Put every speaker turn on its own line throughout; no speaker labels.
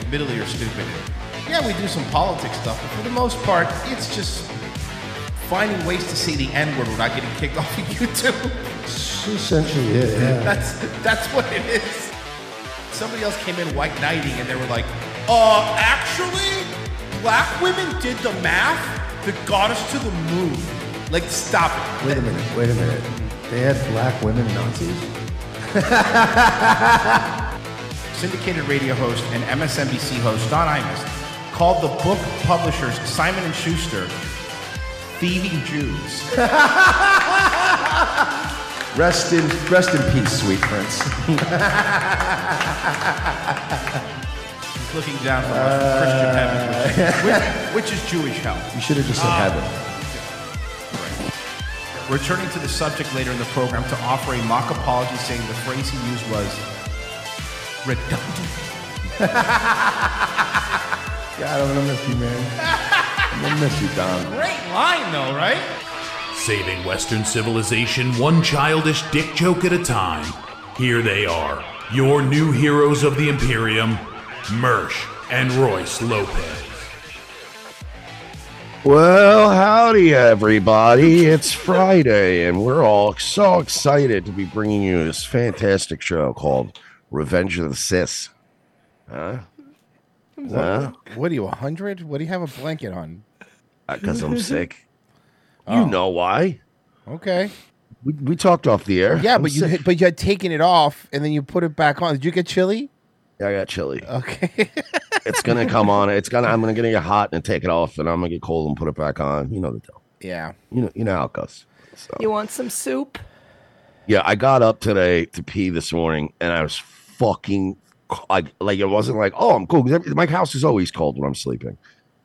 admittedly are stupid. Yeah, we do some politics stuff, but for the most part, it's just finding ways to say the N word without getting kicked off of YouTube.
It's essentially it, yeah.
That's that's what it is. Somebody else came in white knighting, and they were like, "Uh, actually, black women did the math that got us to the moon." Like, stop it.
Wait a minute, wait a minute. They had black women Nazis.
syndicated radio host and MSNBC host Don Imus called the book publishers Simon and Schuster thieving Jews.
Rest in rest in peace, sweet prince.
He's looking down from us from Christian heaven, which, which is Jewish hell.
You should have just
Ah.
said heaven.
Returning to the subject later in the program to offer a mock apology, saying the phrase he used was redundant.
God, I'm gonna miss you, man. I'm gonna miss you, Don.
Great line, though, right?
Saving Western civilization one childish dick joke at a time. Here they are, your new heroes of the Imperium, Mersch and Royce Lopez.
Well, howdy, everybody. It's Friday, and we're all so excited to be bringing you this fantastic show called Revenge of the Sis. Huh?
What are you, 100? What do you have a blanket on?
Because Uh, I'm sick.
Oh.
You know why.
Okay.
We, we talked off the air.
Yeah,
I'm
but you
sick.
had, but you had taken it off and then you put it back on. Did you get chilly?
Yeah, I got chilly.
Okay.
it's gonna come on. It's gonna. I'm gonna get hot and take it off, and I'm gonna get cold and put it back on. You know the deal.
yeah.
You know. You know how it goes. So.
You want some soup?
Yeah, I got up today to pee this morning, and I was fucking like, like it wasn't like, oh, I'm cool. 'cause My house is always cold when I'm sleeping,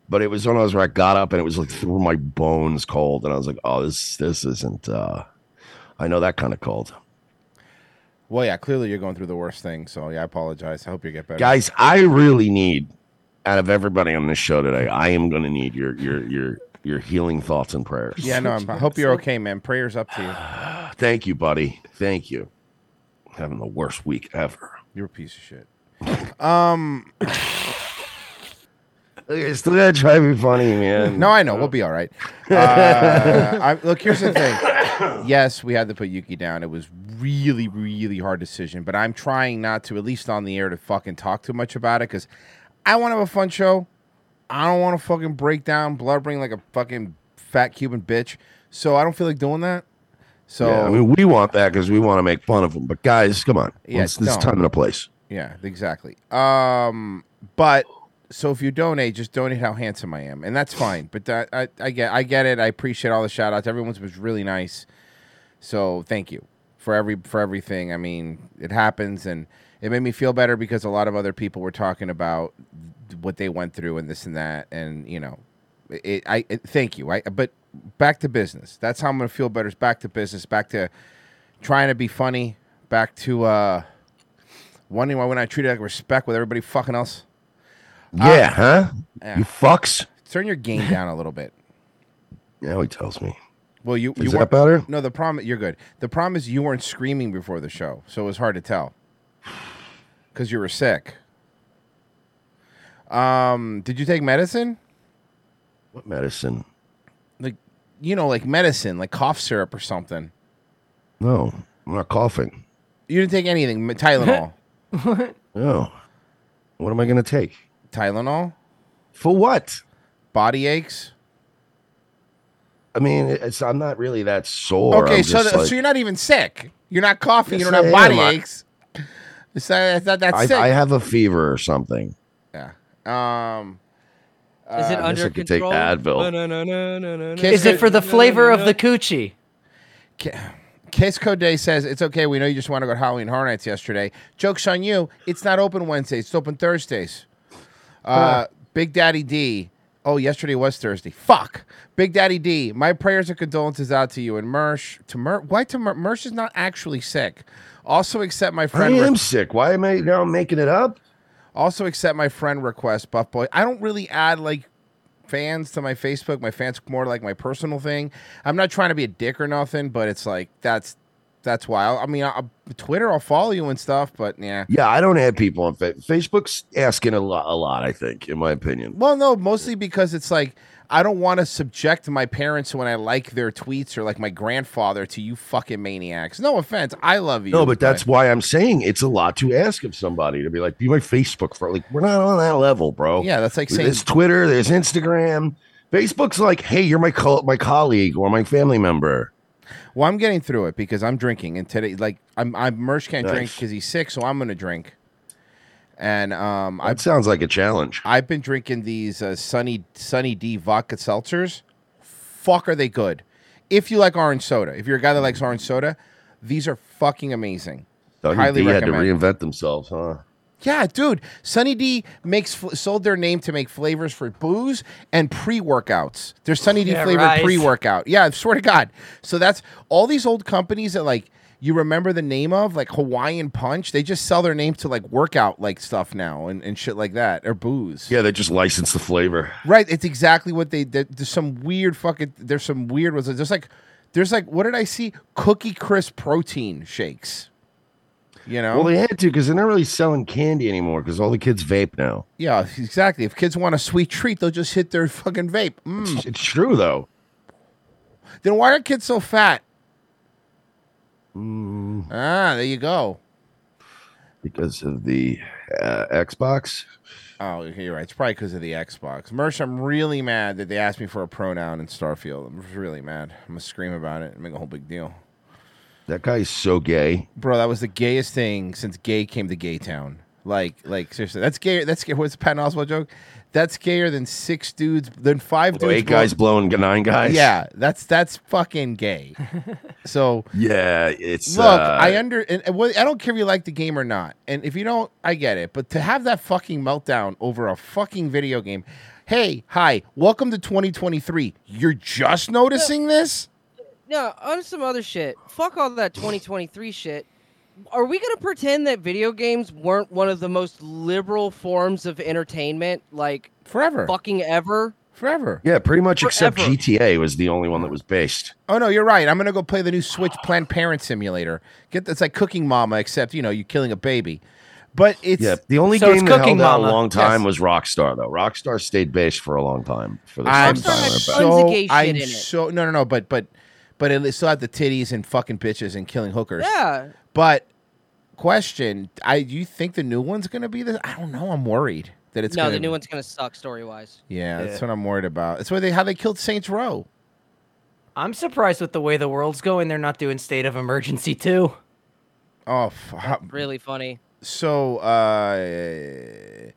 but it was one of those where I got up and it was like through my bones cold, and I was like, oh, this this isn't. uh I know that kind of cold,
Well, yeah. Clearly, you're going through the worst thing. So yeah, I apologize. I hope you get better.
guys. I really need out of everybody on this show today, I am going to need your your your your healing thoughts and prayers.
yeah, no. I'm, I hope you're okay, man. Prayers up to you.
Thank you, buddy. Thank you. Having the worst week ever.
You're a piece of shit. Um, Mm.
It's still gonna try to be funny, man.
No, I know. We'll be all right. Uh, I, look, here's the thing. Yes, we had to put Yuki down. It was really, really hard decision. But I'm trying not to, at least on the air, to fucking talk too much about it because I want to have a fun show. I don't want to fucking break down Bloodbring like a fucking fat Cuban bitch. So I don't feel like doing that. So
Yeah, I mean, we want that because we want to make fun of them. But guys, come on,
Yeah,
it's this
no.
time and a place.
Yeah, exactly. Um, but so if you donate, just donate how handsome I am, and that's fine. But that, I, I get, I get it. I appreciate all the shout outs. Everyone's was really nice. So thank you for every for everything. I mean, it happens, and it made me feel better because a lot of other people were talking about what they went through and this and that, and you know, it. I it, thank you. I but back to business. That's how I'm gonna feel better. Is back to business. Back to trying to be funny. Back to uh, wondering why we're not treated like respect with everybody fucking else.
yeah, huh? You fucks.
Uh, Turn your game down a little bit.
Now he tells me.
Well, you
Is
you weren't-
that better?
No, the problem you're good. The problem is you weren't screaming before the show, so it was hard to tell because you were sick. Um, did you take medicine?
What medicine?
Like, you know, like medicine, like cough syrup or something.
No, I'm not coughing.
You didn't take anything. m- Tylenol.
No. What am I gonna take?
Tylenol.
For what?
Body aches.
I mean, it's I'm not really that sore.
okay,
I'm
so
just
the,
like-
so you're not even sick. You're not coughing.
Yes,
you don't have
I
body
am. I-
aches. It's not, it's not that
I,
sick.
I have a fever or something.
yeah. Um.
Is it
I guess
under
I could take
control?
Advil.
No, no, no, no, no, no.
Kiss
Is it for the flavor of the coochie?
Ca- Case Code Day says it's okay. We know you just want to go to Halloween Horror Nights yesterday. Jokes on you. It's not open Wednesdays. It's open Thursdays. Uh, Big Daddy D. Oh, yesterday was Thursday. Fuck. Big Daddy D. My prayers and condolences out to you and Mersh. To Mer. Why to Mer? Mersh is not actually sick. Also accept my
I
friend.
am
re-
sick. Why am I now making it up?
also accept my friend request. Buff boy. I don't really add like fans to my Facebook. My fans more like my personal thing. I'm not trying to be a dick or nothing, but it's like that's that's why. I, I mean, I, Twitter, I'll follow you and stuff, but yeah.
Yeah, I don't add people on fa- Facebook's asking a lot, a lot. I think, in my opinion.
Well, no, mostly because it's like I don't want to subject my parents when I like their tweets or like my grandfather to you fucking maniacs. No offense, I love you.
No, but that's why I'm saying it's a lot to ask of somebody to be like, be my Facebook friend. Like, we're not on that level, bro.
Yeah, that's like saying-
there's Twitter, there's Instagram, Facebook's like, hey, you're my co- my colleague or my family member.
Well, I'm getting through it because I'm drinking, and today, like, I'm, I'm Mersh can't drink because he's sick, so I'm gonna drink. And um,
That sounds like a challenge.
I've been drinking these uh, Sunny Sunny D vodka seltzers. Fuck, are they good? If you like orange soda, if you're a guy that likes orange soda, these are fucking amazing.
Sunny
Highly
D had to
recommend.
reinvent themselves, huh?
Yeah, dude. Sunny D makes fl- sold their name to make flavors for booze and pre workouts. There's Sunny D
Yeah,
flavored
right.
pre workout. Yeah, I swear to God. So that's all these old companies that like you remember the name of, like Hawaiian Punch. They just sell their name to like workout like stuff now and, and shit like that or booze.
Yeah, they just licensed the flavor.
Right, it's exactly what they did. There's some weird fucking. There's some weird ones. There's like, there's like, what did I see? Cookie crisp protein shakes. You know.
Well, they had to because they're not really selling candy anymore because all the kids vape now.
Yeah, exactly. If kids want a sweet treat, they'll just hit their fucking vape. Mm.
It's true though.
Then why are kids so fat? Ah, there you go.
Because of the uh, Xbox.
Oh, you're right. It's probably because of the Xbox. Mersh, I'm really mad that they asked me for a pronoun in Starfield. I'm really mad. I'm gonna scream about it and make a whole big deal.
That guy is so gay.
bro that was the gayest thing since gay came to gay town like like seriously that's gayer that's gay what's the patton oswald joke that's gayer than six dudes than five
So
dudes
eight guys
blow-
blowing nine guys.
yeah that's that's fucking gay so
Yeah, it's
look
uh,
i under and, and what- i don't care if you like the game or not and if you don't i get it but to have that fucking meltdown over a fucking video game hey hi welcome to 2023 you're just noticing this
No, on some other shit. Fuck all that 2023 shit. Are we going to pretend that video games weren't one of the most liberal forms of entertainment, like
forever,
fucking ever?
Forever.
Yeah, pretty much except
Forever.
GTA was the only one that was based.
Oh no, you're right. I'm gonna go play the new Switch Planned Parent Simulator. Get that's like Cooking Mama, except you know you're killing a baby. But it's
Yeah, the only game that held out a long time was Rockstar though. Rockstar stayed based for a long time. For the
I'm
same time, I bet.
so I'm
in it.
so no no no. But but but it still had the titties and fucking bitches and killing hookers.
Yeah.
But question, I do you think the new one's gonna be this? I don't know. I'm worried that it's
no,
gonna,
the new one's going to suck story wise.
Yeah, that's
Yeah.
what I'm worried about. That's why they how they killed Saints Row.
I'm surprised with the way the world's going. They're not doing state of emergency too.
Oh, fuck.
Really funny.
so uh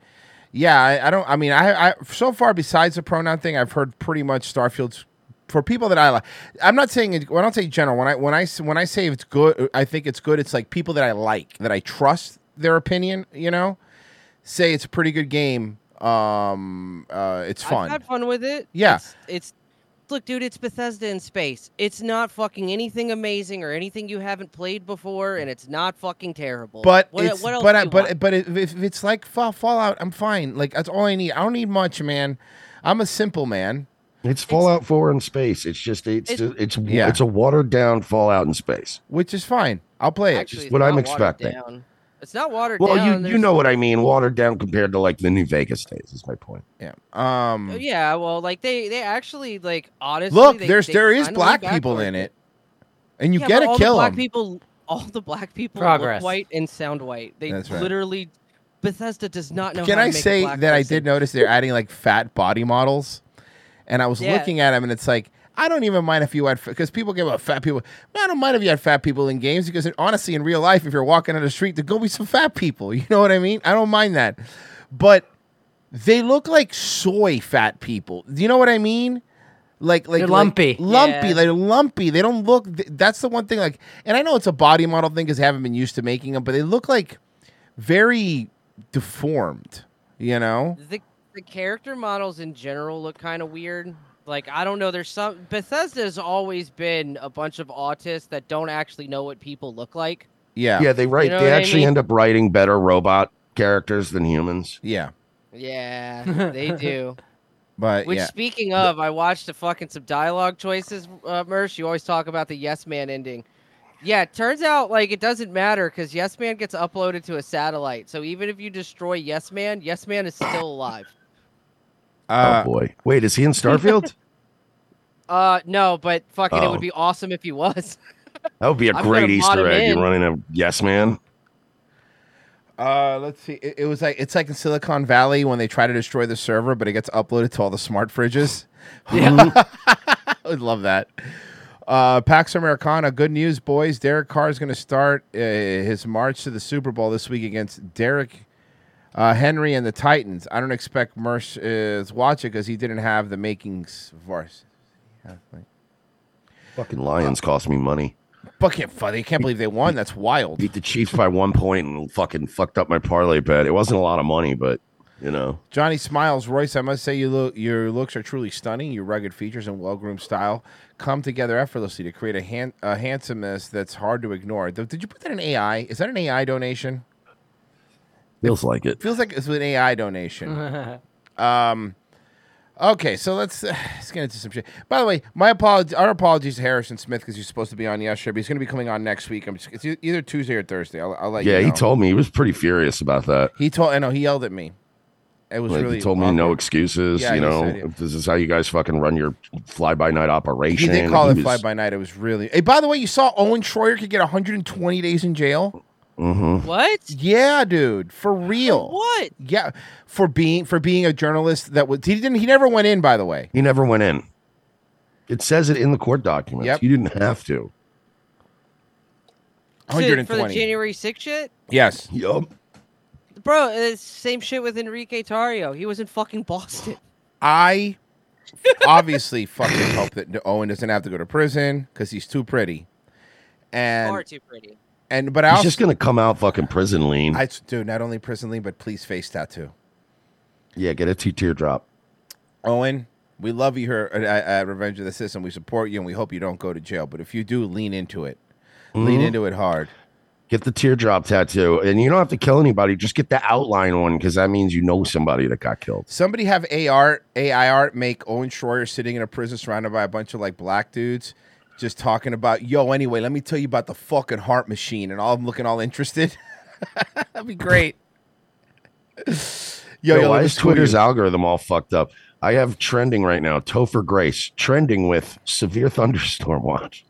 yeah I, I don't i mean I, I so far besides the pronoun thing i've heard pretty much starfield's for people that i like i'm not saying it, when i don't say general when i when i s- when i say it's good i think it's good it's like people that i like that i trust their opinion you know say it's a pretty good game um uh it's
I've
fun
had fun with it.
Yeah.
It's, it's look, dude, it's Bethesda in space. It's not fucking anything amazing or anything you haven't played before, and it's not fucking terrible.
But
what,
it's
what else
but
do
I,
you
but
want?
but if, if it's like Fall, Fallout, I'm fine. Like that's all I need. I don't need much, man. I'm a simple man.
It's Fallout Four in space. It's just it's
It's-
it's it's,
Yeah.
it's a watered down Fallout in space.
which is fine. I'll play it.
Actually, Just it's what I'm not watered expecting.
down. It's not watered
Well,
down.
you you
there's-
know what I mean. Watered down compared to like the New Vegas days is my point.
Yeah. Um.
Oh, Yeah, well, like they they actually like honestly
Look,
they-
there's
they
there is
kinda
black
went
people
backwards.
in it, and you
Yeah,
get
but all
to
the
kill
black
them.
people. All the black people
Progress.
look white and sound white. They
That's right.
literally Bethesda does not know.
Can
how
I
to make
say
a black
that I
person.
did notice they're adding like fat body models, and I was
Yeah.
looking at them, and it's like I don't even mind if you had because people give up fat people. I don't mind if you had fat people in games because honestly, in real life, if you're walking on the street, there gonna be some fat people. You know what I mean? I don't mind that, but they look like soy fat people. Do you know what I mean? Like like
They're
like-
lumpy.
lumpy.
Yeah.
They're lumpy. They don't look. th- That's the one thing. Like, and I know it's a body model thing because they haven't been used to making them, but they look like very deformed. You know,
The, the character models in general look kind of weird. Like I don't know. There's some Bethesda's always been a bunch of autists that don't actually know what people look like.
Yeah.
Yeah, they write
You know
they
what I
actually
mean?
end up writing better robot characters than humans.
Yeah.
Yeah, they do.
but
Which,
Uh, yeah.
speaking uh, of, I watched a fucking some dialogue choices, uh, Mersh. You always talk about the yes man ending. Yeah, it turns out like it doesn't matter because Yes Man gets uploaded to a satellite. So even if you destroy Yes Man, Yes Man is still alive.
Uh,
oh boy! Wait, is he in Starfield?
Uh, no, but fucking, it
Oh.
would be awesome if he was.
that would be a
I'm gonna
great
mod him
Easter egg.
in.
You're running a yes man.
Uh, let's see. It, it was like it's like in Silicon Valley when they try to destroy the server, but it gets uploaded to all the smart fridges. Yeah, I would love that. Uh, Pax Americana, good news, boys. Derek Carr is going to start uh, his march to the Super Bowl this week against Derek uh, Henry and the Titans. I don't expect Mersh uh, to watch it because he didn't have the makings vars.
Fucking Lions cost me money.
Fucking funny. Can't believe they won. That's wild.
Beat the Chiefs by one point and fucking fucked up my parlay bet. It wasn't a lot of money, but you know.
Johnny Smiles, Royce, I must say you look your looks are truly stunning. Your rugged features and well-groomed style come together effortlessly to create a, hand, a handsomeness that's hard to ignore. Th- Did you put that in AI? Is that an AI donation?
Feels like it.
Feels like it's an AI donation. um, okay, so let's uh, let's get into some shit. By the way, my apology, our apologies to Harrison Smith because he's supposed to be on yesterday, but he's going to be coming on next week. I'm just, it's e- either Tuesday or Thursday. I'll, I'll let
yeah,
you know.
he told me he was pretty furious about that.
He told. I know he yelled at me. It was
Like,
really
he told me
awkward.
no excuses.
Yeah,
you
he
know,
said it.
this is how you guys fucking run your fly by night
He
operation.
did call it
was-
fly by night. It was really. Hey, by the way, you saw Owen Troyer could get 120 days in jail.
Mhm.
What?
Yeah, dude, for real.
what?
Yeah, for being for being a journalist that was he didn't he never went in. By the way,
He never went in. It says it in the court documents.
Yep.
You didn't have to. Oh,
To- for the January 6th shit,
Yes.
Yup.
bro. It's same shit with Enrique Tario. He was in fucking Boston.
I obviously fucking hope that Owen doesn't have to go to prison because he's too pretty. And
Far too pretty.
And but I
He's
also,
just gonna come out fucking prison lean.
I dude, not only prison lean, but please face tattoo.
yeah, get a T teardrop.
Owen, we love you here at, at- at Revenge of the System. We support you and we hope you don't go to jail. But if you do, lean into it. Lean
Mhm.
into it hard.
Get the teardrop tattoo, and you don't have to kill anybody. Just get the outline one because that means you know somebody that got killed.
Somebody have AR, AI art make Owen Schroyer sitting in a prison surrounded by a bunch of like black dudes just talking about, yo, anyway, let me tell you about the fucking heart machine. And all I'm looking all interested. That'd be great. Yo,
Yo,
yo, let
why
me
is
school
Twitter's
you.
algorithm all fucked up? I have trending right now. Topher Grace trending with severe thunderstorm watch.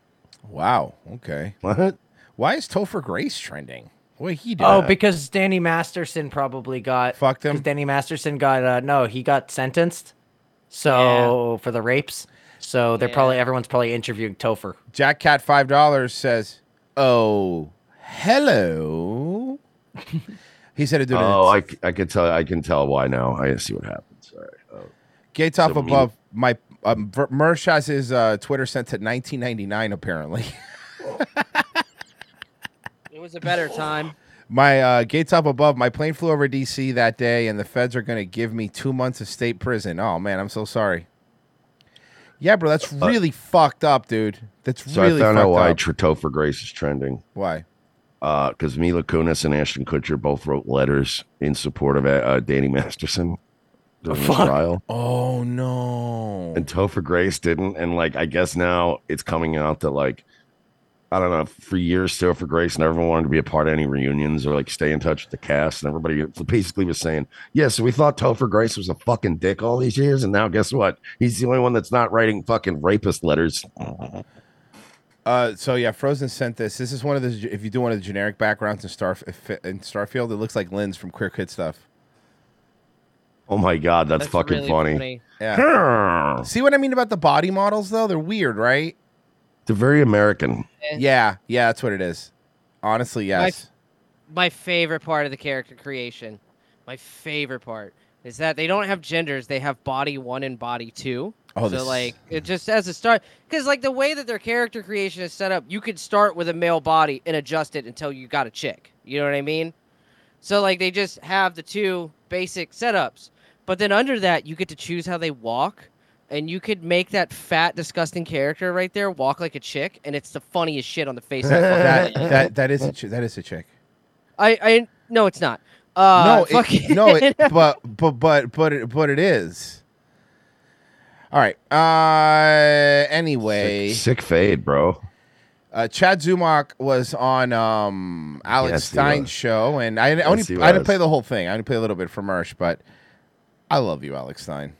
Wow. Okay.
What?
Why is Topher Grace trending? What he did?
Oh, because Danny Masterson probably got
fucked him.
Danny Masterson got uh, no, he got sentenced. So for the rapes, so they're probably everyone's probably interviewing Topher.
Jack Cat five dollars says, "Oh, hello." he said it. dude,
Oh, I, c- I could tell. I can tell why now. I see what happened. Sorry. Oh.
Gates off
So mean.
above my um, Ver- Mersh has his uh, Twitter sent to 1999 apparently.
It was a better time.
my uh, Gates up above my plane flew over DC that day and the feds are going to give me 2 months of state prison. Oh man, I'm so sorry. Yeah, bro, that's really fucked up, dude. That's
Uh, So
really
I found
fucked
out why
up.
Tr- Topher Grace is trending.
Why?
Because Mila Kunis and Ashton Kutcher both wrote letters in support of uh, Danny Masterson during the trial,
Oh no.
and Topher Grace didn't. And like, I guess now it's coming out that like, I don't know. For years, Topher Grace never wanted to be a part of any reunions or like stay in touch with the cast, and everybody basically was saying, "Yeah, so we thought Topher Grace was a fucking dick all these years, and now guess what? He's the only one that's not writing fucking rapist letters."
Uh, so yeah, Frozen sent this. This is one of the if you do one of the generic backgrounds in Star in Starfield, it looks like Lynn's from Queer Kid stuff.
Oh my god, that's,
That's
fucking
really
funny.
funny. Yeah. See what I mean about the body models though? They're weird, right?
They're very American.
Yeah, yeah, that's what it is. Honestly, yes.
My favorite part of the character creation, my favorite part is that they don't have genders. They have body one and body two.
Oh,
so
this-
like it just as a start because like the way that their character creation is set up, you could start with a male body and adjust it until you got a chick. You know what I mean? So like they just have the two basic setups, but then under that you get to choose how they walk, and you could make that fat, disgusting character right there walk like a chick, and it's the funniest shit on the face. of the fucking
that,
planet.
that that is a ch- that is a chick.
I, I no, it's not. Uh,
no, it,
fucking-
no, it, but but but but it, but it is. All right. Uh, anyway,
Sick fade, bro.
Uh, Chad Zumach was on um, Alex
Yes, he
Stein's
was.
show, and I
Yes,
only
he
I didn't
was.
play the whole thing. I only play a little bit for Mersh, but I love you, Alex Stein.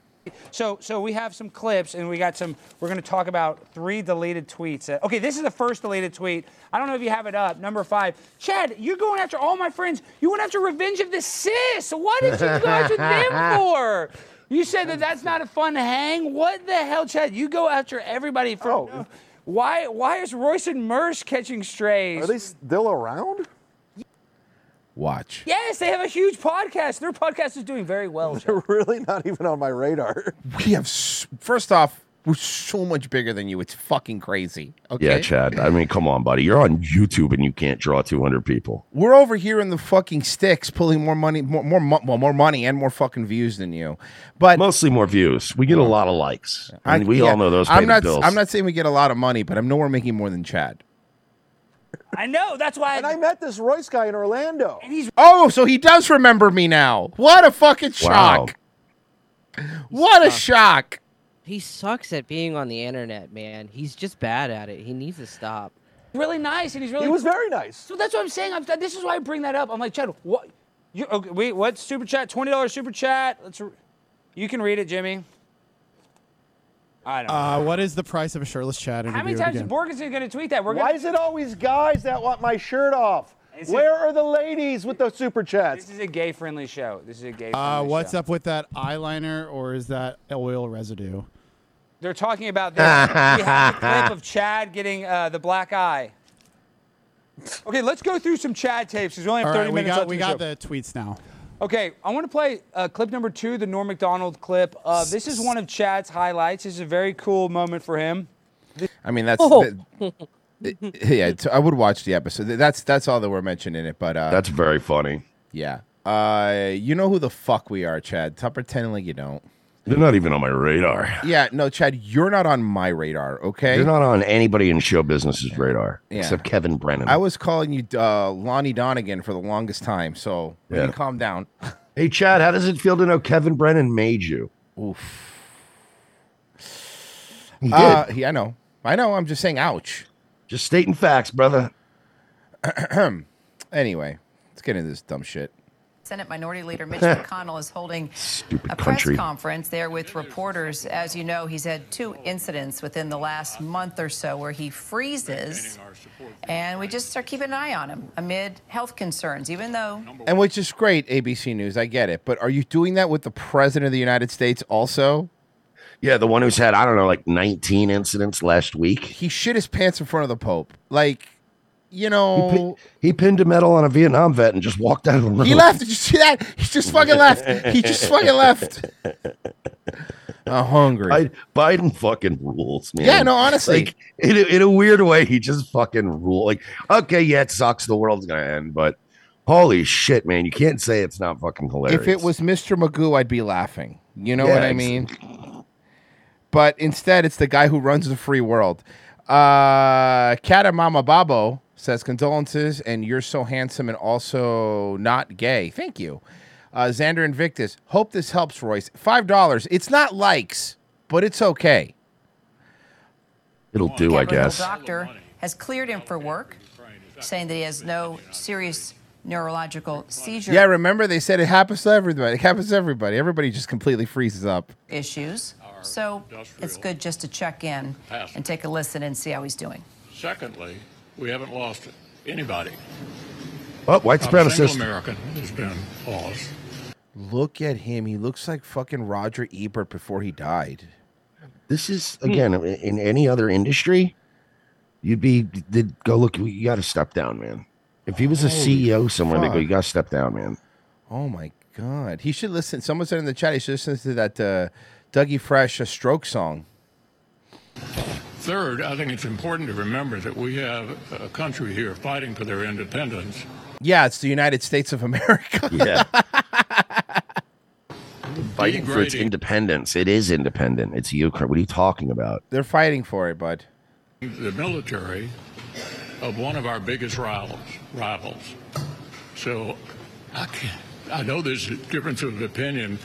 So, so we have some clips, and we got some. We're going to talk about three deleted tweets. Uh, okay, this is the first deleted tweet. I don't know if you have it up. Number five, Chad, you're going after all my friends. You went after Revenge of the Sis. What did you go after them for? You said that that's not a fun hang. What the hell, Chad? You go after everybody for.
Oh.
Why? Why is Royce and Mersh catching strays? Are they still around?
Watch.
Yes, they have a huge podcast. Their podcast is doing very well. They're
really not even on my radar.
We have s- first off, we're so much bigger than you. It's fucking crazy. Okay.
Yeah, Chad. I mean, come on, buddy. You're on YouTube and you can't draw 200 people.
We're over here in the fucking sticks, pulling more money, more more mo- well, more money and more fucking views than you. But
mostly more views. We get a lot of likes. And we
yeah,
all know those. Pay
I'm not.
The bills.
I'm not saying we get a lot of money, but I'm nowhere making more than Chad.
I know. That's why.
And I, met this Royce guy in Orlando. And
he's
Oh, so he does remember me now. What a fucking
Wow.
shock! What a shock!
He sucks at being on the internet, man. He's just bad at it. He needs to stop.
really nice, and he's really.
He was
very nice.
So that's what I'm saying. I'm, this is why I bring that up. I'm like, Chad, what? You okay? Wait, what? Super chat, twenty dollars super chat. Let's. Re- you can read it, Jimmy. I don't.
Uh, what is the price of a shirtless chat interview?
How many times
again?
is Borgensen going to tweet that? We're
Why
gonna,
is it always guys that want my shirt off?
Is it-
Where are the ladies with the super chats?
This is a gay-friendly show. This is a gay.
Uh, what's up with that eyeliner, or is that oil residue?
They're talking about this. we have a clip of Chad getting uh, the black eye. Okay, let's go through some Chad tapes. 'cause We only have
All
30
right, we
minutes
got
left
we
in
got
the show.
the tweets now.
Okay, I want to play uh, clip number two, the Norm McDonald clip. Uh, this is one of Chad's highlights. This is a very cool moment for him.
I mean, that's
Oh.
that- yeah. it's- I would watch the episode. That's that's all that we're mentioning it. But uh,
That's very funny.
yeah. Uh, you know who the fuck we are, Chad. Stop pretending like you don't.
They're not even on my radar.
Yeah, no, Chad, you're not on my radar. Okay.
They're not on anybody in show business's radar
Yeah.
except Kevin Brennan.
I was calling you uh, Lonnie Donegan for the longest time, so we
Yeah.
can calm down.
hey, Chad, how does it feel to know Kevin Brennan made you?
Oof.
He did.
Uh, yeah, I know. I know. I'm just saying, ouch.
Just stating facts, brother.
anyway, let's get into this dumb shit.
Senate Minority Leader Mitch McConnell is holding a press
country.
conference there with reporters. As you know, he's had two incidents within the last month or so where he freezes, and we just are keeping an eye on him amid health concerns, even though
And which is great, ABC News. I get it. But are you doing that with the president of the United States also?
Yeah, the one who's had, I don't know, like 19 incidents last week.
He shit his pants in front of the Pope. Like, you know.
He pinned a medal on a Vietnam vet and just walked out of the room.
He left. Did you see that? He just fucking left. He just fucking left. I'm hungry.
Biden fucking rules, man.
Yeah, no, honestly.
Like, in, a, in a weird way, he just fucking rule. Like, okay, yeah, it sucks. The world's gonna end, but holy shit, man, you can't say it's not fucking hilarious.
If it was Mr. Magoo, I'd be laughing. You know
Yeah,
what I
ex-
mean? But instead, it's the guy who runs the free world. Uh, Kata Mama Babo says, Condolences, and you're so handsome and also not gay. Thank you. Uh, Xander Invictus, hope this helps, Royce. $5. It's not likes, but it's okay.
It'll do, I
Gabriel
guess.
doctor has cleared him for work, saying that he has no serious neurological seizure
Yeah, remember they said it happens to everybody. It happens to everybody. Everybody just completely freezes up.
issues. So it's good just to check in and take a listen and see how he's doing.
Secondly, we haven't lost anybody.
Oh, white
Not a single
supremacist.
American has been lost.
Look at him. He looks like fucking Roger Ebert before he died.
This is again in- in any other industry, you'd be did go look. You got to step down, man. If he was a E
Holy
CEO somewhere, they go,
fuck.
you got to step down, man.
Oh my god, he should listen. Someone said in the chat he should listen to that uh, Dougie Fresh uh, stroke song.
Third, I think it's important to remember that we have a country here fighting for their independence.
Yeah, it's the United States of America.
Yeah. Fighting for its
Degrading.
independence. It is independent. It's Ukraine. What are you talking about?
They're fighting for it, bud.
The military of one of our biggest rivals. Rivals. So I can I know there's a difference of opinion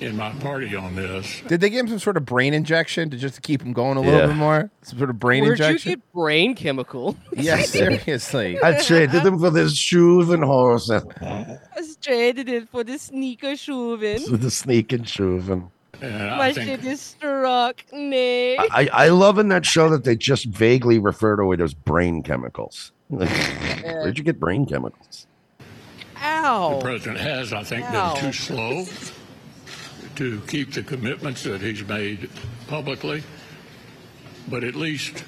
in my party on this.
Did they give him some sort of brain injection to just to keep him going a little
Yeah.
bit more? Some sort of brain
Where'd
injection?
you get brain chemical?
yeah, seriously.
I traded them for this shoes and horse eh?
Uh-huh.
and
I traded it for the sneaker shoeing.
with the sneak and shoes and.
My shit is struck, Nick.
I, I love in that show that they just vaguely refer to it as brain chemicals. Where'd you get brain chemicals?
Ow.
The president has, I think,
Ow.
been too slow to keep the commitments that he's made publicly, but at least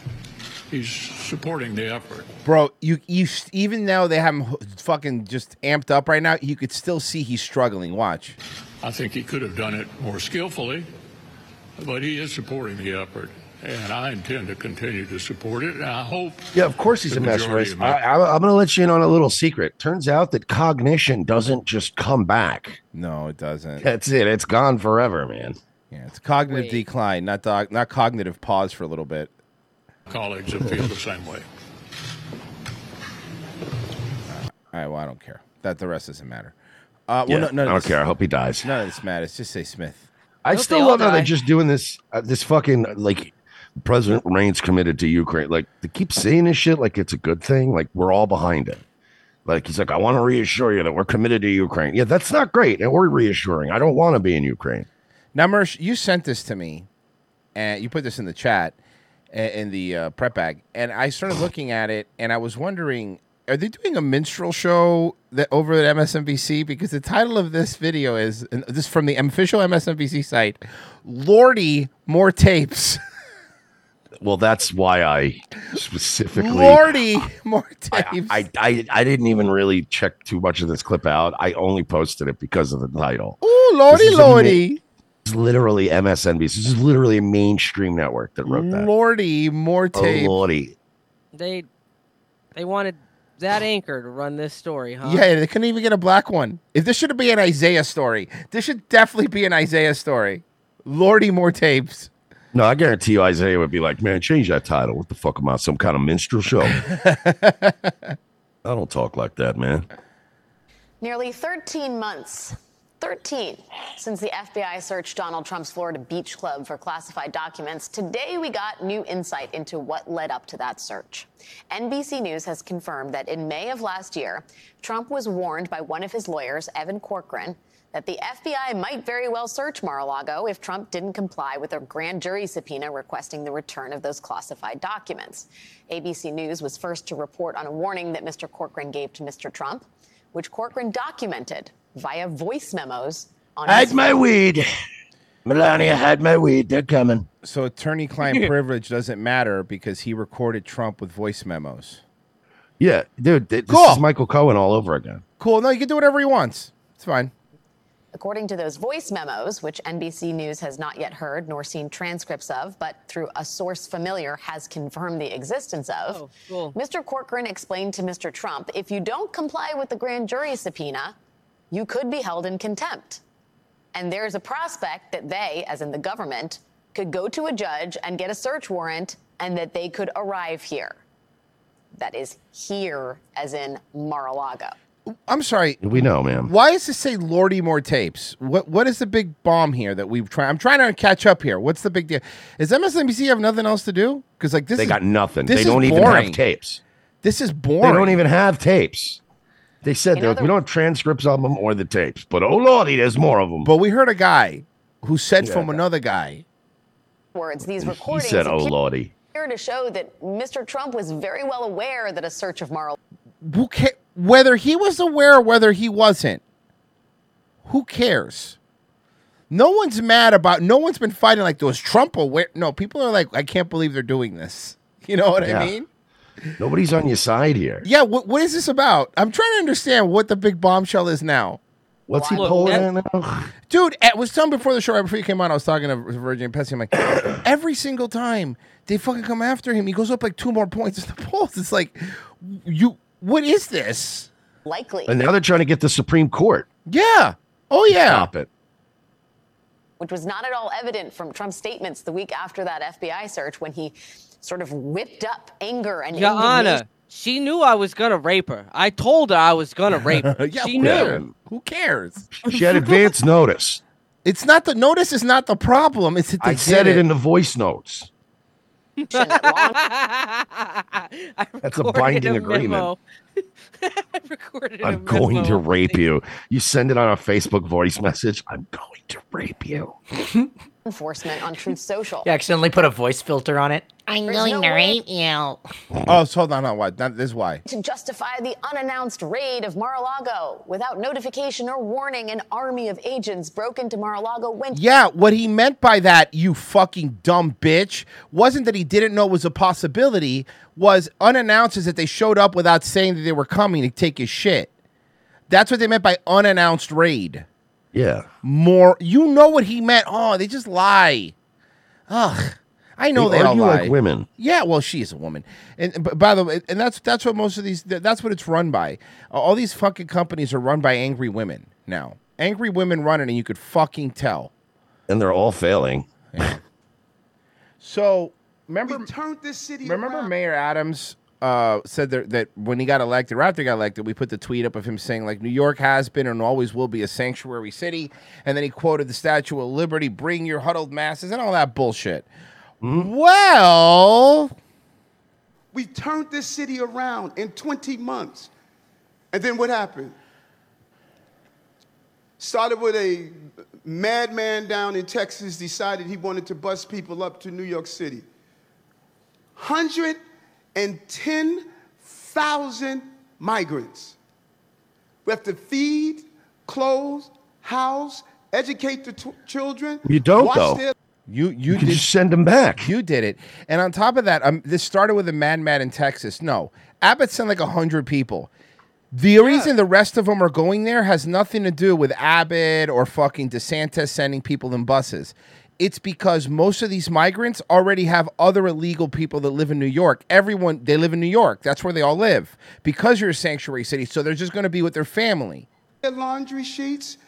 he's supporting the effort.
Bro, you you s- even though they have him h- fucking just amped up right now, you could still see he's struggling. Watch.
I think he could have done it more skillfully, but he is supporting the effort, and I intend to continue to support it, and I hope.
Yeah, of course he's
the
a master
majority
race.
of
I,
my-
I, I'm going to let you in on a little secret. Turns out that cognition doesn't just come back.
No, it doesn't.
That's it. It's gone forever, man.
Yeah, it's cognitive decline, not dog, not cognitive pause for a little bit.
colleagues that feel the same way.
All right, well, I don't care. That the rest doesn't matter. Uh, well,
Yeah,
no, none of
I don't
this-
care. I hope he dies.
None of this matters. Just say Smith.
I still love how they're just doing this. Uh, this fucking like President Reigns committed to Ukraine. Like they keep saying this shit like it's a good thing. Like we're all behind it. Like he's like, I want to reassure you that we're committed to Ukraine. Yeah, that's not great. And we're reassuring. I don't want to be in Ukraine.
Now, Mersh, you sent this to me, and you put this in the chat, a- in the uh, prep bag, and I started looking at it, and I was wondering, are they doing a minstrel show that over at MSNBC? Because the title of this video is and this is from the official MSNBC site, "Lordy, more tapes."
Well, that's why I specifically
Lordy, more tapes.
I, I I didn't even really check too much of this clip out. I only posted it because of the title.
Ooh, Lordy,
This is a ma-
Lordy.
It's literally MSNBC. This is literally a mainstream network that wrote that.
Lordy, more
Oh,
tape.
Lordy.
They they wanted that anchor to run this story, huh?
Yeah, they couldn't even get a black one. If this should be an Isaiah story, this should definitely be an Isaiah story. Lordy, more tapes.
No, I guarantee you Isaiah would be like, man, change that title. What the fuck am I? Some kind of minstrel show. I don't talk like that, man.
Nearly 13 months, 13, since the FBI searched Donald Trump's Florida beach club for classified documents. Today, we got new insight into what led up to that search. NBC News has confirmed that in May of last year, Trump was warned by one of his lawyers, Evan Corcoran, that the FBI might very well search Mar a Lago if Trump didn't comply with a grand jury subpoena requesting the return of those classified documents. ABC News was first to report on a warning that Mr. Corcoran gave to Mr. Trump which Corcoran documented via voice memos on
Hide
his
my weed. Melania, hide my weed. They're coming.
So attorney client privilege doesn't matter because he recorded Trump with voice memos.
Yeah, dude, th- this
Cool.
is Michael Cohen all over again.
Cool. No, you can do whatever he wants. It's fine.
According to those voice memos, which NBC News has not yet heard nor seen transcripts of, but through a source familiar has confirmed the existence of, Mr. Corcoran explained to Mr. Trump if you don't comply with the grand jury subpoena, you could be held in contempt. And there's a prospect that they, as in the government, could go to a judge and get a search warrant and that they could arrive here. That is here, as in Mar a Lago.
I'm sorry.
We know, man.
Why does it say Lordy more tapes? What what is the big bomb here that we've tried? I'm trying to catch up here. What's the big deal? Is MSNBC have nothing else to do? Because like this,
they
is-
got nothing.
this
They
is
don't even
boring.
have tapes.
This is boring.
They don't even have tapes. They said
In
they're like,
other-
we don't have transcripts of them or the tapes, but oh lordy, there's more of them.
But we heard a guy who said
Yeah.
from another guy.
Words, these
He
recordings
said, oh
appear-
lordy.
here to show that Mr. Trump was very well aware that a search of Mar
Who ca- whether he was aware or whether he wasn't, who cares? No one's mad about. No one's been fighting like those Trump aware. No, people are like, I can't believe they're doing this. You know what
Yeah.
I mean?
Nobody's on your side here.
Yeah. What, what is this about? I'm trying to understand what the big bombshell is now.
What's he pulling in now?
Dude, it was telling before the show, right before you came on, I was talking to Virgin Pessy. I'm like, every single time they fucking come after him, he goes up like two more points in the polls. It's like, you, what is this?
likely,
And now they're trying to get the Supreme Court.
Yeah. Oh yeah.
Stop it.
which was not at all evident from Trump's statements the week after that FBI search when he sort of whipped up anger and indignation.
Yana, she knew I was gonna rape her. I told her I was gonna rape her.
Yeah,
she
who
knew.
cares?
Who cares?
She had advance notice.
It's not the notice is not the problem. It's that they
I said
did
it in the voice notes. That's a binding agreement. I'm going to rape you. You send it on a Facebook voice message. I'm going to rape you.
Enforcement on Truth Social.
You accidentally put a voice filter on it.
I'm going to rape
you.
Oh, so hold on, hold on. What? That, this is why.
To justify the unannounced raid of Mar-a-Lago. Without notification or warning, an army of agents broke into Mar-a-Lago when
Yeah, what he meant by that, you fucking dumb bitch, wasn't that he didn't know was a possibility, was unannounced is that they showed up without saying that they were coming to take his shit. That's what they meant by unannounced raid.
Yeah.
More you know what he meant. Oh, they just lie. Ugh. I know
They
they, all
argue
lie.
like women.
Yeah, well, she is a woman, and b- by the way, and that's that's what most of these th- that's what it's run by. Uh, All these fucking companies are run by angry women now. Angry women running, and you could fucking tell.
And they're all failing.
So remember, turned this city. Remember, Mayor Adams uh, said that, that when he got elected, or after he got elected, we put the tweet up of him saying like New York has been and always will be a sanctuary city, and then he quoted the Statue of Liberty, "Bring your huddled masses," and all that bullshit. Well,
We turned this city around in 20 months. And then what happened? Started with a madman down in Texas, decided he wanted to bus people up to New York City. 110,000 migrants. We have to feed, clothe, house, educate the t- children.
You don't,
watch
though.
their-
You you
can just send them back.
You did it. And on top of that, um, this started with a madman in Texas. No, Abbott sent like hundred people. The reason the rest of them are going there has nothing to do with Abbott or fucking DeSantis sending people in buses. It's because most of these migrants already have other illegal people that live in New York. Everyone, they live in New York. That's where they all live because you're a sanctuary city. So they're just going to be with their family.
their laundry sheets.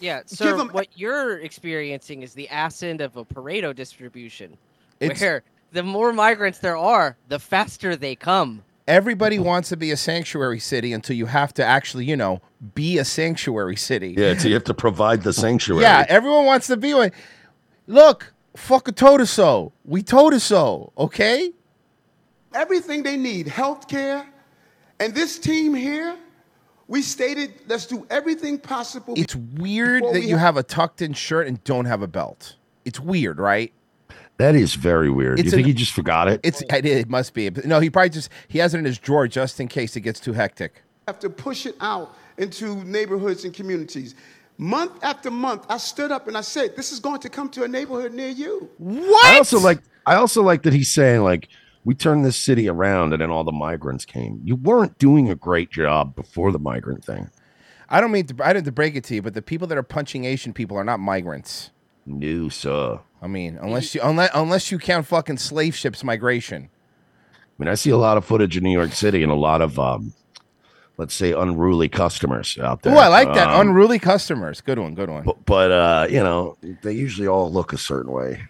Yeah,
Give
sir.
'em-
what you're experiencing is the ass end of a Pareto distribution,
It's-
where the more migrants there are, the faster they come.
Everybody wants to be a sanctuary city until you have to actually, you know, be a sanctuary city.
Yeah, so you have to provide the sanctuary.
Yeah, everyone wants to be one. Look, fuck a told us so. We told us so, okay?
everything they need health care. And this team here, we stated let's do everything possible.
It's weird
Well,
that
we
you
have-
have a tucked in shirt and don't have a belt. It's weird, right?
That is very weird.
It's
you think
an-
he just forgot it?
It's it, it must be. But No, he probably just he has it in his drawer just in case it gets too hectic.
have to push it out into neighborhoods and communities. Month after month, I stood up and I said, This is going to come to a neighborhood near you.
What?
I also like. I also like that he's saying like we turned this city around, and then all the migrants came. You weren't doing a great job before the migrant thing.
I don't mean to, I didn't to break it to you, but the people that are punching Asian people are not migrants.
No, sir.
I mean, unless you unless unless you count fucking slave ships migration.
I mean, I see a lot of footage in New York City and a lot of, um, let's say, unruly customers out there.
Oh, I like that.
Um,
Unruly customers. Good one, good one.
but uh, you know, they usually all look a certain way.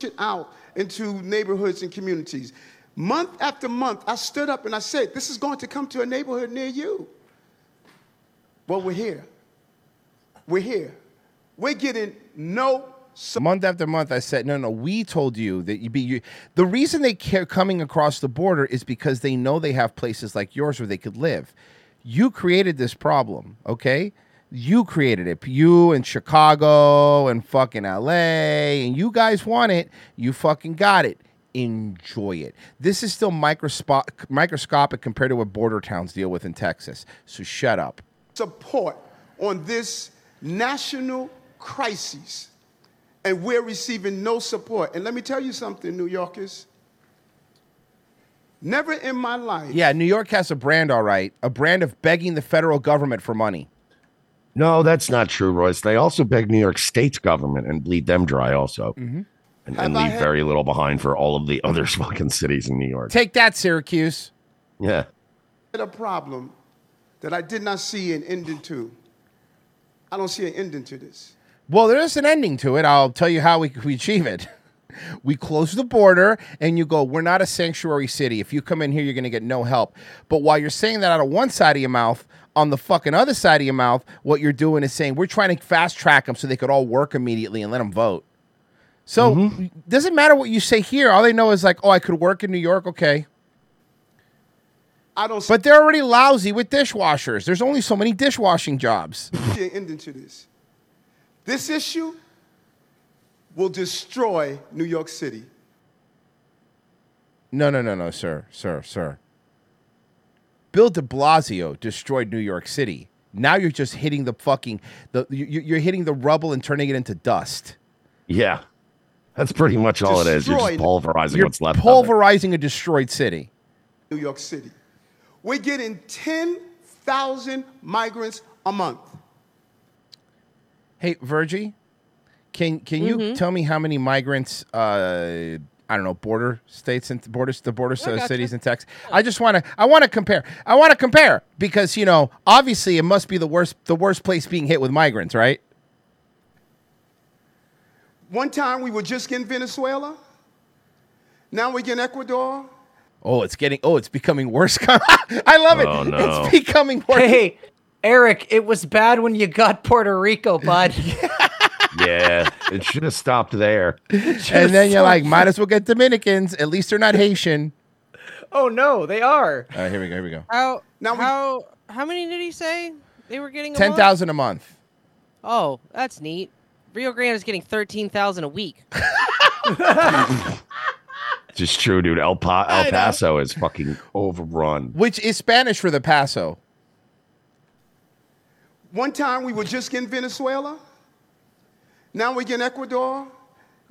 Push it out into neighborhoods and communities. Month after month, I stood up and I said, This is going to come to a neighborhood near you. Well, we're here. We're here. We're getting no
month after month I said no no we told you that you be you the reason they care coming across the border is because they know they have places like yours where they could live you created this problem okay you created it you and Chicago and fucking LA and you guys want it you fucking got it enjoy it this is still microspo- microscopic compared to what border towns deal with in Texas so shut up
support on this national crisis, and we're receiving no support. And let me tell you something, New Yorkers. Never in my life
yeah New York has a brand all right a brand of begging the federal government for money
No, that's not true, Royce. They also beg New York State's government and bleed them dry, also,
Mm-hmm.
and, and
I
leave
had-
very little behind for all of the other fucking cities in New York.
Take that, Syracuse.
Yeah.
had a problem that I did not see an ending to. I don't see an ending to this.
Well, there's an ending to it. I'll tell you how we, we achieve it. We close the border and you go, we're not a sanctuary city. If you come in here, you're going to get no help. But while you're saying that out of one side of your mouth, on the fucking other side of your mouth, what you're doing is saying we're trying to fast track them so they could all work immediately and let them vote. So
Mm-hmm.
doesn't matter what you say here. All they know is like, oh, I could work in New York. Okay.
I don't.
But they're already lousy with dishwashers. There's only so many dishwashing jobs.
see an ending to this. This issue will destroy New York City.
No, no, no, no, sir, sir, sir. Bill De Blasio destroyed New York City. Now you're just hitting the fucking the you, you- you're hitting the rubble and turning it into dust.
Yeah. That's pretty much all it is. You're just
Destroyed.
pulverizing
You're
what's left. of it.
pulverizing a destroyed city.
New York City. We're getting 10,000 migrants a month.
Hey, Virgie, can can you
Mhm.
tell me how many migrants? Uh, I don't know border states and borders the border uh,
gotcha.
cities in Texas. I just want to I want to compare. I want to compare because you know obviously it must be the worst the worst place being hit with migrants, right?
One time we were just getting Venezuela. Now we're getting Ecuador.
Oh, it's getting oh it's becoming worse. I love it.
Oh,
It's
no.
becoming worse.
Hey, Eric, it was bad when you got Puerto Rico, bud.
yeah. It should have stopped there.
and then you're like, might as well get Dominicans. At least they're not Haitian.
oh no, they are.
All right, here we go. Here we go.
How how how many did he say they were getting? a
Ten
month?
thousand a month.
Oh, that's neat. Rio Grande is getting thirteen thousand a week.
Just true, dude. El, pa-
I know.
El Paso is fucking overrun.
which is Spanish for the Paso.
One time we were just getting Venezuela. Now we're getting Ecuador.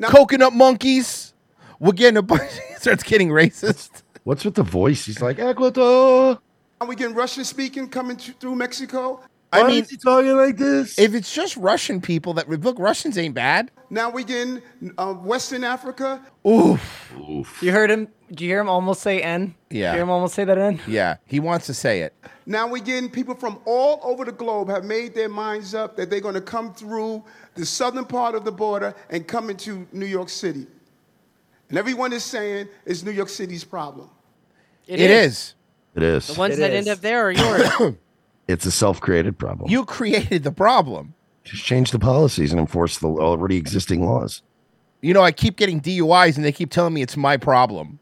Coconut monkeys. We're getting a bunch. starts getting racist.
What's with the voice? He's like, Ecuador.
Now we're getting Russian speaking coming th- through Mexico.
I mean,
talking like this.
If it's just Russian people that look, Russians ain't bad.
Now we're getting uh, Western Africa.
Oof.
You heard him? Do you hear him almost say N?
Yeah.
You hear him almost say that N?
Yeah, he wants to say it.
Now we're getting people from all over the globe have made their minds up that they're going to come through the southern part of the border and come into New York City. And everyone is saying it's New York City's problem.
it is.
It is.
The ones that end up there are yours.
It's a self created problem.
You created the problem.
Just change the policies and enforce the already existing laws.
You know, I keep getting DUIs and they keep telling me it's my problem.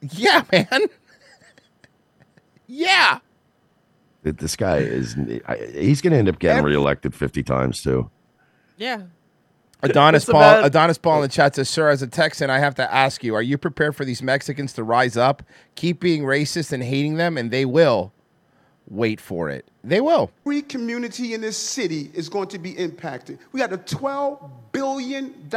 yeah, man. yeah.
Th- This guy is, I- he's going to end up getting reelected 50 times, too.
Yeah.
Adonis
It's
Paul uh,
about-
Adonis Paul in the chat says, Sir, as a Texan, I have to ask you, are you prepared for these Mexicans to rise up, keep being racist and hating them? And they will. Wait for it. They will.
Every community in this city is going to be impacted. We got a $12 billion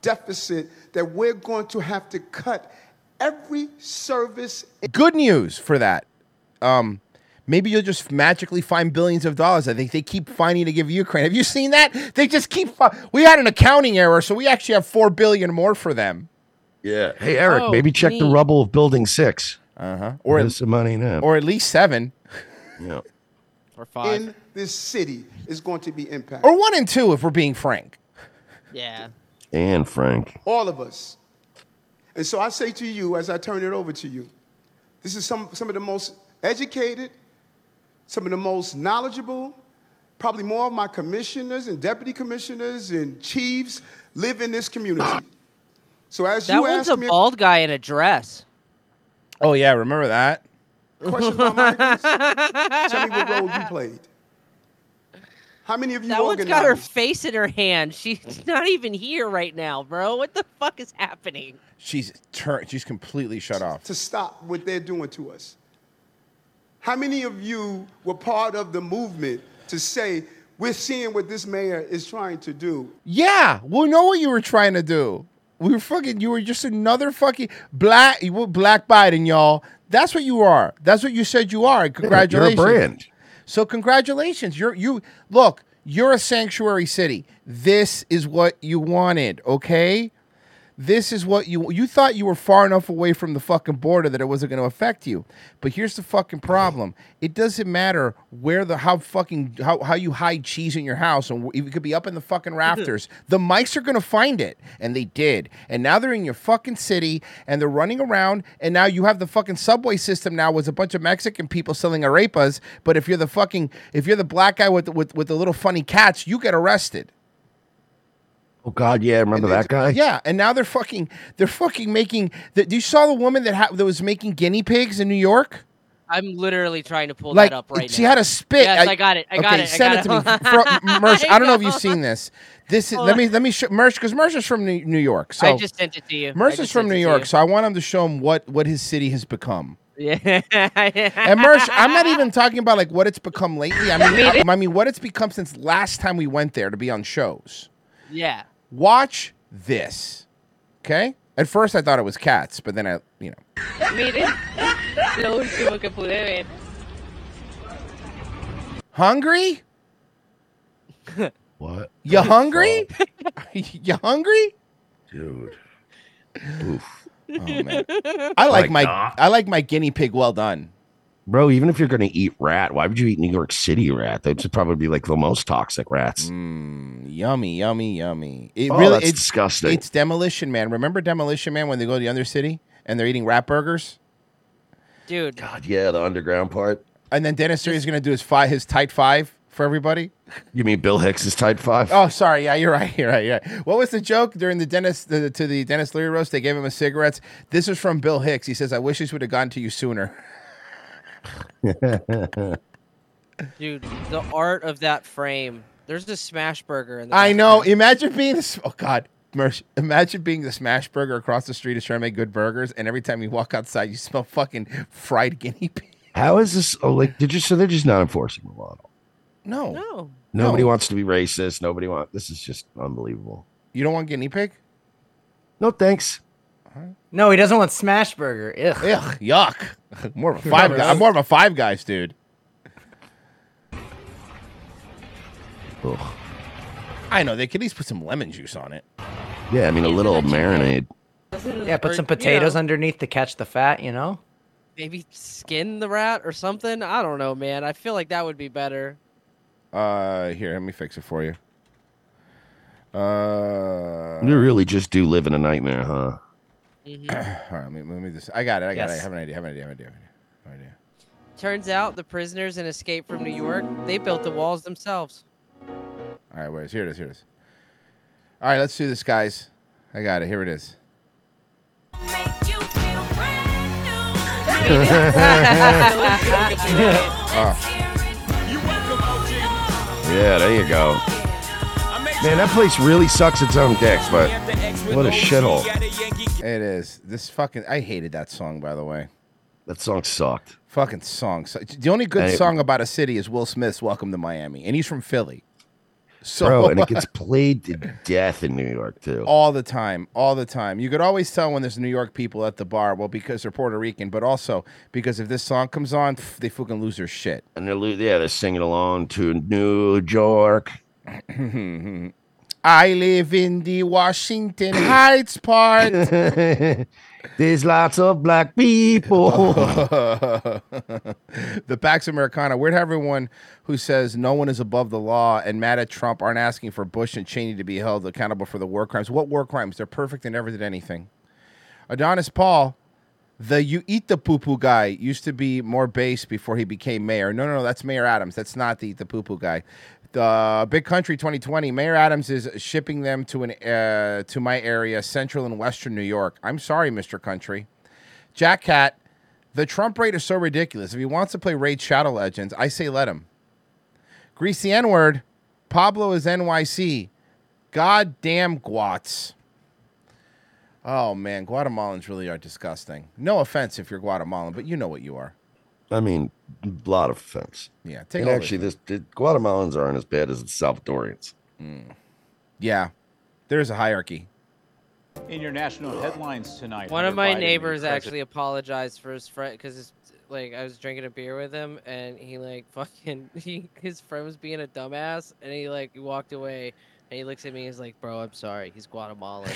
deficit that we're going to have to cut every service.
Good news for that. Um, maybe you'll just magically find billions of dollars. I think they keep finding to give Ukraine. Have you seen that? They just keep. Fi- we had an accounting error, so we actually have four billion more for them.
Yeah. Hey, Eric,
Oh,
maybe check the
neat.
rubble of Building 6.
Uh huh.
Or some money now.
Or at least seven.
yeah.
Or Oh.
In this city is going to be impacted.
Or one and two, if we're being frank.
Yeah.
And Frank.
All of us. And so I say to you as I turn it over to you, this is some, some of the most educated, some of the most knowledgeable, probably more of my commissioners and deputy commissioners and chiefs live in this community. So as
That
you
one's
ask
a
me
bald guy in a dress.
Oh yeah, remember that?
a question about migrants, tell me what role you played. How many of you
That one's
organized?
got her face in her hand. She's not even here right now, bro. What the fuck is happening?
She's turned. She's completely shut off.
to stop what they're doing to us? How many of you were part of the movement to say, we're seeing what this mayor is trying to do?
Yeah, we know what you were trying to do. We were fucking. You were just another fucking black. You were black Biden, y'all. That's what you are. That's what you said you are. And congratulations.
brand.
So congratulations. You're you look. You're a sanctuary city. This is what you wanted. Okay. This is what you you thought you were far enough away from the fucking border that it wasn't going to affect you. But here's the fucking problem. It doesn't matter where the how fucking how, how you hide cheese in your house and it could be up in the fucking rafters. the mics are going to find it and they did. And now they're in your fucking city and they're running around and now you have the fucking subway system now with a bunch of Mexican people selling arepas, but if you're the fucking if you're the black guy with the- with with the little funny cats, you get arrested.
Oh God, yeah, remember that guy?
Yeah, and now they're fucking they're fucking making. That you saw the woman that ha- that was making guinea pigs in New York.
I'm literally trying to pull
Like
that up right
she
now.
had a spit.
Yes, I, got it. I got
okay,
it.
send
I
it, to
got
me, Fro- Mersh. I don't know if you've seen this. This is
Hold
let
on.
me let me show Mersh because Mersh is from New New York. So
I just sent it to you. I
Mersh is
just sent
from New
it to
York,
you.
so I want him to show him what what his city has become.
Yeah. and
And Mersh, I'm not even talking about like what it's become lately. I mean,
Me
I, I mean what it's become since last time we went there to be on shows.
Yeah.
Watch this, okay? At first, I thought it was cats, but then I, you know,
Miren, lo último que pude ver.
hungry.
What?
You hungry? you hungry?
Dude.
Oh man. I like my
My God.
I like my guinea pig well done.
Bro, even if you're gonna eat rat, why would you eat New York City rat? Those would probably be like the most toxic rats.
Mm, Yummy, yummy, yummy. It
Oh,
really
that's
it's
disgusting.
It's Demolition Man. Remember Demolition Man when they go to the undercity and they're eating rat burgers?
Dude.
God, yeah, the underground part.
And then Dennis Leary is gonna do his five his tight five for everybody.
You mean Bill Hicks is type five?
Oh, sorry. Yeah, you're right. You're right. You're right. What was the joke during the Dennis the, to the Dennis Leary roast? They gave him a cigarettes. This is from Bill Hicks. He says, "I wish this would have gotten to you sooner."
Dude, the art of that frame. There's the smash burger in the
I
back.
know. Imagine being this. Oh God, Mersh, imagine being the smash burger across the street is trying to make good burgers, and every time you walk outside, you smell fucking fried guinea pig.
How is this? Oh, like, did you? So they're just not enforcing the law.
No,
no.
Nobody wants to be racist. Nobody wants. This is just unbelievable.
You don't want guinea pig?
No, thanks.
No, he doesn't want Smash Burger. Ugh.
Ugh. Yuck. More of a five. Guy, I'm more of a Five Guys dude.
Ugh.
I know they could at least put some lemon juice on it.
Yeah, I mean a little marinade.
Yeah, put some potatoes underneath to catch the fat. You know.
Maybe skin the rat or something. I don't know, man. I feel like that would be better.
Uh, here, let me fix it for you. Uh,
You really just do live in a nightmare, huh?
Mm-hmm.
all right, let me, let me just. I got it. I got it. I
Yes.
have an idea. I have an idea. I have an idea. I have an idea.
Turns out the prisoners in Escape from New York, they built the walls themselves.
All right, where is here it is. Here it is. All right, let's do this, guys. I got it. Here it is. Ah.
Oh. Yeah, there you go. Man, that place really sucks its own dick, but what a shithole.
It is. This fucking. I hated that song, by the way.
That song sucked.
Fucking song. su- The only good
Hey.
song about a city is Will Smith's "Welcome to Miami," and he's from Philly. So
Bro, and it gets played to death in New York, too.
all the time, all the time. You could always tell when there's New York people at the bar. Well, because they're Puerto Rican, but also because if this song comes on, pff, they fucking lose their shit.
And they're, lo- yeah, they're singing along to New York.
I live in the Washington Heights part.
There's lots of black people.
the Pax Americana. Where'd everyone who says no one is above the law and mad at Trump aren't asking for Bush and Cheney to be held accountable for the war crimes? What war crimes? They're perfect. They never did anything. Adonis Paul, the you eat the poo poo guy, used to be more base before he became mayor. No, no, no, that's Mayor Adams. That's not the eat the poo poo guy. The Big Country 2020, Mayor Adams is shipping them to an uh, to my area, central and western New York. I'm sorry, Mr. Country. Jack Cat, the Trump raid is so ridiculous. If he wants to play Raid Shadow Legends, I say let him. Grease the N word. Pablo is NYC. Goddamn Guats. Oh man, Guatemalans really are disgusting. No offense if you're Guatemalan, but you know what you are.
I mean, a lot of offense.
Yeah, take
and
all
actually, this, the Guatemalans aren't as bad as the Salvadorians.
Mm. Yeah, there's a hierarchy.
In your national headlines tonight,
One of
Hunter
my
Biden, the
neighbors
president-
actually apologized for his friend because like I was drinking a beer with him and he like fucking he, his friend was being a dumbass and he like he walked away and he looks at me and he's like, "Bro, I'm sorry. He's Guatemalan."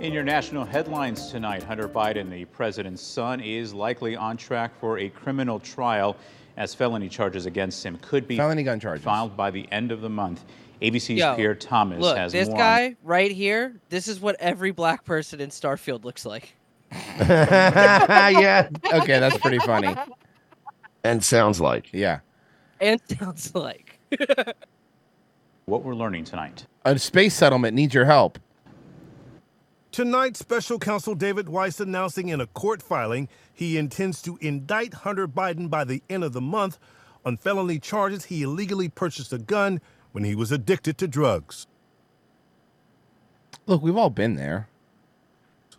In your national headlines tonight, Hunter Biden, the president's son, is likely on track for a criminal trial as felony charges against him could be felony gun charges filed by the end of the month. ABC's
Yo,
Pierre Thomas
Look,
has
this
more. on-
guy right here. This is what every black person in Starfield looks like.
yeah. Okay, that's pretty funny.
And sounds like.
Yeah.
and sounds like.
What we're learning tonight.
A space settlement needs your help.
Tonight, special counsel David Weiss announcing in a court filing he intends to indict Hunter Biden by the end of the month on felony charges he illegally purchased a gun when he was addicted to drugs.
Look, we've all been there.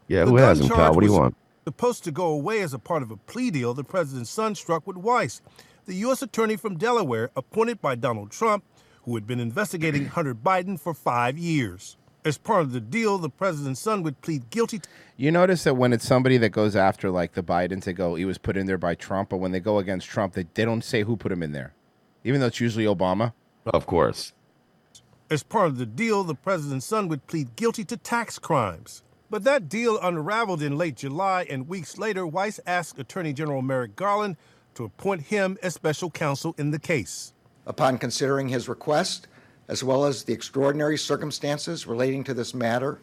Yeah, who hasn't, pal? What do you want?
Supposed to go away as a part of a plea deal the president's son struck with Weiss, the U.S. attorney from Delaware appointed by Donald Trump, who had been investigating Hunter Biden for five years. As part of the deal, the president's son would plead guilty to
You notice that when it's somebody that goes after like the Bidens, they go, he was put in there by Trump. But when they go against Trump, they, they don't say who put him in there, even though it's usually Obama.
Of course.
As part of the deal, the president's son would plead guilty to tax crimes. But that deal unraveled in late July, and weeks later, Weiss asked Attorney General Merrick Garland to appoint him as special counsel in the case.
Upon considering his request, as well as the extraordinary circumstances relating to this matter,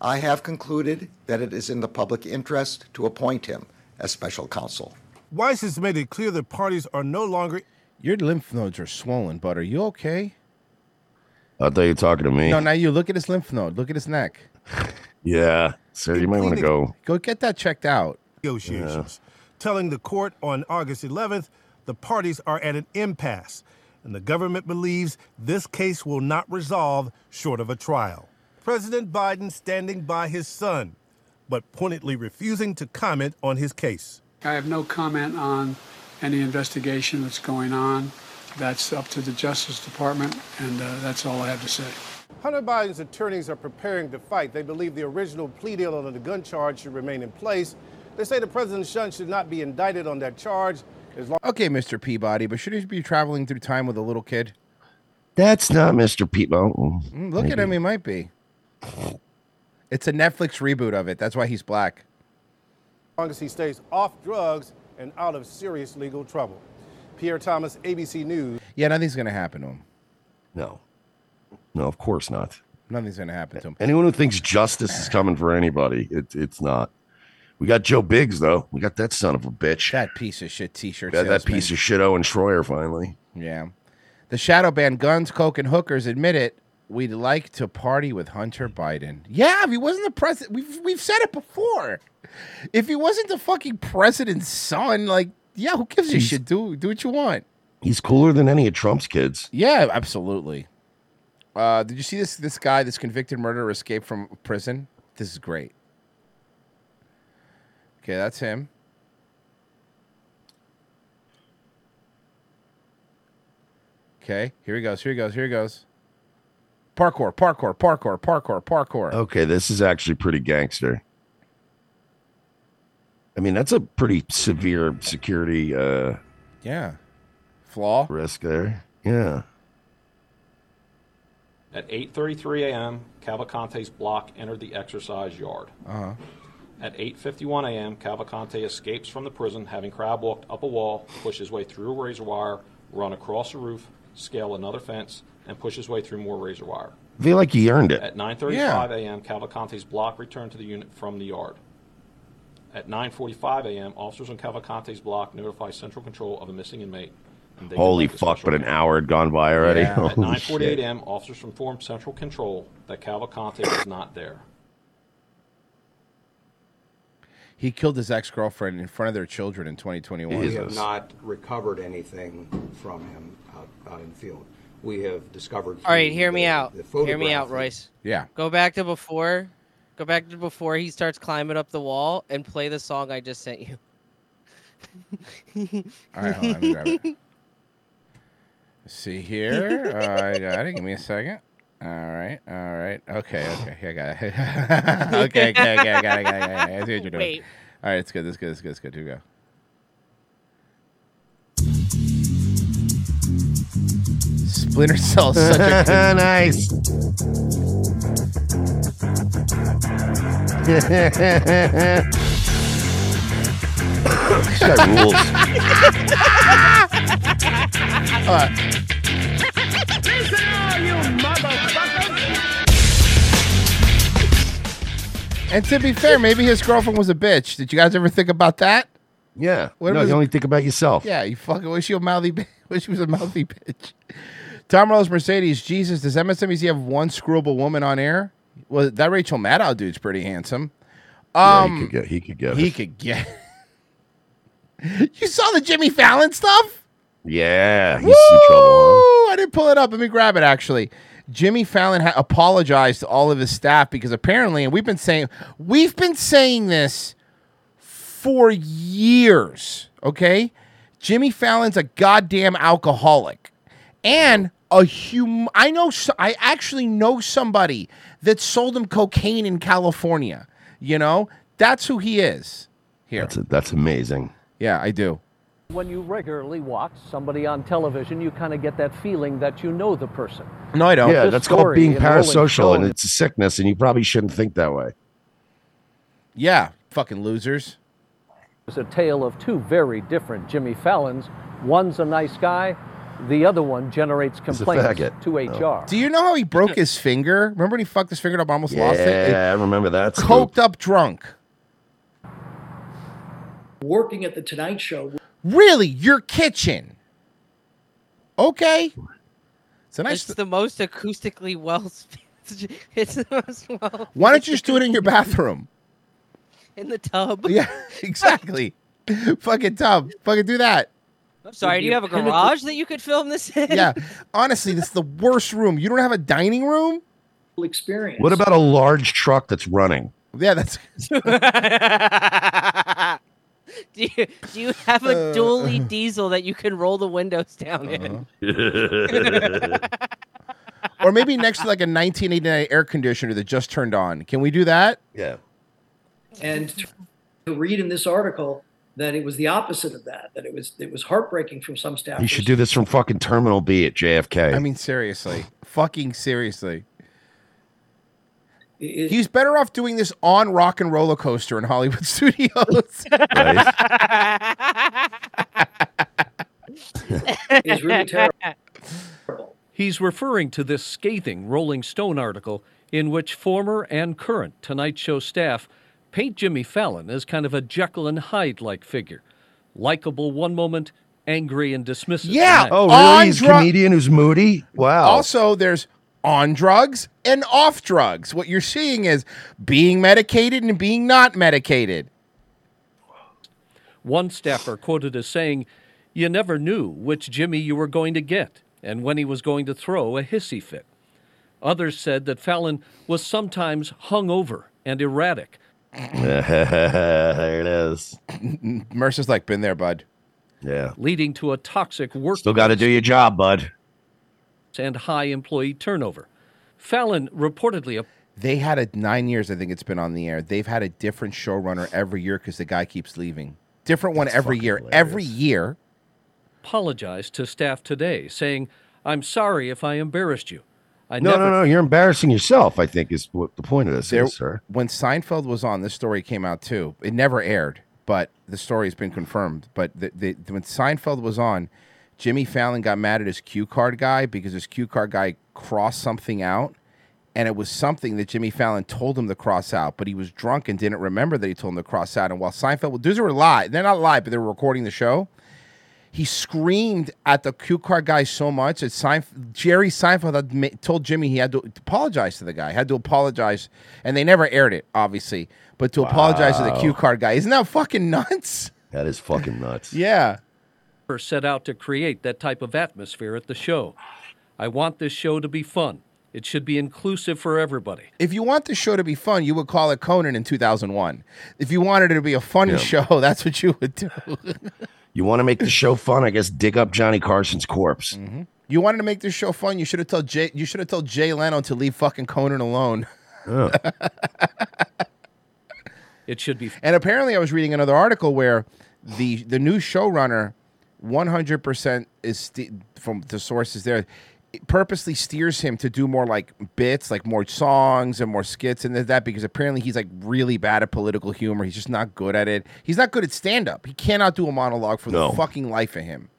I have concluded that it is in the public interest to appoint him as special counsel.
Weiss has made it clear the parties are no longer
Your lymph nodes are swollen, but are you okay?
I thought you were talking to me.
No, now you look at his lymph node. Look at his neck.
yeah. Sir, you might want to go.
Go get that checked out.
negotiations, telling the court on August 11th the parties are at an impasse, and the government believes this case will not resolve short of a trial. President Biden standing by his son, but pointedly refusing to comment on his case.
I have no comment on any investigation that's going on. That's up to the Justice Department, and uh, that's all I have to say.
Hunter Biden's attorneys are preparing to fight. They believe the original plea deal on the gun charge should remain in place. They say the president's son should not be indicted on that charge as long
Okay, Mr. Peabody, but should he be traveling through time with a little kid?
That's not Mr. Pete. Well,
Mm, Look at
maybe.
him, he might be. It's a Netflix reboot of it. That's why he's black.
long as he stays off drugs and out of serious legal trouble. Pierre Thomas, ABC News.
Yeah, nothing's going to happen to him.
No. No, of course not.
Nothing's going to happen to him.
Anyone who thinks justice is coming for anybody, it, it's not. We got Joe Biggs, though. We got that son of a bitch.
That piece of shit t shirt.
That, that piece of shit, Owen Troyer, finally.
Yeah. The shadow ban guns, coke, and hookers admit it. We'd like to party with Hunter Biden. Yeah, if he wasn't the president, we've, we've said it before. If he wasn't the fucking president's son, like, yeah, who gives a shit? Do do what you want.
He's cooler than any of Trump's kids.
Yeah, absolutely. Uh, did you see this? This guy, this convicted murderer, escaped from prison. This is great. Okay, that's him. Okay, here he goes. Here he goes. Here he goes. Parkour, parkour, parkour, parkour, parkour.
Okay, this is actually pretty gangster. I mean, that's a pretty severe security uh,
Yeah. Flaw
risk there. Yeah.
At 8:33 a.m., Cavalcante's block entered the exercise yard.
Uh-huh.
At 8:51 a.m., Cavalcante escapes from the prison, having crab walked up a wall, push his way through razor wire, run across a roof, scale another fence, and push his way through more razor wire.
I feel like he earned it.
At 9:35 a.m., Cavalcante's block returned to the unit from the yard. At 9:45 a.m., officers on Cavalcante's block notify Central Control of a missing inmate. and they
Holy
conduct a
fuck, but an hour had gone by already.
at
Holy
9:48
shit.
a.m., officers informed Central Control that Cavalcante was not there.
He killed his ex girlfriend in front of their children in 2021.
We have not recovered anything from him out, out in the field. We have discovered.
All right,
through
hear me
the-
out.
the
Hear me out,
photograph-
Royce.
Yeah.
Go back to before. Go back to before he starts climbing up the wall and play the song I just sent you.
All right, hold on, let me grab it. Let's see here. Uh, I got it. Give me a second. All right. All right. Okay. Okay. I got it. okay. Okay. Okay. I got it. I got it. I got it. I see what you're doing.
Wait.
All right. It's good. It's good. It's good. It's good. Here we go. Splinter Cell is Oh, such a good-
nice. That rules.
And to be fair, maybe his girlfriend was a bitch. Did you guys ever think about that?
Yeah.
What
no,
was-
you only think about yourself.
Yeah, you fucking wish you a mouthy. bi- Wish you was a mouthy bitch. Tom Rose Mercedes. Jesus, does MSNBC have one screwable woman on air? Well, that Rachel Maddow dude's pretty handsome.
Yeah,
Um,
he could get. He could get.
he
it.
could get. you saw the Jimmy Fallon stuff?
Yeah. He's in trouble.
Ooh, I didn't pull it up. Let me grab it. Actually, Jimmy Fallon ha- apologized to all of his staff because apparently, and we've been saying we've been saying this for years. Okay, Jimmy Fallon's a goddamn alcoholic and a hum. I know. s- I actually know somebody that sold him cocaine in California. You know, that's who he is. Here.
That's, that's amazing.
Yeah, I do.
When you regularly watch somebody on television, you kind of get that feeling that you know the person.
No, I
Yeah,
This
that's
story
called being
in Rolling
parasocial, and
Stone-
it's a sickness, and you probably shouldn't think that way.
Yeah, fucking losers.
It's a tale of two very different Jimmy Fallons. One's a nice guy, the other one generates complaints
faggot. Oh.
to HR.
Do you know how he broke his finger? Remember when he fucked his finger up, almost lost it? It-
Yeah, I remember that.
Coked up drunk.
working at the Tonight Show.
Really? Your kitchen? Okay. It's a nice.
It's the most acoustically well. It's the most well.
Why don't you just do it in your bathroom?
in the tub?
Yeah, exactly. fucking tub. Fucking do that.
I'm sorry. Do you have a
Penetra-
garage that you could film this in?
Yeah. Honestly, this is the worst room. You don't have a dining room?
Experience.
What about a large truck that's running?
Yeah, that's.
do you, do you have a
Uh,
dual lead diesel that you can roll the windows down in?
Uh-huh.
or maybe next to like a 1989 air conditioner that just turned on. Can we do that?
Yeah.
And to read in this article that it was the opposite of that, that it was it was heartbreaking from some staff.
You should do this from fucking Terminal B at JFK.
I mean, seriously. Fucking seriously. He's better off doing this on Rock and Roller Coaster in Hollywood Studios.
It's really terrible.
He's referring to this scathing Rolling Stone article in which former and current Tonight Show staff paint Jimmy Fallon as kind of a Jekyll and Hyde like figure. Likeable one moment, angry and dismissive. the
Yeah,
next.
Oh,
On
really? He's a
dru-
comedian who's moody? Wow.
Also, there's on drugs and off drugs. What you're seeing is being medicated and being not medicated.
One staffer quoted as saying, You never knew which Jimmy you were going to get and when he was going to throw a hissy fit. Others said that Fallon was sometimes hungover and erratic.
there it is.
Mercer's like, been there, bud.
Yeah.
leading to a toxic work
Still got to do your job, bud.
and high employee turnover. Fallon reportedly a
They had a nine years, I think it's been on the air. They've had a different showrunner every year because the guy keeps leaving. Different one every year. Every year.
apologized to staff today, saying, "I'm sorry if I embarrassed you. I
no,
never
no, no. You're embarrassing yourself, I think, is what the point of this
There-
is, sir.
When Seinfeld was on, this story came out too. It never aired, but the story has been confirmed. But the, the, when Seinfeld was on, Jimmy Fallon got mad at his cue card guy because his cue card guy crossed something out, and it was something that Jimmy Fallon told him to cross out, but he was drunk and didn't remember that he told him to cross out. And while Seinfeld, these were live, they're not live, but they were recording the show. He screamed at the cue card guy so much that Seinf- Jerry Seinfeld had ma- told Jimmy he had to apologize to the guy, had to apologize, and they never aired it, obviously. But to apologize to the
Wow.
cue card guy, isn't that fucking nuts?
That is fucking nuts.
Yeah.
set out to create that type of atmosphere at the show. I want this show to be fun. It should be inclusive for everybody.
If you want the show to be fun, you would call it Conan in 2001. If you wanted it to be a funny
Yeah.
show, that's what you would do.
You want to make the show fun? I guess dig up Johnny Carson's corpse.
you wanted to make this show fun, you should have told Jay you should have told Jay Leno to leave fucking Conan alone.
It should be
And apparently, I was reading another article where the the new showrunner, one hundred percent is st- from the sources there, purposely steers him to do more like bits, like more songs and more skits and that because apparently he's like really bad at political humor. He's just not good at it. He's not good at stand up. He cannot do a monologue for
No.
the fucking life of him.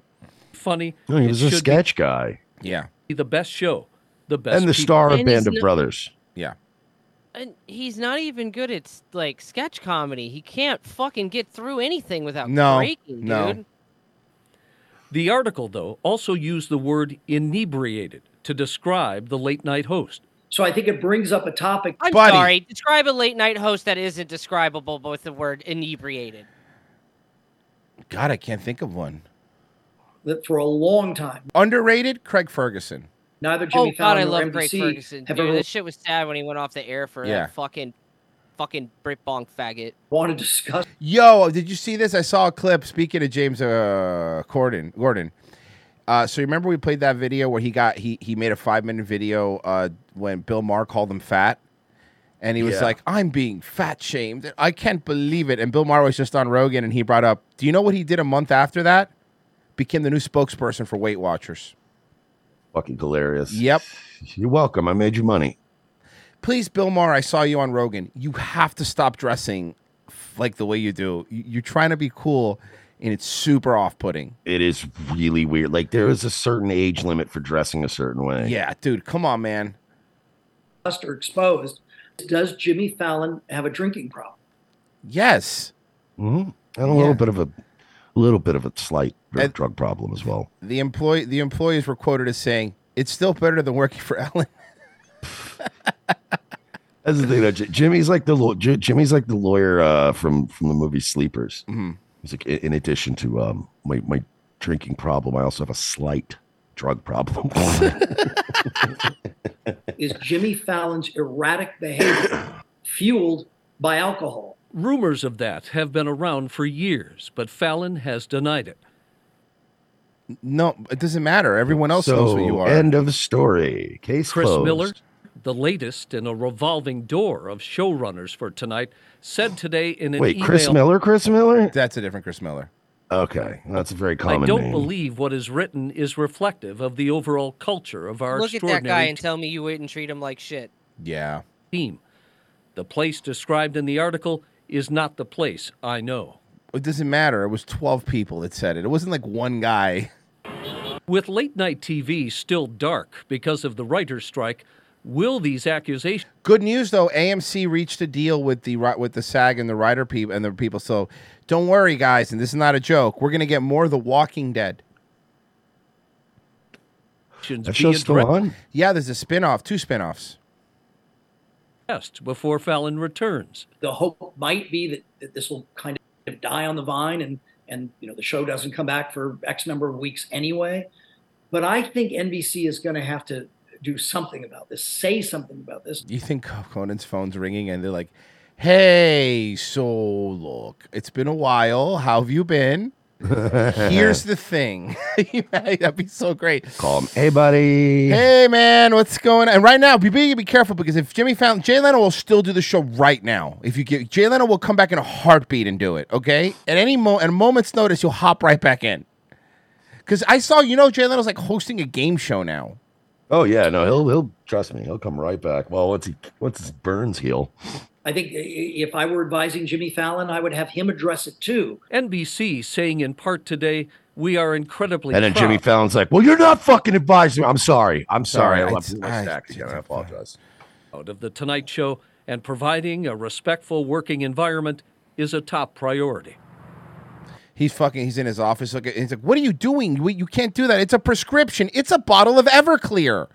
Funny.
No, he
It
was a
should
sketch guy.
Yeah.
Be the best show. The best.
And the
people.
star of
And he's
Band of
no-
Brothers.
Yeah.
And he's not even good at like sketch comedy. He can't fucking get through anything without
No,
breaking,
no.
dude.
The article, though, also used the word inebriated to describe the late night host.
So I think it brings up a topic.
I'm sorry. Describe a late night host that isn't describable but with the word inebriated.
God, I can't think of one.
That for a long time.
Underrated Craig Ferguson.
Neither Jimmy
oh God,
Fallon
I
nor
love
NBC
Greg Ferguson.
have
Dude,
ever
this shit was sad when he went off the air for
Yeah.
that fucking, fucking Brit bong faggot.
wanted to discuss.
Yo, did you see this? I saw a clip. Speaking of James uh, Corden, Gordon. Uh, so you remember we played that video where he got he he made a five minute video uh, when Bill Maher called him fat, and he was
Yeah.
like, "I'm being fat shamed. I can't believe it." And Bill Maher was just on Rogan, and he brought up, "Do you know what he did a month after that? Became the new spokesperson for Weight Watchers."
Fucking hilarious.
Yep.
You're welcome. I made you money.
Please, Bill Maher, I saw you on Rogan. You have to stop dressing f- like the way you do. You- You're trying to be cool, and it's super off putting.
It is really weird. Like there is a certain age limit for dressing a certain way.
Yeah, dude, come on, man.
discussed or exposed. Does Jimmy Fallon have a drinking problem?
Yes.
hmm And a little bit of a little bit of a slight dr- drug problem as well.
The employee the employees were quoted as saying, "It's still better than working for Ellen."
That's the thing. Though. J- Jimmy's like the law- J- Jimmy's like the lawyer uh, from from the movie Sleepers.
Mm-hmm.
Mhm.
He's like, in in addition to um, my my drinking problem, I also have a slight drug problem.
Is Jimmy Fallon's erratic behavior fueled by alcohol?
Rumors of that have been around for years, but Fallon has denied it.
No, it doesn't matter. Everyone else knows who you are.
End of story. Case
Chris
closed.
Miller, the latest in a revolving door of showrunners for tonight, said today in an
Wait,
email.
Chris Miller. Chris Miller.
That's a different Chris Miller.
Okay, that's a very
I
common
don't
name.
believe what is written is reflective of the overall culture of our
Look at that
extraordinary
guy and tell me you wouldn't treat him like shit.
Yeah.
team. The place described in the article is not the place I know.
It doesn't matter. It was twelve people that said it. It wasn't like one guy.
With late night TV still dark because of the writer's strike, will these accusations
Good news though, AMC reached a deal with the ri- with the SAG and the writer people and the people. So don't worry, guys. And this is not a joke. We're gonna get more of The Walking Dead.
be addressed
Yeah, there's a spin-off, two spin-offs.
before Fallon returns?
The hope might be that, that this will kind of die on the vine and, and you know the show doesn't come back for X number of weeks anyway. But I think NBC is going to have to do something about this, say something about this.
You think Conan's phone's ringing and they're like, "Hey, so look, it's been a while. How have you been? Here's the thing. That'd be so great.
Call him. Hey, buddy.
Hey, man, what's going on? And right now, be be, be careful because if Jimmy Fallon, Jay Leno will still do the show right now. If you get Jay Leno will come back in a heartbeat and do it. Okay, at any mo at a moment's notice, you'll hop right back in. Because I saw, you know, Jay Leno's like hosting a game show now.
Oh yeah, no, he'll he'll trust me. He'll come right back. Well, once he once his burns heal.
I think i- if I were advising Jimmy Fallon, I would have him address it too.
NBC saying in part today, we are incredibly
And then
proud.
Jimmy Fallon's like, "Well, you're not fucking advising me. I'm sorry. I'm sorry. I left my stack again. I apologize."
out of the Tonight Show and providing a respectful working environment is a top priority.
He's fucking. He's in his office. Like, he's like, "What are you doing? You, you can't do that. It's a prescription. It's a bottle of Everclear."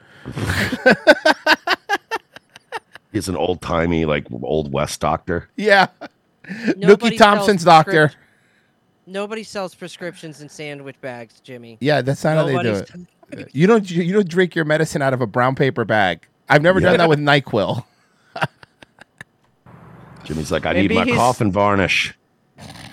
He's an old timey, like old west doctor.
Yeah,
Nobody sells
Nookie Thompson's doctor.
prescrip- Nobody sells prescriptions in sandwich bags, Jimmy.
Yeah, that's not how
Nobody's
they do it. you don't. You, you don't drink your medicine out of a brown paper bag. I've never done
Yeah.
that with Nyquil.
Jimmy's like, "I
Maybe
need my
he's-
coffin varnish."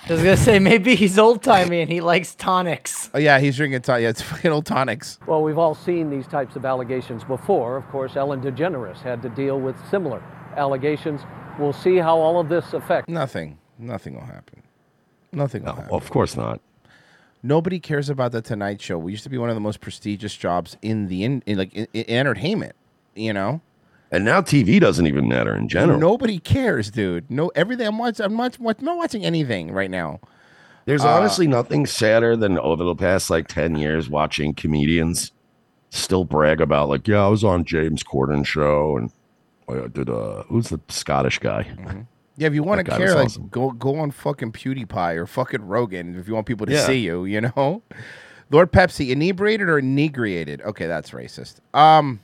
I was gonna say maybe he's old timey and he likes tonics.
Oh yeah, he's drinking tonic. Yeah, it's fucking old tonics.
Well, we've all seen these types of allegations before. Of course, Ellen DeGeneres had to deal with similar allegations. We'll see how all of this affects.
Nothing. Nothing will happen. Nothing will happen.
Of course not.
Nobody cares about the Tonight Show. We used to be one of the most prestigious jobs in the in, in like in, in entertainment. You know,
And now TV doesn't even matter in general.
nobody cares, dude. No, everything I'm watching, I'm watch, watch, not watching anything right now.
There's
Uh,
honestly nothing sadder than over the past like 10 years watching comedians still brag about, like, yeah, I was on James Corden's show and I did, uh, who's the Scottish guy?
Yeah, if you want
That
to
guy was
care, like
awesome.
go go on fucking PewDiePie or fucking Rogan if you want people to
Yeah.
see you, you know? Lord Pepsi, inebriated or inebriated? Okay, that's racist. Um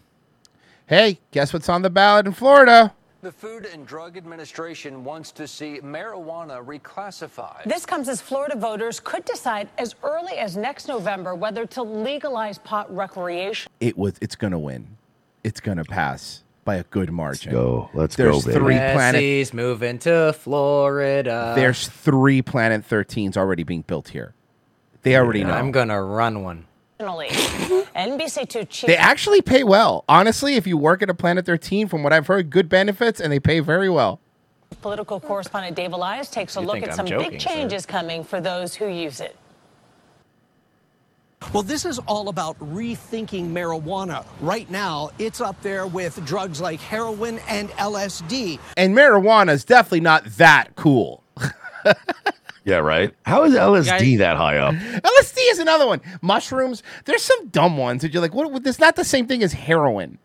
Hey, guess what's on the ballot in Florida?
The Food and Drug Administration wants to see marijuana reclassified.
This comes as Florida voters could decide as early as next November whether to legalize pot recreation.
It was it's gonna win. It's gonna pass by a good margin.
go. Let's
There's
go, baby.
three planet
He's moving to Florida.
there's three Planet 13s already being built here. They already know.
I'm gonna run one.
NBC2 chief.
They actually pay well. Honestly, if you work at a Planet 13, from what I've heard, good benefits and they pay very well.
Political correspondent Dave Elias takes a
You
look
think
at
I'm
some
joking,
big
sir.
changes coming for those who use it.
Well, this is all about rethinking marijuana. Right now, it's up there with drugs like heroin and LSD.
And marijuana is definitely not that cool.
Yeah, right. How is LSD that high up?
LSD is another one. Mushrooms. There's some dumb ones that you're like, what? what- It's not the same thing as heroin.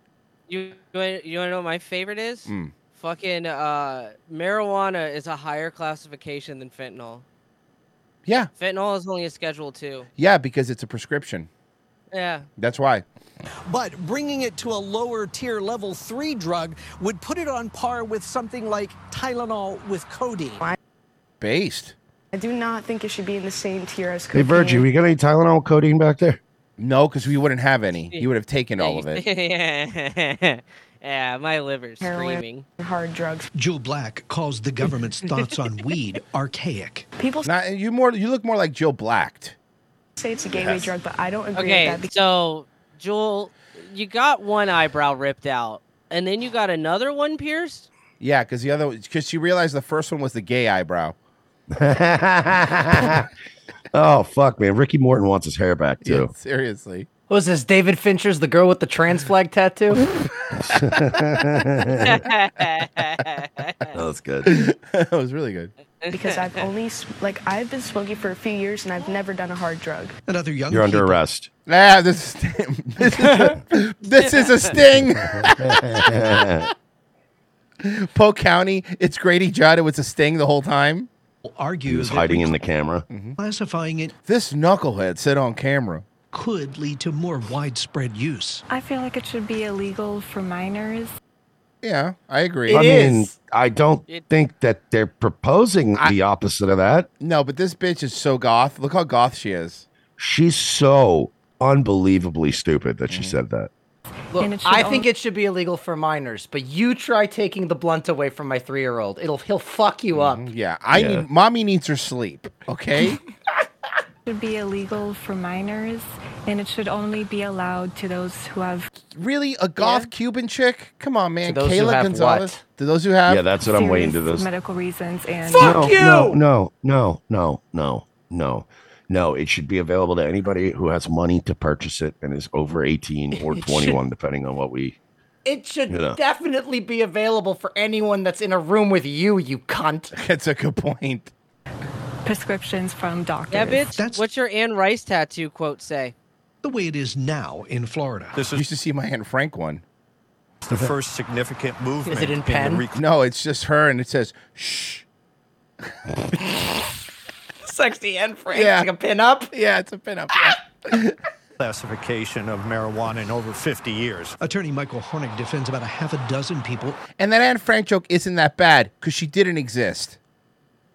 You you wanna, you wanna know what my favorite is?
Hmm.
Fucking uh, marijuana is a higher classification than fentanyl.
Yeah,
Fentanyl is only a Schedule Two.
yeah, because it's a prescription.
Yeah.
That's why.
But bringing it to a lower tier level 3 drug would put it on par with something like Tylenol with codeine.
Based.
I do not think it should be in the same tier as
Hey,
cocaine.
Virgie, we got any Tylenol codeine back there?
No, because we wouldn't have any. You would have taken all of it.
yeah. yeah, my liver's screaming.
hard drugs.
Jewel Black calls the government's thoughts on weed archaic.
People
Not, Uh, you more. You look more like Joe Blacked.
say it's a gateway
Yes.
drug, but I don't agree
Okay,
with that.
so Joel, you got one eyebrow ripped out, and then you got another one pierced.
Yeah, because the other, because she realized the first one was the gay eyebrow.
oh, fuck, man. Ricky Morton wants his hair back, too.
Seriously.
What was this? David Fincher's the girl with the trans flag tattoo?
that was good.
that was really good.
Because, because I've only s- like I've been smoking for a few years and I've never done a hard drug.
Another young
You're under arrest.
Ah, this is this is a, this is a sting. Polk County, it's Grady Judd. It was a sting the whole time.
He was hiding in the camera.
Mm-hmm.
Classifying it
This knucklehead said on camera.
could lead to more widespread use.
I feel like it should be illegal for minors.
Yeah, I agree.
I mean, I don't think that they're proposing the opposite of that.
No, but this bitch is so goth. Look how goth she is.
She's so unbelievably stupid that she
Mm.
said that.
Look,
And it should
I think
only-
it should be illegal for minors, but you try taking the blunt away from my three-year-old. It'll he'll fuck you up.
Mm-hmm. Yeah, I
Yeah.
need mommy needs her sleep. Okay.
It should be illegal for minors, and it should only be allowed to those who have
really a goth Cuban chick? Come on, man.
To those who
Kayla
have
Gonzalez.
what?
To those who have
Yeah, that's what I'm waiting to
serious
this.
medical reasons and
no, No, no, no, no, no, no, no. It should be available to anybody who has money to purchase it and is over 18 or
It should-
21, depending on what we.
It should
Yeah.
definitely be available for anyone that's in a room with you, you cunt.
That's a good point.
prescriptions from doctors.
Yeah, bitch. What's your Anne Rice tattoo quote say?
The way it is now in Florida.
This is used to see my Aunt Frank one. It's
the first significant movement
in in the pen? rec-
no, it's just her, and it says
Sexy and Frank.
Yeah.
Like a Ah! pin up.
Yeah, it's a pin up.
classification of marijuana in over 50 years. Attorney Michael Hornig defends about a half a dozen people
And that Anne Frank joke isn't that bad because she didn't exist.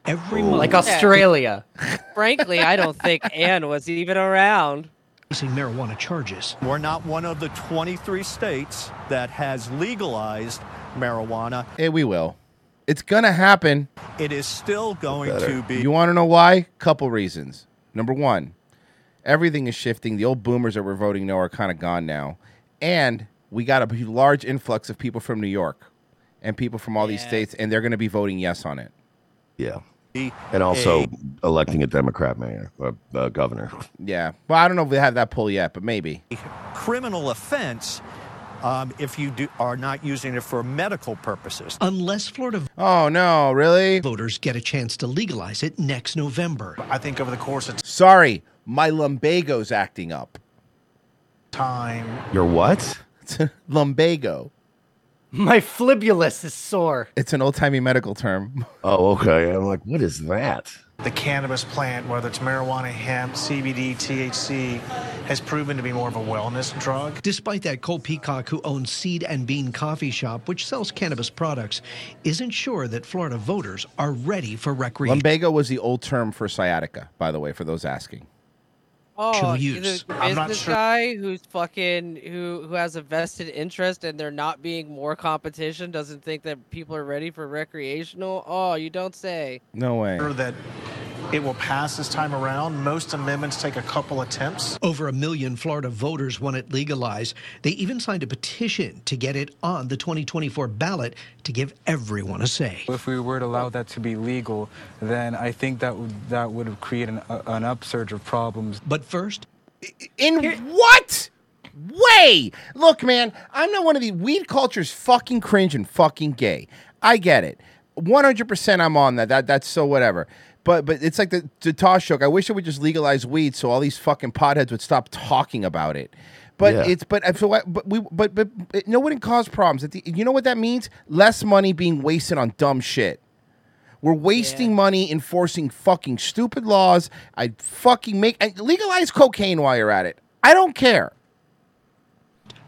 every month.
Like Australia.
Frankly, I don't think Anne was even around.
Facing marijuana charges. We're not one of the 23 states that has legalized marijuana.
Hey, we will. It's gonna happen.
It is still going to be.
You want to know why? Couple reasons. Number one, everything is shifting. The old boomers that were voting no are kind of gone now, and we got a large influx of people from New York and people from all these states, and they're going to be voting yes on it.
Yeah. and also electing a Democrat mayor, uh, uh, governor.
Yeah. Well, I don't know if we have that poll yet, but maybe.
criminal offense um, if you do, are not using it for medical purposes.
Unless Florida.
Oh no, really?
Voters get a chance to legalize it next November.
I think over the course of
Sorry, my lumbago's acting up.
time,
Your what?
It's a lumbago.
My flibulus is sore.
It's an old timey medical term.
Oh, okay. I'm like, what is that?
the cannabis plant, whether it's marijuana, hemp, CBD, THC, has proven to be more of a wellness drug.
Despite that, Cole Peacock, who owns Seed and Bean Coffee Shop, which sells cannabis products, isn't sure that Florida voters are ready for recreational
Lumbago was the old term for sciatica, by the way, for those asking.
Oh,
Should we
the
use?
the
I'm not
business
sure.
guy who's fucking who who has a vested interest and there not being more competition doesn't think that people are ready for recreational. Oh, you don't say.
No way.
Sure that it will pass this time around. Most amendments take a couple attempts.
Over a million Florida voters want it legalized. They even signed a petition to get it on the 2024 ballot to give everyone a say.
If we were to allow that to be legal, then I think that would, that would create an, uh, an upsurge of problems.
But first,
In what way? Look, man, I'm not one of the weed culture's fucking cringe and fucking gay. I get it. 100% I'm on that. That that's so whatever. But but it's like the, the Tosh joke. I wish it would just legalize weed so all these fucking potheads would stop talking about it. But
Yeah.
it's but uh, so I- but we but but it, no wouldn't cause problems. At the, you know what that means? Less money being wasted on dumb shit. We're wasting money enforcing fucking stupid laws. I fucking make and legalize cocaine while you're at it. I don't care.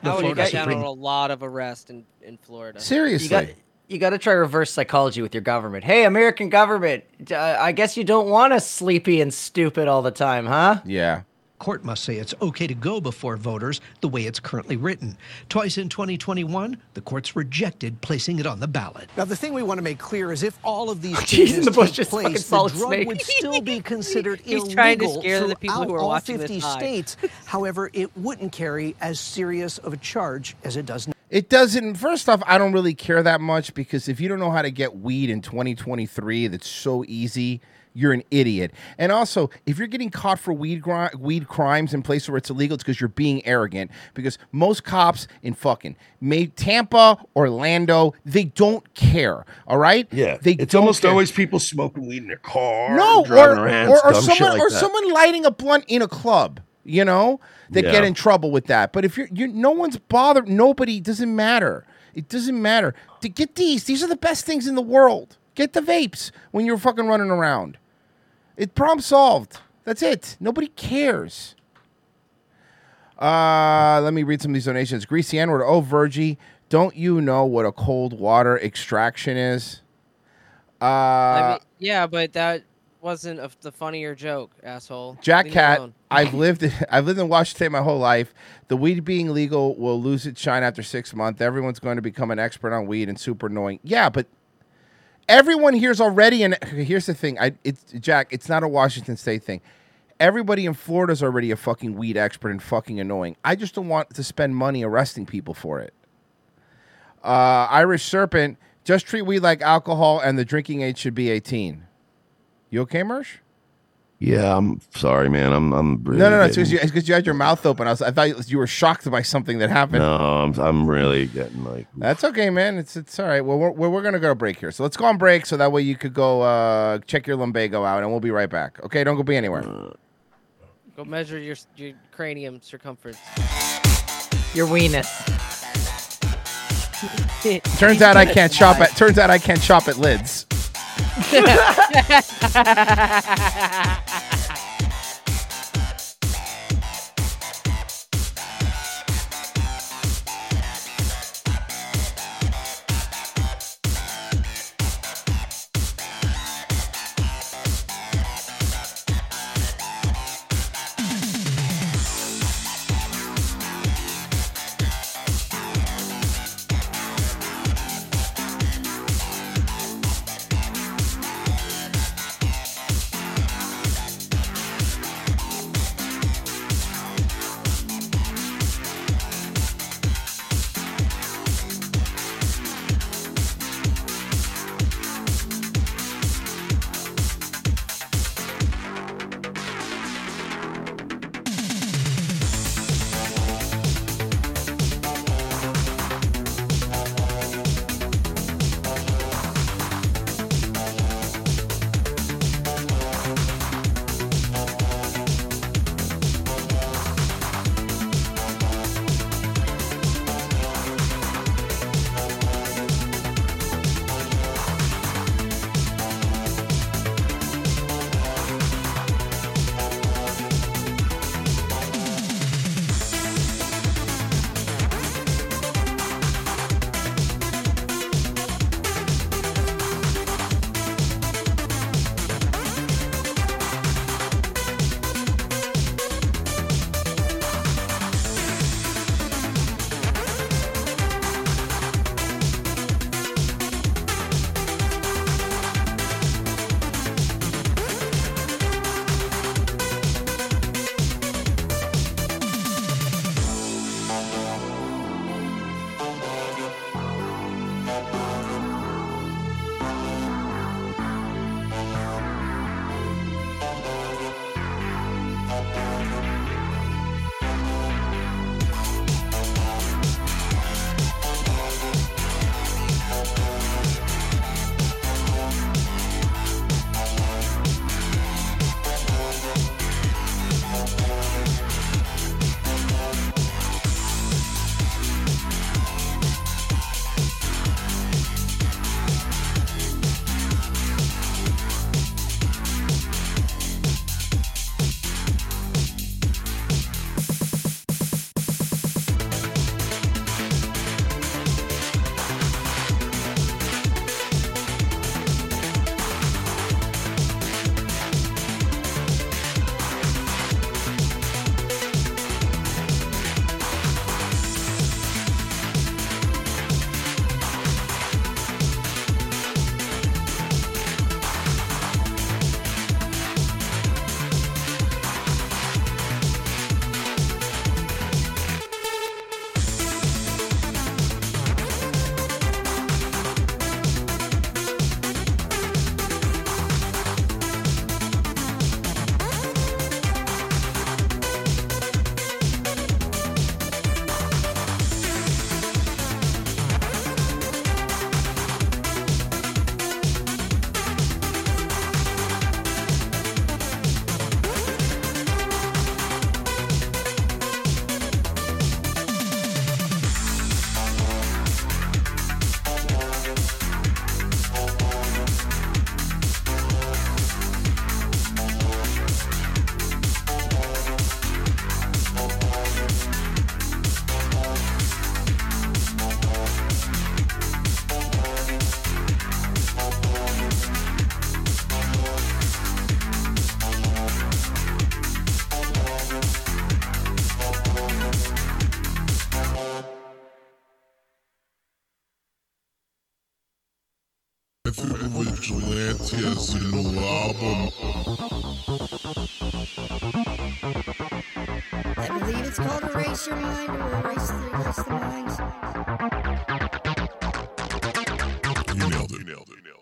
How would you
Florida
get down
Supreme-
on a lot of arrest in in Florida?
You got, you got to try reverse psychology with your government. Hey, American government, uh, I guess you don't want us sleepy and stupid all the time, huh?
Yeah.
court must say it's okay to go before voters the way it's currently written. Twice in 2021, the courts rejected placing it on the ballot.
Now, the thing we want to make clear is if all of these
He's in
changes
the bush,
take
just fucking
place, the
solid
drug
snake.
would still be considered
He's
illegal
trying to scare the people
throughout
who are
all
watching this
50
live.
states. However, it wouldn't carry as serious of a charge as it does now.
It doesn't. First off, I don't really care that much because if you don't know how to get weed in 2023, that's so easy. You're an idiot. And also, if you're getting caught for weed gri- weed crimes in places where it's illegal, it's because you're being arrogant. Because most cops in fucking May- Tampa, Orlando, they don't care. All right? Yeah. They
It's
don't
almost
care.
always people smoking weed in their car.
no,
driving
or,
around,
or, or
dumb shit
someone
like
or
that.
someone lighting a blunt in a club, you know, that get
Yeah.
in trouble with that. But if you're, you no one's bothered, nobody doesn't matter. It doesn't matter. To get these, these are the best things in the world. Get the vapes when you're fucking running around. It problem solved. That's it. Nobody cares. Uh, let me read some of these donations. Greasy N-word. Oh, Virgie, don't you know what a cold water extraction is? Uh,
I mean, yeah, but that wasn't a, the funnier joke, asshole.
Jack
Leave me
Cat,
alone.
I've lived I've lived in Washington my whole life. The weed being legal will lose its shine after six months. Everyone's going to become an expert on weed and super annoying. Yeah, but everyone here's already and here's the thing. I it's Jack, it's not a Washington State thing. Everybody in Florida's already a fucking weed expert and fucking annoying. I just don't want to spend money arresting people for it. Uh, Irish Serpent, just treat weed like alcohol and the drinking age should be 18. You okay, Mersh?
Yeah, I'm sorry, man. I'm I'm really
No, no, no. It's
getting-
because you had your mouth open. I, was, I thought you were shocked by something that happened.
no, I'm I'm really getting like
That's okay, man. It's it's all right. Well, we're, we're, we're going to go to break here. So let's go on break so that way you could go uh, check your lumbago out and we'll be right back. Okay, don't go be anywhere.
Go measure your your cranium circumference.
Your weenus.
Turns out I can't shop at turns out I can't shop at lids.
Oh,
definitely vigilantes in lava.
I believe it's called Erase Your Mind or Erase the, erase the Mind.
You nailed it. Nailed it.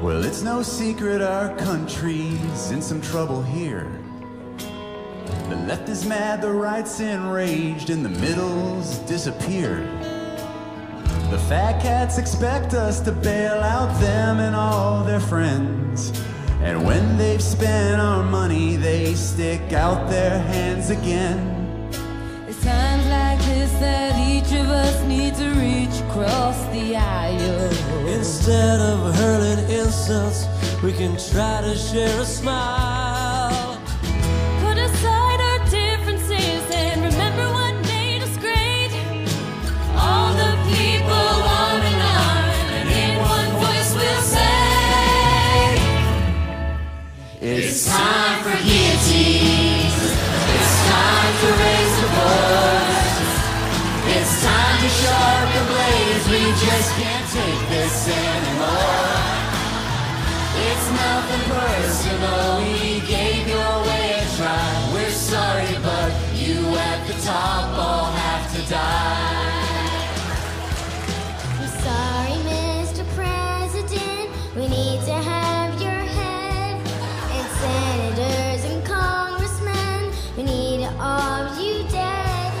Well, it's no secret our country's in some trouble here. The left is mad, the right's enraged, and the middle's disappeared. The fat cats expect us to bail out them and all their friends. And when they've spent our money, they stick out their hands again.
It's times like this that each of us needs to reach across the aisle.
Instead of hurling insults, we can try to share a smile.
Put aside our differences and remember what made us great. All the people, one in arms, and in one voice we'll say.
It's
time for guillotines. It's time to raise the voice. It's time to sharpen the blades. We just can't take this anymore. It's nothing personal. We gave your way a try. We're sorry, but you at the top all have to die.
We're sorry, Mr. President. We need to have your head. And senators and congressmen, we need all of you dead.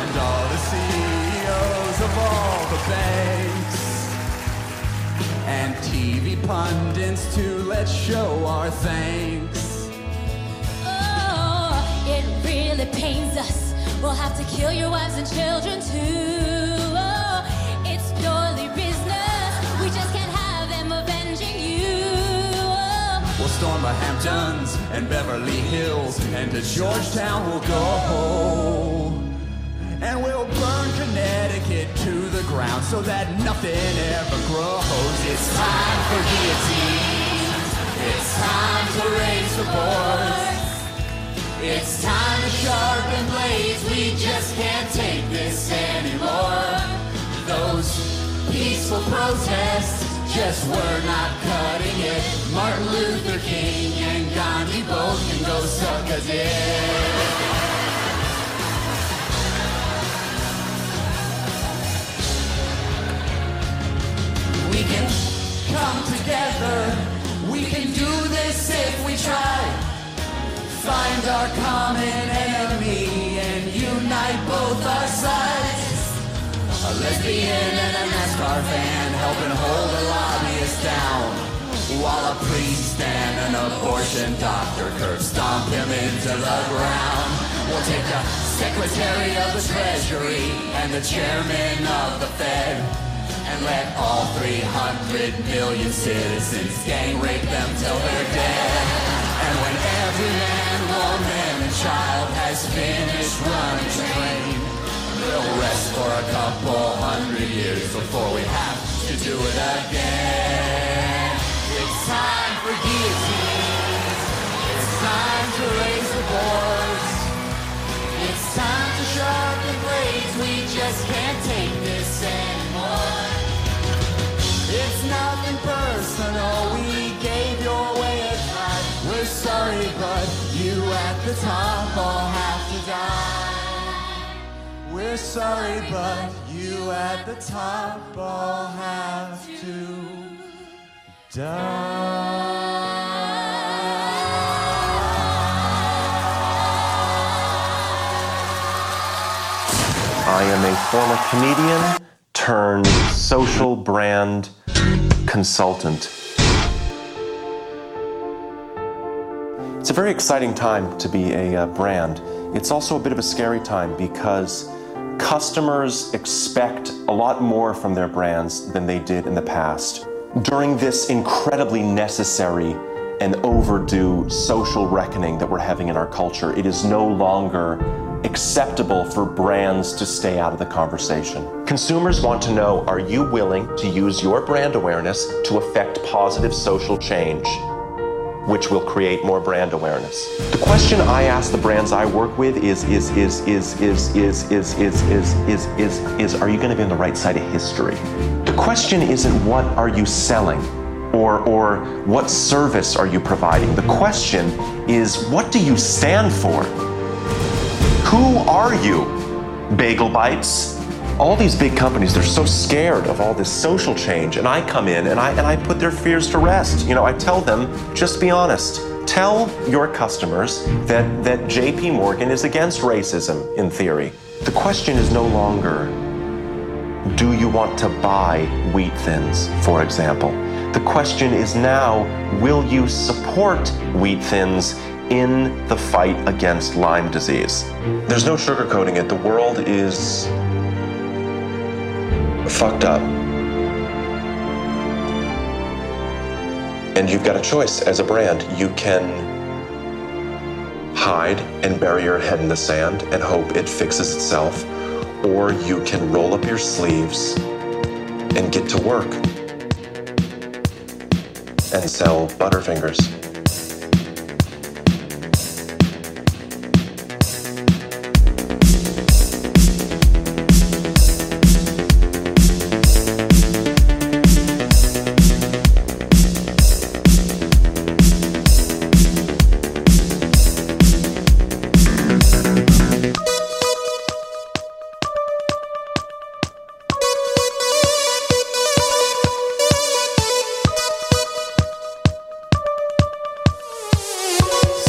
and all the CEOs of all the banks and TV pundits to let's show our thanks.
Oh, it really pains us. We'll have to kill your wives and children too. Oh, it's purely business. We just can't have them avenging you. Oh,
We'll storm the Hamptons and Beverly Hills and to Georgetown we'll go. And we'll burn Connecticut to the ground so that nothing ever grows. It's time for guillotines.
it's time to raise the boys. It's time to sharpen blades. We just can't take this anymore. Those peaceful protests just were not cutting it. Martin Luther King and Gandhi both can go suck a dick. We can come together. We can do this if we try. Find our common enemy and unite both our sides.
A lesbian and a NASCAR fan helping hold a lobbyist down. While a priest and an abortion doctor curb stomp him into the ground. We'll take the Secretary of the Treasury and the Chairman of the Fed. And let all 300 million citizens gang rape them till they're dead. And when every man, woman, and child has finished running train, We'll rest for a couple hundred years before we have to do it again. It's time for guillotines.
It's time to raise the boards. It's time to sharpen blades. We just can't take this anymore.
It's nothing personal. We gave your way a try. We're sorry, but you at the top all have to die. We're sorry, but you at the top all have to
I am a former comedian turned social brand consultant. It's a very exciting time to be a uh, brand. It's also a bit of a scary time because customers expect a lot more from their brands than they did in the past. During this incredibly necessary and overdue social reckoning that we're having in our culture, it is no longer acceptable for brands to stay out of the conversation. Consumers want to know are you willing to use your brand awareness to affect positive social change? which will create more brand awareness. The question I ask the brands I work with is is is is is is is is is is is is are you going to be on the right side of history? The question isn't what are you selling or or what service are you providing? The question is what do you stand for? Who are you? Bagel bites? All these big companies, they're so scared of all this social change, and I come in and I and I put their fears to rest. You know, I tell them, just be honest. Tell your customers that that JP Morgan is against racism in theory. The question is no longer do you want to buy wheat thins, for example? The question is now will you support wheat thins in the fight against Lyme disease? There's no sugarcoating it. The world is fucked up. And you've got a choice as a brand. You can hide and bury your head in the sand and hope it fixes itself, or you can roll up your sleeves and get to work and sell Butterfingers.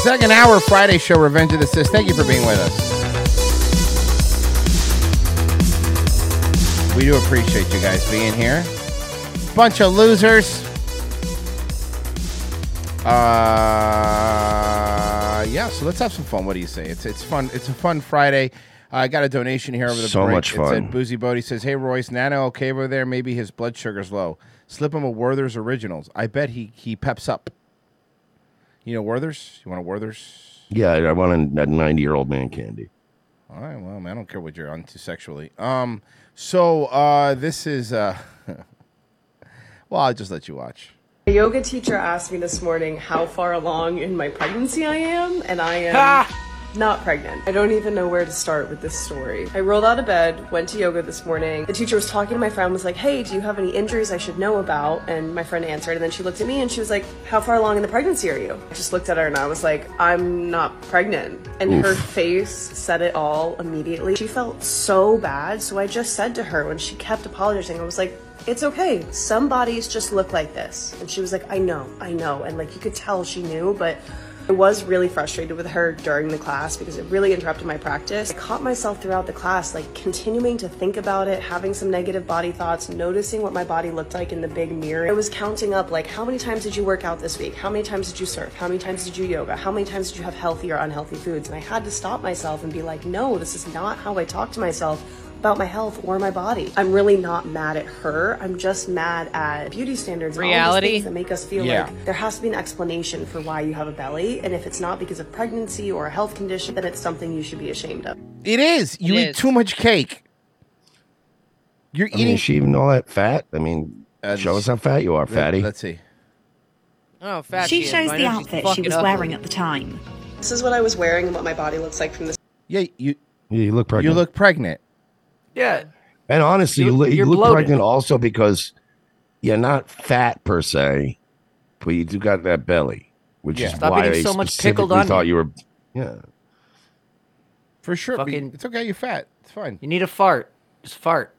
Second hour Friday show, Revenge of the Sis. Thank you for being with us. We do appreciate you guys being here. Bunch of losers. Uh, yeah. So let's have some fun. What do you say? It's it's fun. It's a fun Friday. I got a donation here over the
So
break.
much
It
fun.
said Boozy Bodie says, "Hey Royce, Nano okay over there? Maybe his blood sugar's low. Slip him a Werther's Originals. I bet he he peps up. You know Werther's. You want a Werther's?
Yeah, I I want a ninety-year-old man candy.
All right, well, man, I don't care what you're onto sexually. Um, so uh, this is uh, well, I'll just let you watch.
A yoga teacher asked me this morning how far along in my pregnancy I am, and I am not pregnant. I don't even know where to start with this story. I rolled out of bed, went to yoga this morning. The teacher was talking to my friend, was like, Hey, do you have any injuries I should know about? And my friend answered, and then she looked at me and she was like, How far along in the pregnancy are you? I just looked at her and I was like, I'm not pregnant. And her
Oof.
face said it all immediately. She felt so bad, so I just said to her when she kept apologizing, I was like, it's okay. Some bodies just look like this. And she was like, I know, I know. And like you could tell she knew, but I was really frustrated with her during the class because it really interrupted my practice. I caught myself throughout the class, like continuing to think about it, having some negative body thoughts, noticing what my body looked like in the big mirror. I was counting up, like, how many times did you work out this week? How many times did you surf? How many times did you yoga? How many times did you have healthy or unhealthy foods? And I had to stop myself and be like, no, this is not how I talk to myself about my health or my body. I'm really not mad at her. I'm just mad at beauty standards and all these
Reality?
things that make us feel
Yeah.
like there has to be an explanation for why you have a belly. And if it's not because of pregnancy or a health condition, then it's something you should be ashamed of.
It is you eat too much cake. You're Uh,
I mean, is she even all that fat? I mean, show us how fat you are,
let-
fatty.
let's see.
Oh, fat
She
is.
shows
I
the
know she's
outfit she
fucking
was
ugly.
wearing at the time. This is what I was wearing and what my body looks like from the
Yeah, you.
Yeah, you look pregnant.
You look pregnant.
Yeah.
And honestly, you,
You-
look, you
you're
look
bloated.
pregnant also because you're not fat per se, but you do got that belly, which
Yeah.
is
Stop
why
eating
I
so much pickled
specifically
onion.
thought you were. Yeah,
For sure. but
Fucking-
it's okay. You're fat. It's fine.
You need a fart. Just fart.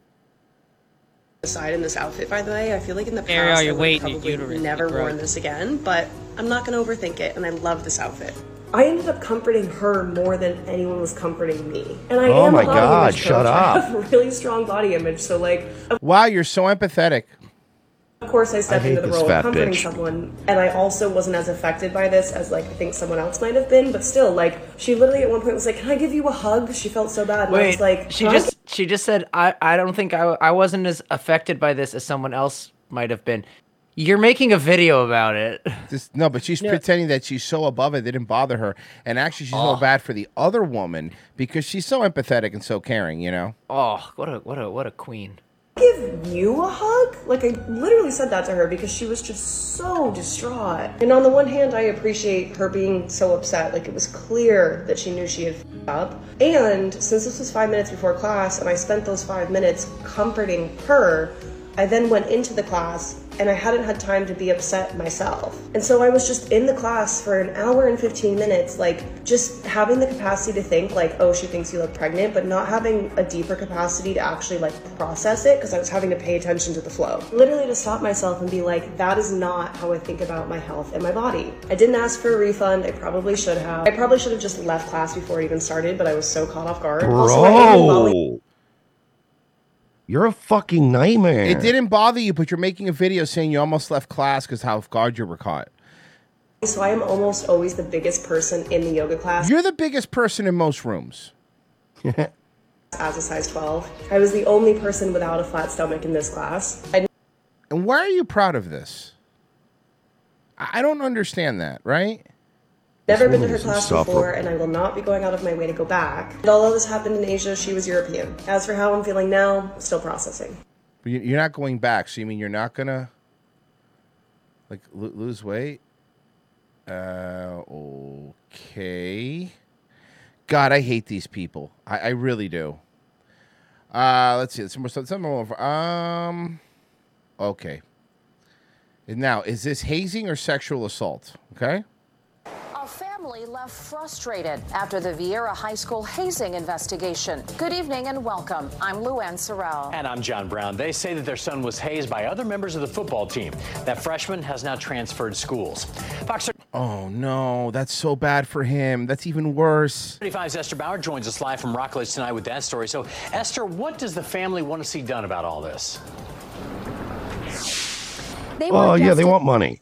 Aside in this outfit, by the way, I feel like in the past
Carry all
I
your
would
weight
have
in your
probably
uterus, your
never
throat.
worn this again, but I'm not gonna overthink it, and I love this outfit. I ended up comforting her more than anyone was comforting me, and I
Oh
am
my
a body
God,
image
shut
coach. I
up.
have really strong body image, so like
Wow, you're so empathetic.
of Of course, I stepped
I hate
into the
this
role
fat
of comforting
bitch.
someone, and I also wasn't as affected by this as like I think someone else might have been. But still, like she literally at one point was like, "Can I give you a hug?" She felt so bad. And I was
Wait,
like,
she
"Huh?"
just she just said I I don't think I I wasn't as affected by this as someone else might have been. You're making a video about it.
This, no, but she's pretending that she's so above it, it didn't bother her. And actually, she's so
Oh.
bad for the other woman because she's so empathetic and so caring, you know?
Oh, what a what a what a queen.
give you a hug? Like, I literally said that to her because she was just so distraught. And on the one hand, I appreciate her being so upset. Like, it was clear that she knew she had f***ed up. And since this was five minutes before class and I spent those five minutes comforting her, I then went into the class and I hadn't had time to be upset myself. And so I was just in the class for an hour and 15 minutes, like just having the capacity to think, like, oh, she thinks you look pregnant, but not having a deeper capacity to actually like process it because I was having to pay attention to the flow. Literally to stop myself and be like, that is not how I think about my health and my body. I didn't ask for a refund. I probably should have. I probably should have just left class before it even started, but I was so caught off guard. Also, I ate a lolly-
Bro. You're a fucking nightmare.
It didn't bother you, but you're making a video saying you almost left class because how guard you were caught.
So I am almost always the biggest person in the yoga class.
You're the biggest person in most rooms.
as a size 12. I was the only person without a flat stomach in this class. I
And why are you proud of this? I I don't understand that, right?
would never been to her class before, and I will not be going out of my way to go back. And although this happened in Asia, she was European. As for how I'm feeling now, still processing.
But you- You're not going back, so you mean you're not gonna like lo- lose weight? Uh, okay. God, I hate these people. I, I really do. Uh, let's see. Some more stuff. Some more. over- Um, okay. And Now, is this hazing or sexual assault? Okay.
A family left frustrated after the Vieira High School hazing investigation. Good evening and welcome. I'm Luann Sorrell.
And I'm John Brown. They say that their son was hazed by other members of the football team. That freshman has now transferred schools. Fox
Oh no, that's so bad for him. That's even worse.
35's Esther Bauer joins us live from Rockledge tonight with that story. So, Esther, what does the family want to see done about all this?
They
Oh,
were
yeah, they
justice
want money.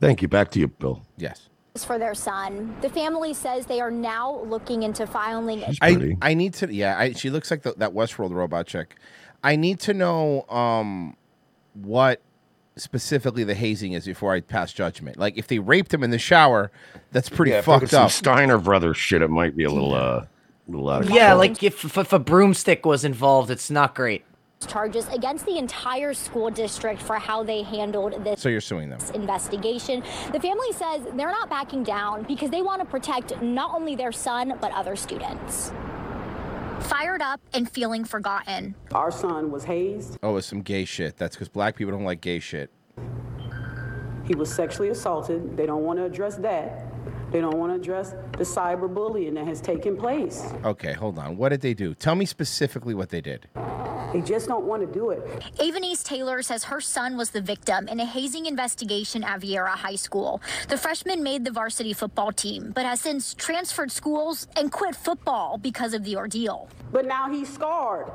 Thank you. Back to you, Bill.
Yes.
for their son. The family says they are now looking into filing.
I, I need to. Yeah, I, she looks like the, that Westworld robot chick. I need to know um, what specifically the hazing is before I pass judgment. Like, if they raped him in the shower, that's pretty
Yeah, if it was
fucked
some
up.
Steiner Brothers shit. It might be a little, uh, little out of
Yeah,
control.
like if, if if a broomstick was involved, it's not great.
Charges against the entire school district for how they handled this.
So you're suing them.
investigation. The family says they're not backing down because they want to protect not only their son, but other students. Fired up and feeling forgotten.
Our son was hazed.
Oh, it's some gay shit. That's because black people don't like gay shit.
He was sexually assaulted. They don't want to address that. They don't want to address the cyberbullying that has taken place.
Okay, hold on. What did they do? Tell me specifically what they did.
They just don't want to do it.
Avanese Taylor says her son was the victim in a hazing investigation at Vieira High School. The freshman made the varsity football team, but has since transferred schools and quit football because of the ordeal.
But now he's scarred.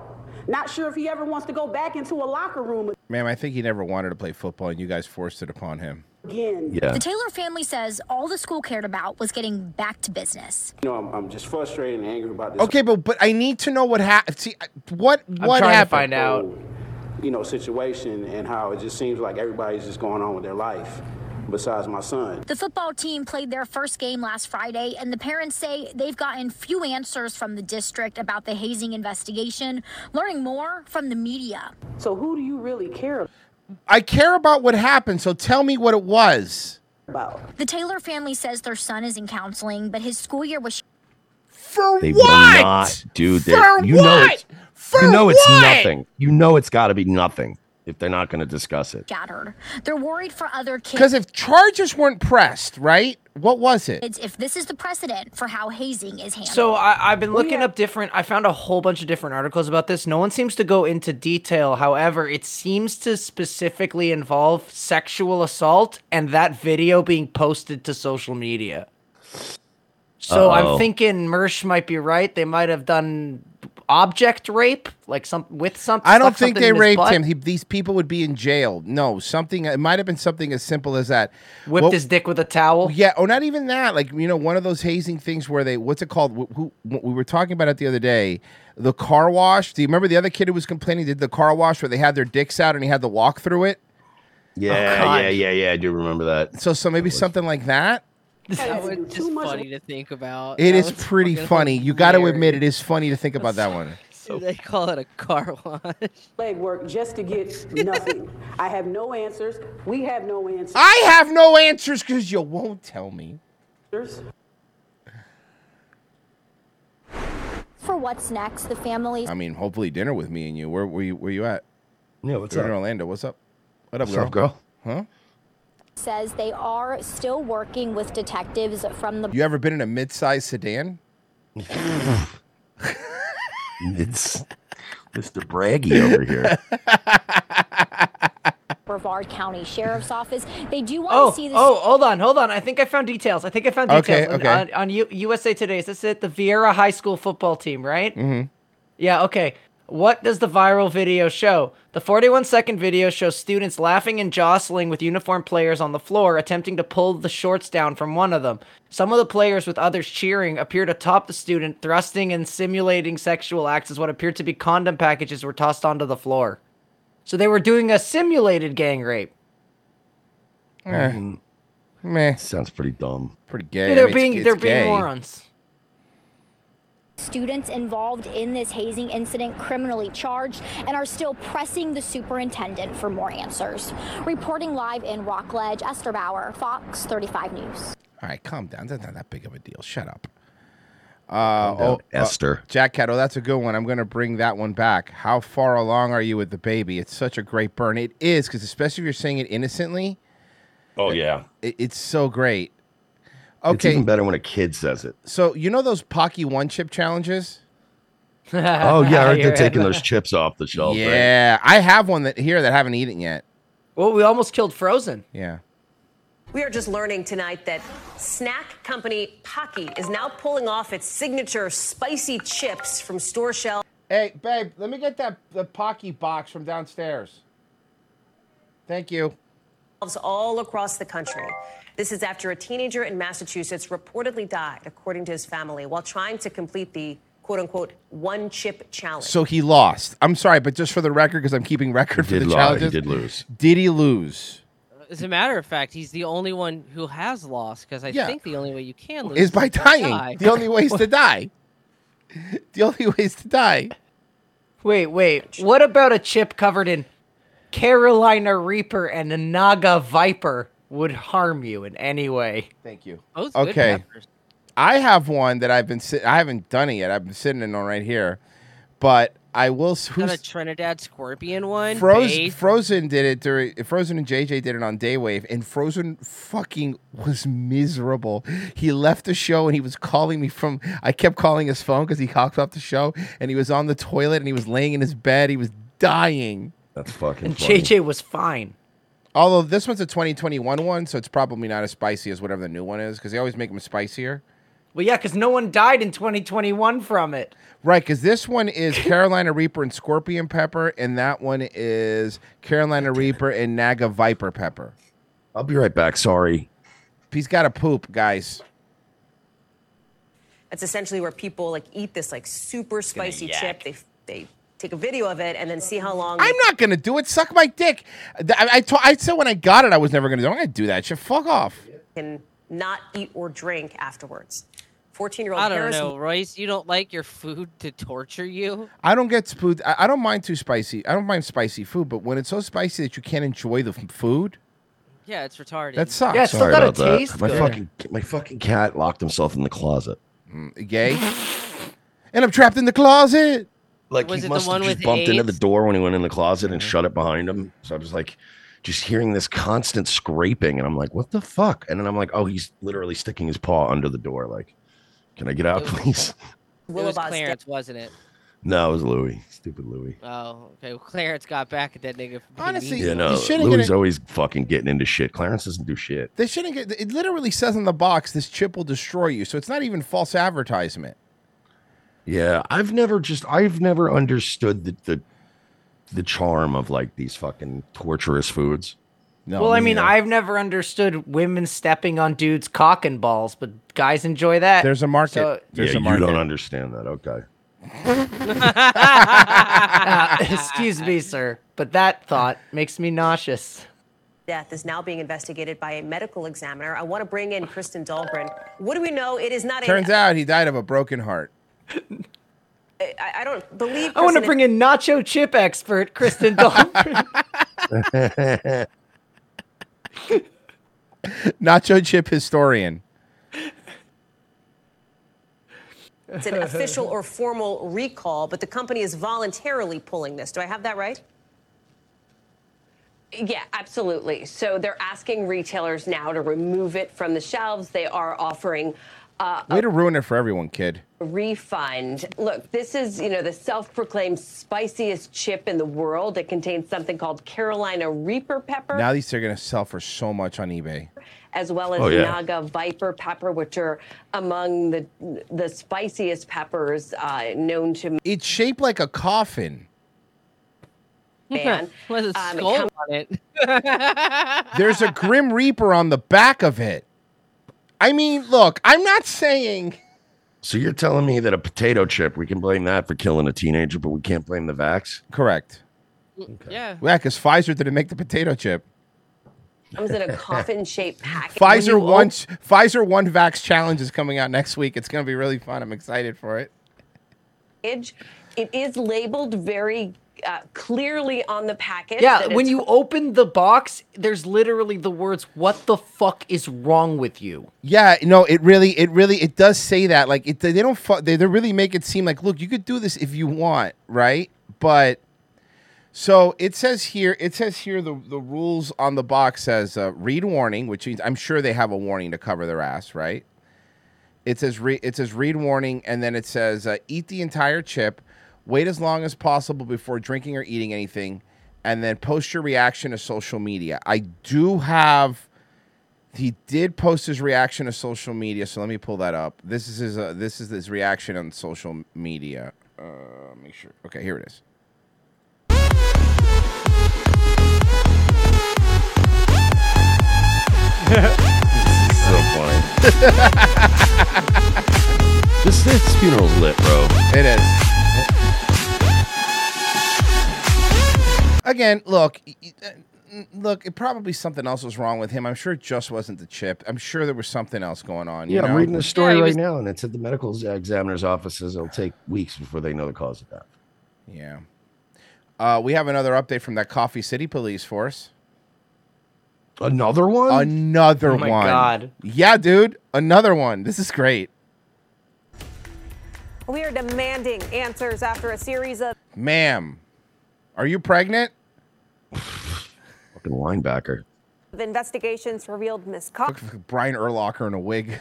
Not sure if he ever wants to go back into a locker room
Ma'am, I think he never wanted to play football, and you guys forced it upon him.
again.
The Taylor family says all the school cared about was getting back to business.
You know, I'm, I'm just frustrated and angry about this.
Okay, but but I need to know what happened. See, I- what what
whole,
happened?
You know, situation and how it just seems like everybody's just going on with their life, besides my son.
The football team played their first game last Friday, and the parents say they've gotten few answers from the district about the hazing investigation, learning more from the media.
So, who do you really care
I care about what happened, so tell me what it was.
about?
The Taylor family says their son is in counseling, but his school year was.
For
They will not do that.
For
You know
what?
it's you know it's
what?
nothing. You know it's got to be nothing if they're not going to discuss it.
Shattered. They're worried for other kids.
Because if charges weren't pressed, right? What was it?
If this is the precedent for how hazing is handled.
So I, I've been looking up different. I found a whole bunch of different articles about this. No one seems to go into detail. However, it seems to specifically involve sexual assault and that video being posted to social media. So
Uh-oh.
I'm thinking Mersh might be right. They might have done object rape, like some with something.
I don't think they raped him. He, these people would be in jail. No, something. It might have been something as simple as that.
Whipped his dick with a towel.
Yeah, or not even that. Like you know, one of those hazing things where they what's it called? Wh- Who, wh- we were talking about it the other day. The car wash. Do you remember the other kid who was complaining? Did the car wash where they had their dicks out and he had to walk through it?
Yeah,
Oh, God.
yeah, yeah, yeah. I do remember that.
So, so maybe something like that.
That was just funny to think
Oh,
about.
It
That
is
was
pretty
fucking
funny. You got to admit, it is funny to think about that one.
hilarious. They call it a car wash.
Leg work just to get nothing. I have no answers. We have no answers.
I have no answers because you won't tell me.
For what's next, the families
I mean, hopefully dinner with me and you. Where were you? Where you at?
Yeah, what's
You're in
up?
Orlando. What's up? What up,
What's up,
Huh?
says they are still working with detectives from the
You ever been in a mid-sized sedan?
It's Mr. Braggy over here.
Eh.
Brevard County Sheriff's Office. They do want
Oh,
to see this.
oh, hold on, hold on. I think I found details. I think I found details
Okay,
on-
okay.
on, on U- USA Today. Is this it? The Vieira High School football team, right?
Mm-hmm.
Yeah, okay. What does the viral video show? The 41 second video shows students laughing and jostling with uniformed players on the floor, attempting to pull the shorts down from one of them. Some of the players, with others cheering, appeared atop the student, thrusting and simulating sexual acts as what appeared to be condom packages were tossed onto the floor. So they were doing a simulated gang rape.
Eh,
Mm-hmm. Sounds pretty dumb.
Pretty
Yeah, they're being they're being morons.
Students involved in this hazing incident criminally charged and are still pressing the superintendent for more answers. Reporting live in Rockledge, Esther Bauer, Fox 35 News.
All right, calm down. That's not that big of a deal. Shut up. Uh,
down,
oh,
Esther.
uh, Jack Cat. Oh, that's a good one. I'm going to bring that one back. How far along are you with the baby? It's such a great burn. It is because especially if you're saying it innocently,
Oh yeah.
it, it's so great.
It's
Okay,
even better when a kid says it.
so you know those Pocky One Chip challenges?
Oh yeah, I heard they're taking those chips off the shelf. right?
Yeah, I have one that here that I haven't eaten yet.
Well, we almost killed Frozen.
Yeah.
We are just learning tonight that snack company Pocky is now pulling off its signature spicy chips from store shelves.
Hey, babe, let me get that the Pocky box from downstairs. Thank you.
All across the country. This is after a teenager in Massachusetts reportedly died, according to his family, while trying to complete the quote unquote one chip challenge.
So he lost. I'm sorry, but just for the record, because I'm keeping record for
did
the
lie. He
challenges.
did lose.
Did he lose?
As a matter of fact, he's the only one who has lost because I
Yeah.
think the only way you can lose
Is by
to
dying.
die.
The only way is to die. The only way is to die.
Wait, wait. What about a chip covered in Carolina Reaper and a Naga Viper would harm you in any way?
Thank you.
okay.
okay. I have one that I've been sit- I haven't done it yet. I've been sitting in on right here, but I will. s-
Got a
who's-
Trinidad Scorpion one.
Frozen,
babe.
Frozen did it during Frozen and JJ did it on Daywave, and Frozen fucking was miserable. He left the show and he was calling me from. I kept calling his phone because he hopped off the show, and he was on the toilet and he was laying in his bed. He was dying.
That's fucking.
And JJ was fine.
Although this one's a 2021 one, so it's probably not as spicy as whatever the new one is because they always make them spicier.
Well, yeah, because no one died in 2021 from it.
Right, because this one is Carolina Reaper and Scorpion Pepper, and that one is Carolina Reaper and Naga Viper Pepper.
I'll be right back. Sorry.
He's got to poop, guys.
That's essentially where people like eat this like super spicy
yak.
chip. They they take a video of it and then see how long.
I'm not gonna do it. Suck my dick. Th- I, I, to- I said when I got it, I was never gonna do. it. I'm gonna do that shit. Fuck off.
can not eat or drink afterwards. 14 year old
I don't
Harris
know, Royce. You don't like your food to torture you.
I don't get food. I, I don't mind too spicy. I don't mind spicy food, but when it's so spicy that you can't enjoy the f- food,
Yeah, it's retarded.
that sucks.
Sorry about that. My fucking my fucking cat locked himself in the closet.
Mm, gay. and I'm trapped in the closet.
Like
Was it the
he must
one
have just
with
bumped into the
AIDS?
door when he went in the closet
Mm-hmm.
and shut it behind him. So I'm just like, just hearing this constant scraping, and I'm like, what the fuck? And then I'm like, oh, he's literally sticking his paw under the door. Like, can I get out, please?
It was Clarence, wasn't it?
no, it was Louis. Stupid Louis.
Oh, okay. Well, Clarence got back at that nigga. for being
Honestly,
evil.
you know,
shouldn't get
Louis
it-
always fucking getting into shit. Clarence doesn't do shit.
They shouldn't get. It literally says on the box, "This chip will destroy you." So it's not even false advertisement.
Yeah, I've never just I've never understood the the, the charm of like these fucking torturous foods.
well, I mean, I've never understood women stepping on dudes' cock and balls, but guys enjoy that.
There's a market.
So-
There's
yeah,
a
you
market.
don't understand that. Okay.
Uh, excuse me, sir, but that thought makes me nauseous.
death is now being investigated by a medical examiner. I want to bring in Kristen Dahlgren. What do we know? It is not
Turns
a.
out he died of a broken heart.
I, I don't believe.
I want to
Kristen-
bring in nacho chip expert Kristen Dahlgren.
Nacho chip historian.
It's an official or formal recall, but the company is voluntarily pulling this. Do I have that right?
Yeah, absolutely. So they're asking retailers now to remove it from the shelves. They are offering uh,
Way to ruin it for everyone, kid.
a refund. Look, this is, you know, the self-proclaimed spiciest chip in the world. It contains something called Carolina Reaper pepper.
Now these are gonna sell for so much on eBay.
as well as
Oh, yeah.
Naga Viper pepper, which are among the the spiciest peppers uh, known to
It's shaped like a coffin.
man.
With a
Um, it
skull
comes-
on it.
There's a grim reaper on the back of it. I mean, look, I'm not saying
So you're telling me that a potato chip, we can blame that for killing a teenager, but we can't blame the vax?
Correct.
Mm,
Yeah,
yeah, because Pfizer didn't make the potato chip.
comes in a coffin-shaped package.
Pfizer one Pfizer one vax challenge is coming out next week. It's gonna be really fun. I'm excited for it.
package. It is labeled very uh, clearly on the package.
yeah,
that
when
it's
you open the box, there's literally the words, "What the fuck is wrong with you?"
Yeah, no, it really, it really, it does say that. Like, it, they don't, fu- they, they really make it seem like, look, you could do this if you want, right? But so it says here, it says here, the the rules on the box says uh, read warning, which means I'm sure they have a warning to cover their ass, right? It says re- it says read warning, and then it says uh, eat the entire chip, wait as long as possible before drinking or eating anything, and then post your reaction to social media. I do have he did post his reaction to social media so let me pull that up this is his uh, this is his reaction on social media uh make sure okay here it is
So funny. this this funeral's lit, bro.
It is. again look y- y- uh, n- look it probably something else was wrong with him i'm sure it just wasn't the chip i'm sure there was something else going on you
Yeah, I'm
know?
reading the story right now, and it's at the medical examiner's offices. It'll take weeks before they know the cause of that.
yeah uh, we have another update from that coffee city police force
Another one?
Another
Oh
one.
my God.
Yeah, dude. Another one. This is great.
We are demanding answers after a series of
Ma'am, are you pregnant?
Fucking linebacker.
investigations revealed misconduct
Brian Urlacher in a wig.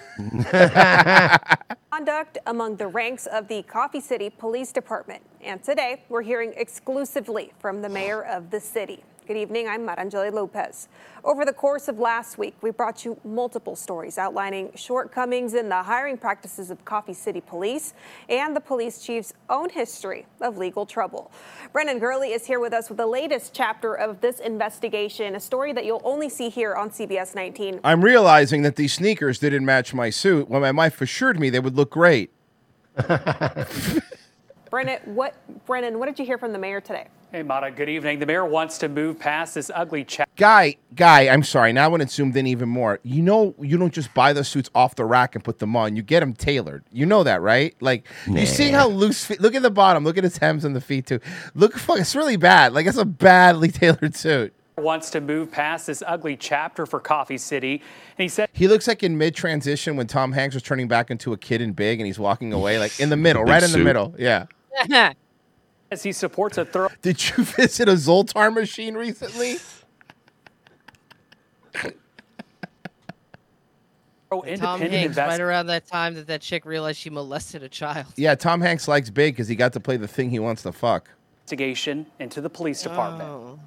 among the ranks of the Coffee City Police Department. And today, we're hearing exclusively from the mayor of the city. Good evening, I'm Maranjali Lopez. Over the course of last week, we brought you multiple stories outlining shortcomings in the hiring practices of Coffee City Police and the police chief's own history of legal trouble. Brendan Gurley is here with us with the latest chapter of this investigation, a story that you'll only see here on CBS 19.
I'm realizing that these sneakers didn't match my suit when my wife assured me they would look great.
Brennan, what Brennan, what did you hear from the mayor today?
Hey, Mata, good evening. The mayor wants to move past this ugly chapter.
Guy, guy, I'm sorry. Now when it's zoomed in even more, you know, you don't just buy those suits off the rack and put them on. You get them tailored. You know that, right? Like
Nah.
you see how loose. Feet, look at the bottom. Look at his hems and the feet too. Look, fuck, it's really bad. Like it's a badly tailored suit.
Wants to move past this ugly chapter for Coffee City. And he said
He looks like in mid transition when Tom Hanks was turning back into a kid in Big, and he's walking away like in the middle,
Big
right in the
suit.
middle. Yeah.
as he supports a thorough
Did you visit a Zoltar machine recently?
Tom
independent
Hanks, right
investment.
around that time that that chick realized she molested a child.
Yeah, Tom Hanks likes Big because he got to play the thing he wants to fuck.
Oh.
investigation into the police department.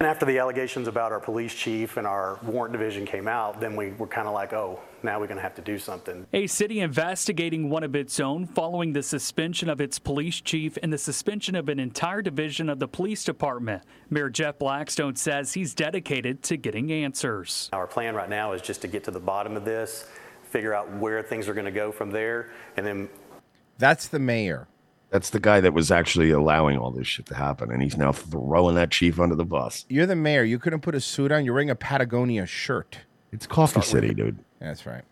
And after the allegations about our police chief and our warrant division came out, then we were kind of like, oh, now we're going to have to do something.
A city investigating one of its own following the suspension of its police chief and the suspension of an entire division of the police department. Mayor Jeff Blackstone says he's dedicated to getting answers.
Our plan right now is just to get to the bottom of this, figure out where things are going to go from there, and then
That's the mayor.
That's the guy that was actually allowing all this shit to happen, and he's now throwing that chief under the bus.
You're the mayor. You couldn't put a suit on. You're wearing a Patagonia shirt.
It's Coffee City, dude.
That's right.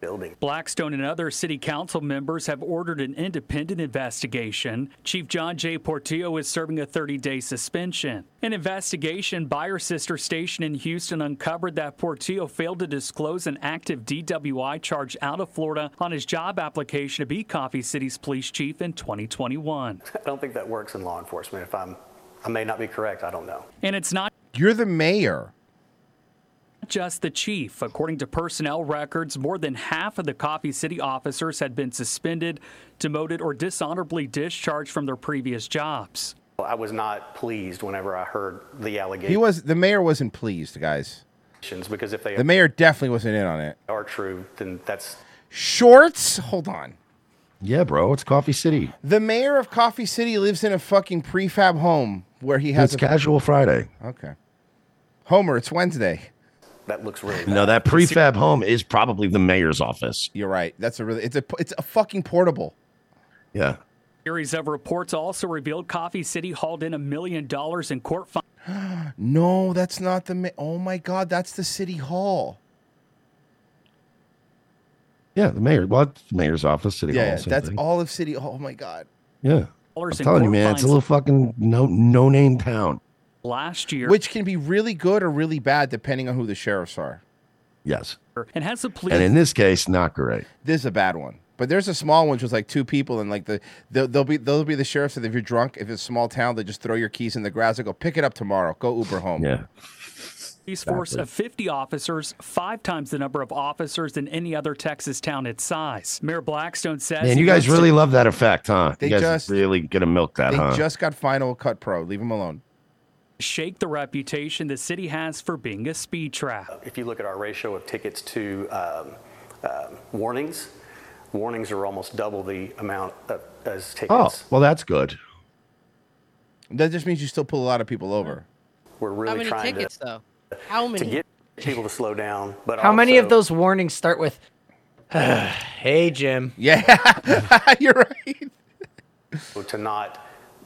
building.
Blackstone and other city council members have ordered an independent investigation. Chief John J. Portillo is serving a 30 day suspension. An investigation by her sister station in Houston uncovered that Portillo failed to disclose an active DWI charge out of Florida on his job application to be Coffee City's police chief in 2021.
I don't think that works in law enforcement. If I'm, I may not be correct. I don't know.
And it's not
You're the mayor.
just the chief. According to personnel records, more than half of the Coffee City officers had been suspended, demoted, or dishonorably discharged from their previous jobs.
I was not pleased whenever I heard the allegations.
He was the mayor wasn't pleased, guys.
because if they
The mayor definitely wasn't in on it.
are true, then that's
Shorts? Hold on.
Yeah, bro, it's Coffee City.
The mayor of Coffee City lives in a fucking prefab home where he has
It's
a
Casual Friday.
Okay. Homer, it's Wednesday.
That looks really
No, that prefab home is probably the mayor's office.
You're right. That's a really it's a it's a fucking portable.
Yeah.
Series of reports also revealed Coffee City hauled in a million dollars in court fines.
No, that's not the ma- Oh my god, that's the city hall.
Yeah, the mayor. Well, it's the mayor's office, city hall.
yeah,
same
that's
thing.
all of city hall. Oh my god.
Yeah. I'm
Dollars in
telling you,
court
man,
fines.
it's a little fucking no no name town.
last year,
Which can be really good or really bad depending on who the sheriffs are.
Yes.
and has the police
And in this case, not great.
This is a bad one. But there's a small one which was like two people and like the they'll, they'll be they'll be the sheriffs that if you're drunk, if it's a small town, they just throw your keys in the grass and go pick it up tomorrow. Go Uber home.
Yeah.
police force of 50 officers, five times the number of officers than any other Texas town its size. Mayor Blackstone says,
Man, you
he
guys
wants to-
really love that effect, huh?
They
you guys
just-
really gonna milk that,
They
huh?
just got final cut pro. Leave them alone.
shake the reputation the city has for being a speed trap.
if you look at uh, our ratio of tickets to um, um, warnings, warnings are almost double the amount of, as tickets.
oh, well, that's good.
That just means you still pull a lot of people over.
We're really
How many
trying
tickets
to,
though? How many?
to get people to slow down. But
How many of
also-
those warnings start with, hey, Jim?
Yeah, you're right.
to not,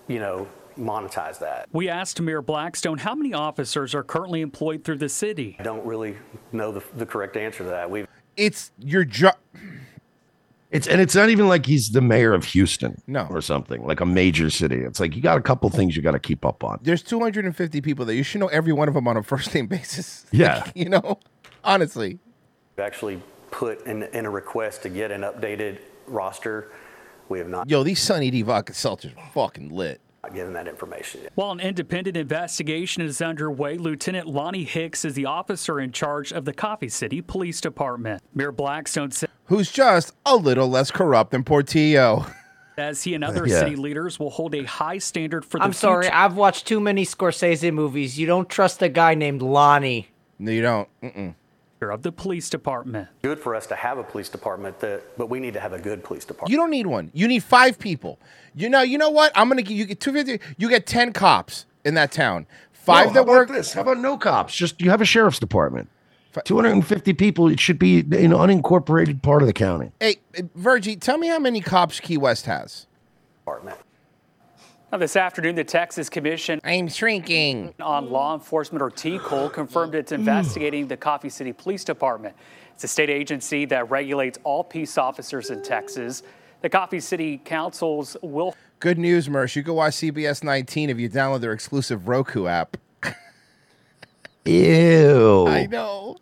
you know, monetize that.
We asked Mayor Blackstone how many officers are currently employed through the city.
I don't really know the, the correct answer to that. We've
It's your job.
It's and it's not even like he's the mayor of Houston,
no,
or something like a major city. It's like you got a couple things you got to keep up on.
There's 250 people there. You should know every one of them on a first name basis.
Yeah.
you know, honestly.
actually put in, in a request to get an updated roster. We have not
Yo, these Sunny D vodka seltzers are fucking lit.
given that information yet.
While an independent investigation is underway, Lieutenant Lonnie Hicks is the officer in charge of the Coffee City Police Department. Mayor Blackstone sa-
Who's just a little less corrupt than Portillo.
says he and other
Yeah.
city leaders will hold a high standard for the
I'm sorry,
future.
I've watched too many Scorsese movies. You don't trust a guy named Lonnie.
No, you don't. Mm-mm.
of the police department.
Good for us to have a police department, that, but we need to have a good police department.
You don't need one. You need five people. You know, you know what? I'm gonna give you get 250. You get 10 cops in that town. Five
No,
that
how
work.
About this? How about no cops? Just you have a sheriff's department. Two hundred and fifty people. It should be an unincorporated part of the county.
Hey, Virgie, tell me how many cops Key West has.
Department.
Now, this afternoon, the Texas Commission
I'm shrinking Mm.
on Law Enforcement or TCOL confirmed it's investigating the Coffee City Police Department. It's a state agency that regulates all peace officers in Texas. The Coffee City Councils will
Good news, Mersh. You can watch CBS 19 if you download their exclusive Roku app.
Ew.
I know.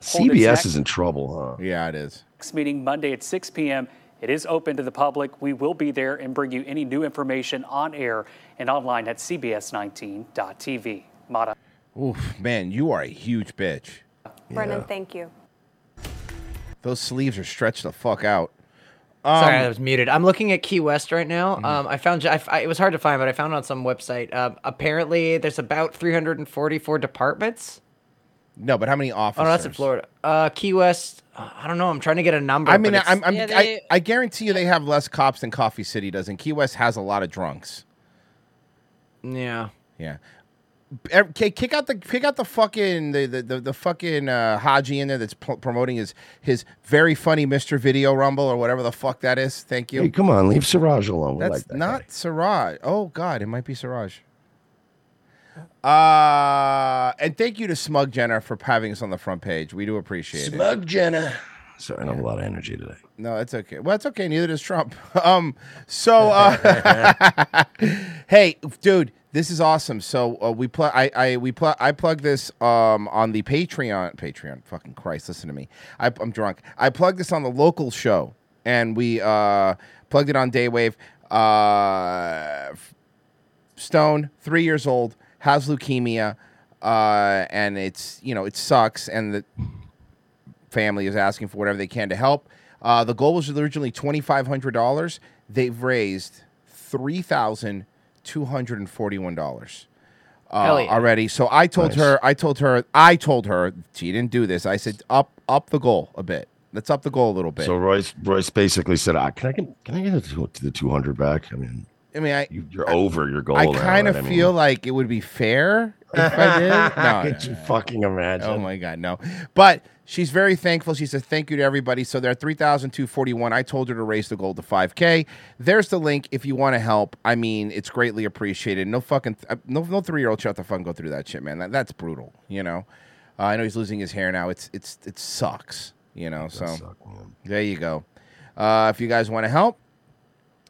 CBS is in trouble, huh?
Yeah, it is.
next meeting Monday at 6 p.m. It is open to the public. We will be there and bring you any new information on air and online at cbs19.tv. Mata.
Oof, man, you are a huge bitch.
Brennan, thank you.
Those sleeves are stretched the fuck out.
Sorry,
Um, Mm-hmm.
I was muted. I'm looking at Key West right now. Um, I found I, I- it was hard to find, but I found it on some website. Um, apparently, there's about 344 departments.
No, but how many officers?
Oh, no, that's in Florida. Uh, Key West. uh, I don't know. I'm trying to get a number.
I
but
mean,
it's-
I'm, I'm, I, I guarantee you they have less cops than Coffee City does, and Key West has a lot of drunks.
Yeah.
Yeah. Okay, kick out the kick out the fucking the the, the, the fucking uh, Haji in there that's pl- promoting his his very funny Mr. Video Rumble or whatever the fuck that is. Thank you.
Hey, come on, leave Siraj alone. We
That's
like that.
not Siraj. Oh God, it might be Siraj. Uh, and thank you to Smug Jenner for having us on the front page. We do appreciate it.
Smug Jenner. Sorry, I don't have a lot of energy today.
No, it's okay. Well, it's okay. Neither does Trump. Um, so, uh, hey, dude, this is awesome. So uh, we plug. I, I we plug. I plug this um on the Patreon. Patreon. Fucking Christ, listen to me. I, I'm drunk. I plugged this on the local show, and we uh plugged it on Daywave. Uh, Stone, three years old, has leukemia, uh, and it's you know it sucks, and the family is asking for whatever they can to help. Uh, the goal was originally twenty five hundred dollars. They've raised three thousand two hundred and forty one dollars. Uh,
Hell yeah.
already so i told
Nice.
her i told her i told her she didn't do this i said up up the goal a bit let's up the goal a little bit
So Royce Royce basically said, ah, "Can I get can I get the two- the two hundred back?" I mean,
i mean i
you, you're over your goal.
I
now,
kind of
right? I mean,
feel like it would be fair if I did. No,
Could you fucking imagine?
Oh my god, no. But she's very thankful. She said thank you to everybody. So they're at 3,241. I told her to raise the goal to 5K. There's the link if you want to help. I mean, it's greatly appreciated. No fucking uh, no no three year old should have to fucking go through that shit, man. That, that's brutal. You know. Uh, I know he's losing his hair now. It's it's it sucks. You know. So there you go. Uh, if you guys want to help,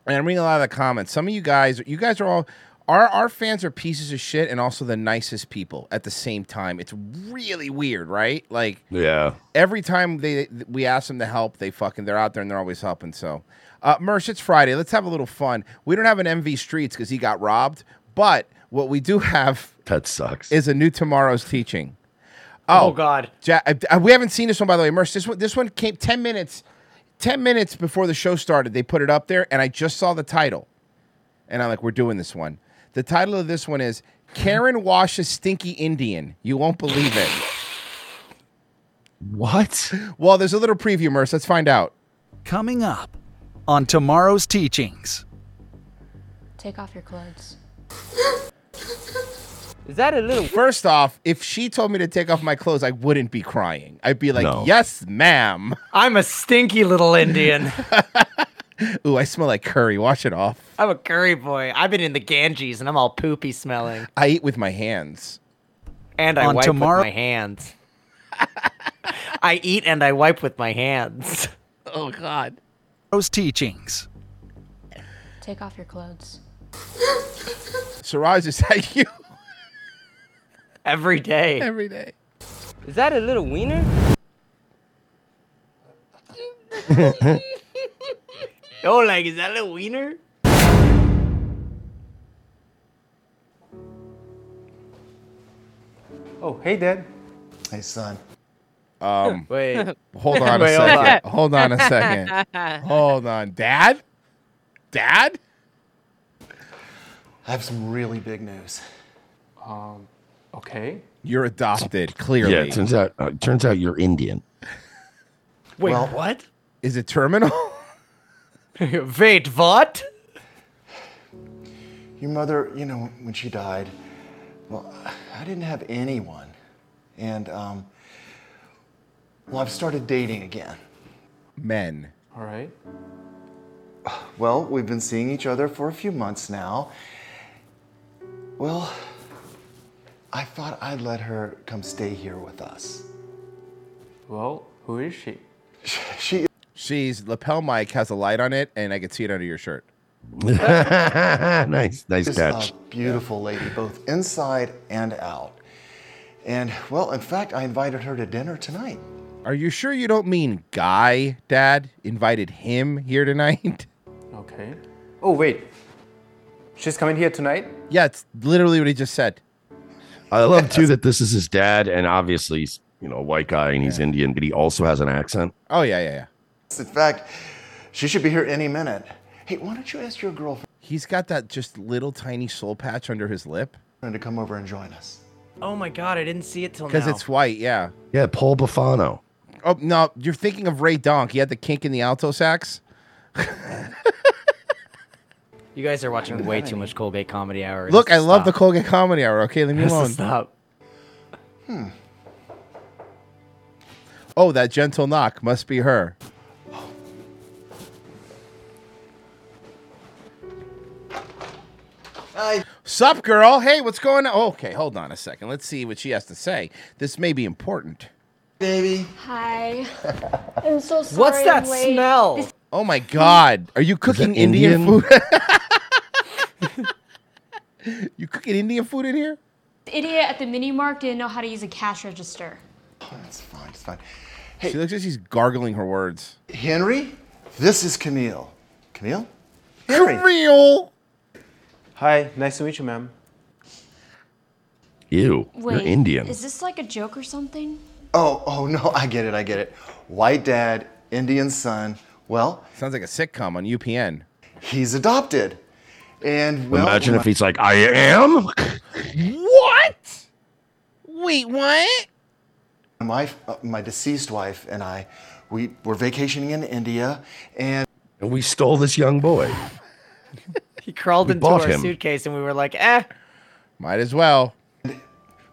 and I'm reading a lot of the comments. Some of you guys, you guys are all, our our fans are pieces of shit and also the nicest people at the same time. It's really weird, right? Like
yeah.
every time they we ask them to help, they fucking they're out there and they're always helping. So, uh, Mersh, it's Friday. Let's have a little fun. We don't have an MV Streets because he got robbed, but what we do have
that sucks
is a new tomorrow's teaching.
Oh, God.
Ja- I- I- we haven't seen this one by the way, Mersh. This one, this one came ten minutes, ten minutes before the show started. They put it up there, and I just saw the title, and I'm like, "We're doing this one." The title of this one is "Karen washes stinky Indian." You won't believe it.
What?
Well, there's a little preview, Merce. Let's find out.
Coming up on tomorrow's teachings.
Take off your clothes.
Is that a little? First off, if she told me to take off my clothes, I wouldn't be crying. I'd be like,
No.
"Yes, ma'am."
I'm a stinky little Indian.
Ooh, I smell like curry. Wash it off.
I'm a curry boy. I've been in the Ganges and I'm all poopy smelling.
I eat with my hands.
And I
On
wipe
tomorrow-
with my hands. I eat and I wipe with my hands.
Oh God.
Those teachings.
Take off your clothes.
Siraj is that you?
Every day.
Every day.
Is that a little wiener?
Yo, Oh, like, is that a wiener?
Oh, hey, Dad. Hey, son.
Um,
Wait.
Hold on a
Wait, hold on.
second. Hold on a second. Hold on, Dad. Dad.
I have some really big news. Um, okay.
You're adopted. Clearly.
Yeah, it turns out uh, it turns out you're Indian.
Wait,
what?
Is it terminal?
Wait, what?
Your mother, you know, when she died, well, I didn't have anyone. And, um, well, I've started dating again.
Men.
All right. Well, we've been seeing each other for a few months now. Well, I thought I'd let her come stay here with us. Well, who is she?
She. She's lapel mic has a light on it, and I can see it under your shirt.
nice, nice
Just
catch.
A beautiful lady, both inside and out. And well, in fact, I invited her to dinner tonight.
Are you sure you don't mean guy, Dad? Invited him here tonight?
Okay. Oh wait. She's coming here tonight?
Yeah, it's literally what he just said.
I love too that this is his dad, and obviously he's you know a white guy and he's Indian, but he also has an accent.
Oh yeah, yeah, yeah.
In fact, She should be here any minute. Hey, why don't you ask your girlfriend
He's got that just little tiny soul patch under his lip.
to come over and join us?
Oh my god, I didn't see it
Oh,
till now.
Because it's white, yeah.
Yeah, Paul Bufano.
Oh no, you're thinking of Ray Donk. He had the kink in the alto sax.
You guys are watching way too much Colgate Comedy Hour.
Look, I
This-
love the Colgate Comedy Hour. Okay, leave me
Has to
alone.
stop.
Hmm.
Oh, that gentle knock must be her.
Hi.
Sup, girl? Hey, what's going on? Okay, hold on a second. Let's see what she has to say. This may be important.
Baby.
Hi. I'm so sorry.
What's that
I'm late.
smell?
This-
Oh my God. Are you cooking Indian, food? you cooking Indian food in here?
the idiot at the mini mart didn't know how to use a cash register.
Oh, That's fine. It's fine.
She looks like she's gargling her words.
Henry, this is Camille. Camille?
Camille!
Hi, nice to meet you, ma'am.
Ew.
Wait,
you're Indian.
Is this like a joke or something?
Oh, oh no, I get it, I get it. White dad, Indian son. Well,
sounds like a sitcom on UPN.
He's adopted. And well,
Imagine if he's like, I am.
What? Wait, what?
my uh, my deceased wife and I we were vacationing in India and
And we stole this young boy.
He crawled
We
into
bought
our
him.
suitcase and we were like, eh.
Might as well.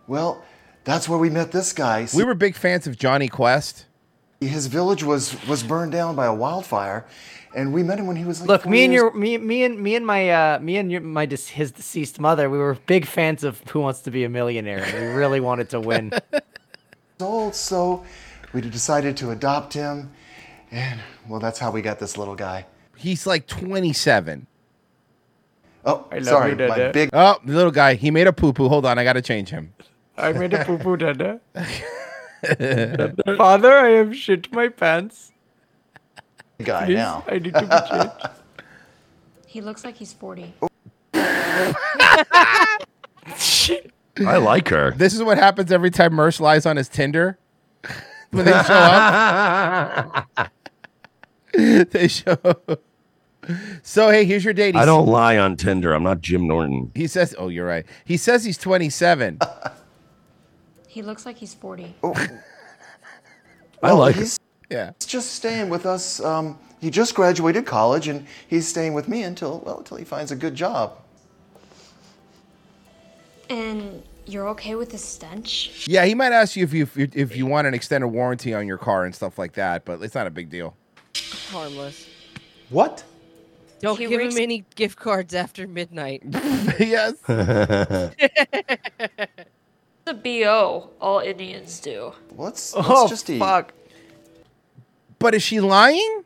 Well, that's where we met this guy.
We were big fans of Johnny Quest.
His village was was burned down by a wildfire and we met him when he was like
Look,
four
me and
years-
your me me and me and my uh me and your, my des- his deceased mother, we were big fans of Who Wants to Be a Millionaire. and We really wanted to win.
old, so we decided to adopt him. And well, that's how we got this little guy.
He's like 27.
Oh, I love sorry, you, my Dada. big-
Oh, the little guy. He made a poo poo. Hold on, I gotta change him.
I made a poo poo dada. Father, I have shit my pants.
Guy
Please,
now.
I need to be changed.
He looks like he's 40.
I like her.
This is what happens every time Merce lies on his Tinder. when they show up. they show up. So hey, here's your date.
I don't lie on Tinder. I'm not Jim Norton.
He says, "Oh, you're right." He says he's 27.
He looks like he's 40.
Oh.
I like her.
he's,
Yeah.
He's just staying with us. Um, he just graduated college and he's staying with me until, well, until he finds a good job.
And you're okay with the stench?
Yeah, he might ask you if you if- if you want an extended warranty on your car and stuff like that, but it's not a big deal.
Harmless.
What?
Don't
He
give
rakes-
him any gift cards after midnight.
yes.
The BO all Indians do.
What's
Oh, fuck.
But is she lying?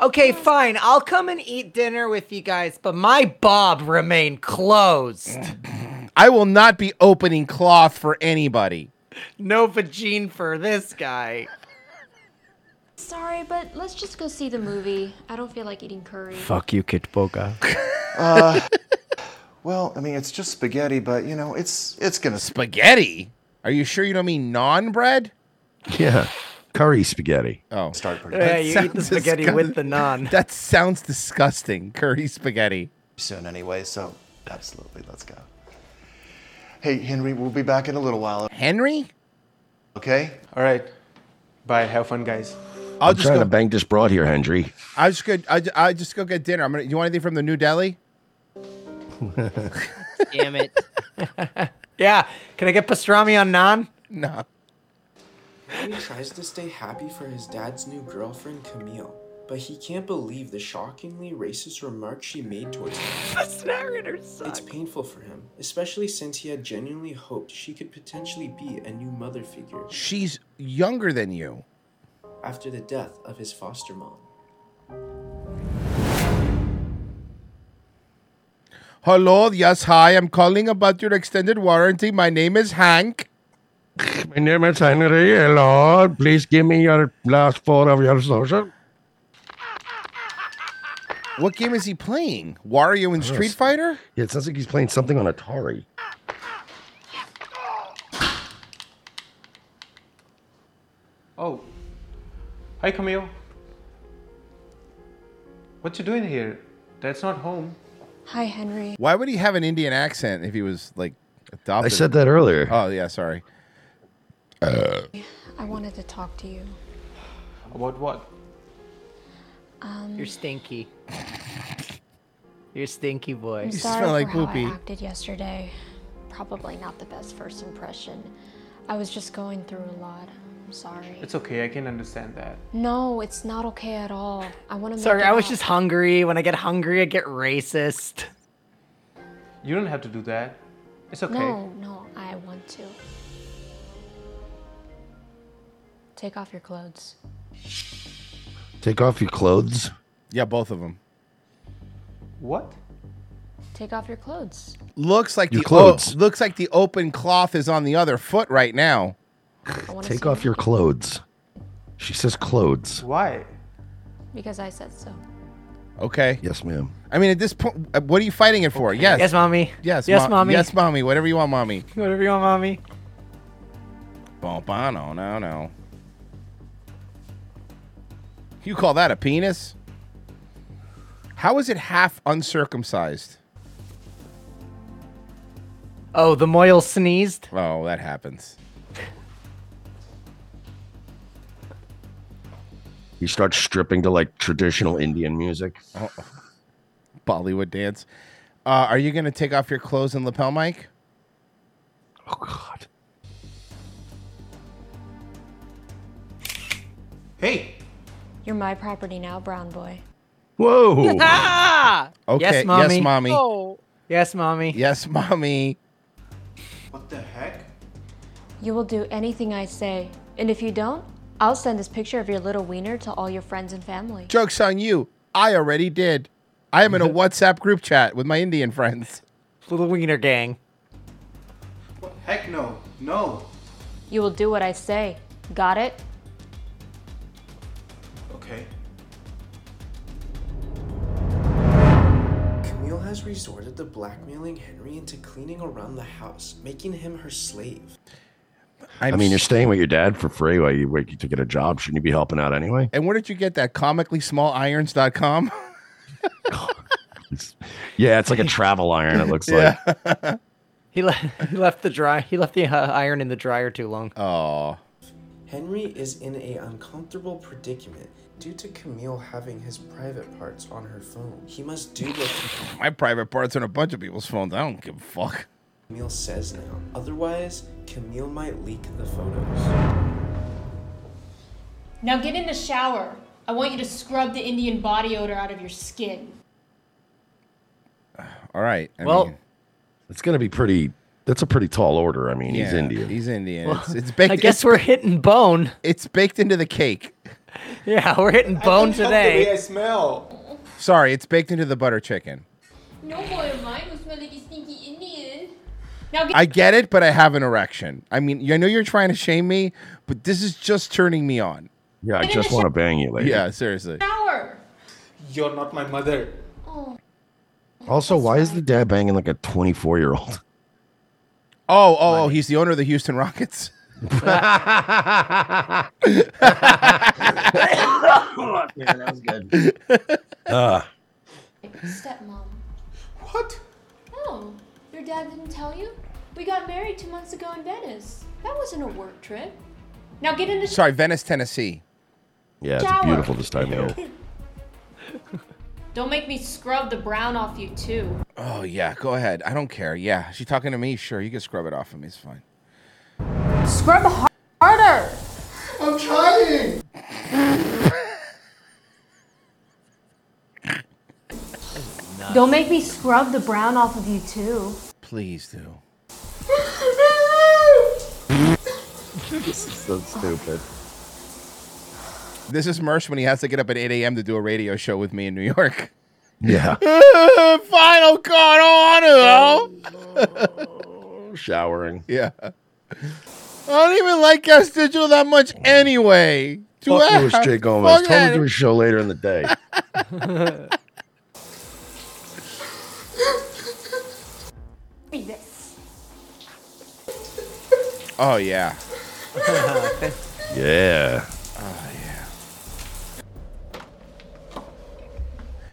Okay, fine. I'll come and eat dinner with you guys, but my bob remain closed.
I will not be opening cloth for anybody.
no vagine for this guy.
Sorry, but let's just go see the movie. I don't feel like eating curry.
Fuck you, Kit Boga.
Uh, well, I mean, it's just spaghetti, but you know, it's it's gonna
spaghetti. Are you sure you don't mean non bread?
Yeah. Curry spaghetti.
Oh.
Start
Yeah, you eat the spaghetti with the naan.
That sounds disgusting. Curry spaghetti.
soon anyway. So absolutely, let's go. Hey, Henry, we'll be back in a little while.
Henry?
Okay.
All right. Bye. Have fun, guys.
I'll
I'm
just
trying
go-
to bank this broad here, Hendry.
I just go. I, ju- I just go get dinner. I'm gonna. You want anything from the New Delhi?
Damn it.
Yeah. Can I get pastrami on naan?
No.
He tries to stay happy for his dad's new girlfriend, Camille, but he can't believe the shockingly racist remark she made towards him.
This narrator sucks.
It's painful for him, especially since he had genuinely hoped she could potentially be a new mother figure
She's younger than you.
after the death of his foster mom.
Hello. Yes. Hi. I'm calling about your extended warranty. My name is Hank.
My name is Henry. Hello. Please give me your last four of your social.
What game is he playing? Wario and Street Fighter?
Yeah, it sounds like he's playing something on Atari.
Oh. Hi, Camille.
What you doing here? That's not home.
Hi, Henry.
Why would he have an Indian accent if he was like adopted?
said that earlier. Uh,
Oh yeah, sorry.
I wanted to talk to you.
About what?
Um,
You're stinky. You're stinky boy.
I'm sorry for how I acted yesterday. Probably not the best first impression. I was just going through a lot. I'm sorry.
It's okay. I can understand that.
No, it's not okay at all. I want to.
Sorry,
make it
I was
up.
just hungry. When I get hungry, I get racist.
You don't have to do that. It's okay.
No, no, I want to. Take off your clothes.
Take off your clothes.
Yeah, both of them.
What?
Take off your clothes.
Looks like
Your
the
clothes.
o- looks like the open cloth is on the other foot right now.
I want to
Take off your clothes. She says clothes.
Why?
Because I said so.
Okay.
Yes, ma'am.
I mean, at this point, uh, what are you fighting it for? Yes.
Yes, mommy.
Yes.
Yes,
mo-
mommy.
Yes, mommy. Whatever you want, mommy.
Whatever you want, mommy.
Bump on. No, no, no. You call that a penis? How is it half uncircumcised?
Oh, the Moyle sneezed.
Oh, that happens.
He starts stripping to like traditional Indian music.
Bollywood dance. Uh, are you going to take off your clothes and lapel mic?
Hey.
You're my property now, brown boy.
Whoa.
Ah!
Okay. Yes, mommy. Yes, mommy.
Oh.
Yes, mommy.
Yes, mommy.
What the heck?
You will do anything I say, and if you don't, I'll send this picture of your little wiener to all your friends and family.
Joke's on you. I already did. I am in a WhatsApp group chat with my Indian friends.
Little wiener gang.
Heck no. No.
You will do what I say. Got it?
Okay.
Camille has resorted to blackmailing Henry into cleaning around the house, making him her slave.
i mean, you're staying with your dad for free while you wait to get a job. Shouldn't you be helping out anyway?
And where did you get that? Comicallysmalirons.com?
Yeah, it's like a travel iron. It looks like.
He, le- he left the dry. He left the uh, iron in the dryer too long.
Oh.
Henry is in a uncomfortable predicament due to Camille having his private parts on her phone. He must do what
My private parts on a bunch of people's phones. I don't give a fuck.
Camille says now. Otherwise, Camille might leak the photos.
Now get in the shower. I want you to scrub the Indian body odor out of your skin.
All right. I
Well-
mean,
It's gonna be pretty. That's a pretty tall order. I mean, he's
yeah,
Indian.
He's Indian.
Well,
it's, it's baked.
I guess
it's-
we're hitting bone.
It's baked into the cake.
Yeah, we're hitting bone today.
smell.
Sorry, it's baked into the butter chicken.
No boy of mine will smell like a stinky Indian. Now get
I get it, but I have an erection. I mean, I know you're trying to shame me, but this is just turning me on.
Yeah, I just want to bang you, lady.
Yeah, seriously.
shower.
You're not my mother.
Oh.
Also, why is the dad banging like a 24 year old?
Oh, oh, oh, he's the owner of the Houston Rockets.
that was good. Uh,
Stepmom.
What?
Oh, your dad didn't tell you? We got married two months ago in Venice. That wasn't a work trip. Now get in the
Sorry, Venice, Tennessee.
yeah, it's
Shower.
beautiful this time of year.
Don't make me scrub the brown off you too.
Oh yeah, go ahead. I don't care. Yeah, she talking to me. Sure, you can scrub it off of me. It's fine.
Scrub har- harder.
I'm trying.
Don't make me scrub the brown off of you too.
Please do.
this is so stupid.
This is Mersh when he has to get up at 8 a.m. to do a radio show with me in New York.
Yeah.
Final card on
Oh, Showering.
Yeah. I don't even like Gas Digital that much anyway. Do
Fuck
I
you, it's
have-
Jay Gomez.
fuck
Tell him
that.
to do a show later in the day.
Be this.
Oh, yeah.
Yeah.
Oh, yeah.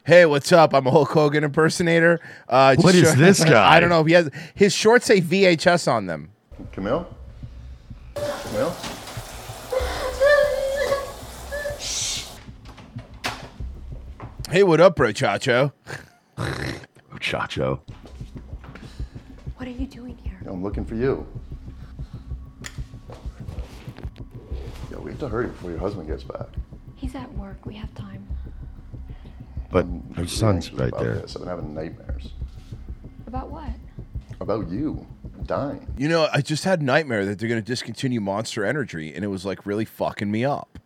"Hey, what's up? I'm a Hulk Hogan impersonator." Uh, just
What is this guy?
I don't know if he has his shorts say VHS on them.
Camille, Camille,
hey, what up, bro, Chacho?
Chacho.
What are you doing here?
I'm looking for you. Yo, we have to hurry before your husband gets back.
He's at work. We have time.
But her son's right
About
there.
this, I've been having nightmares
About what?
about you dying.
You know, I just had a nightmare that they're going to discontinue Monster Energy, and it was like really fucking me up.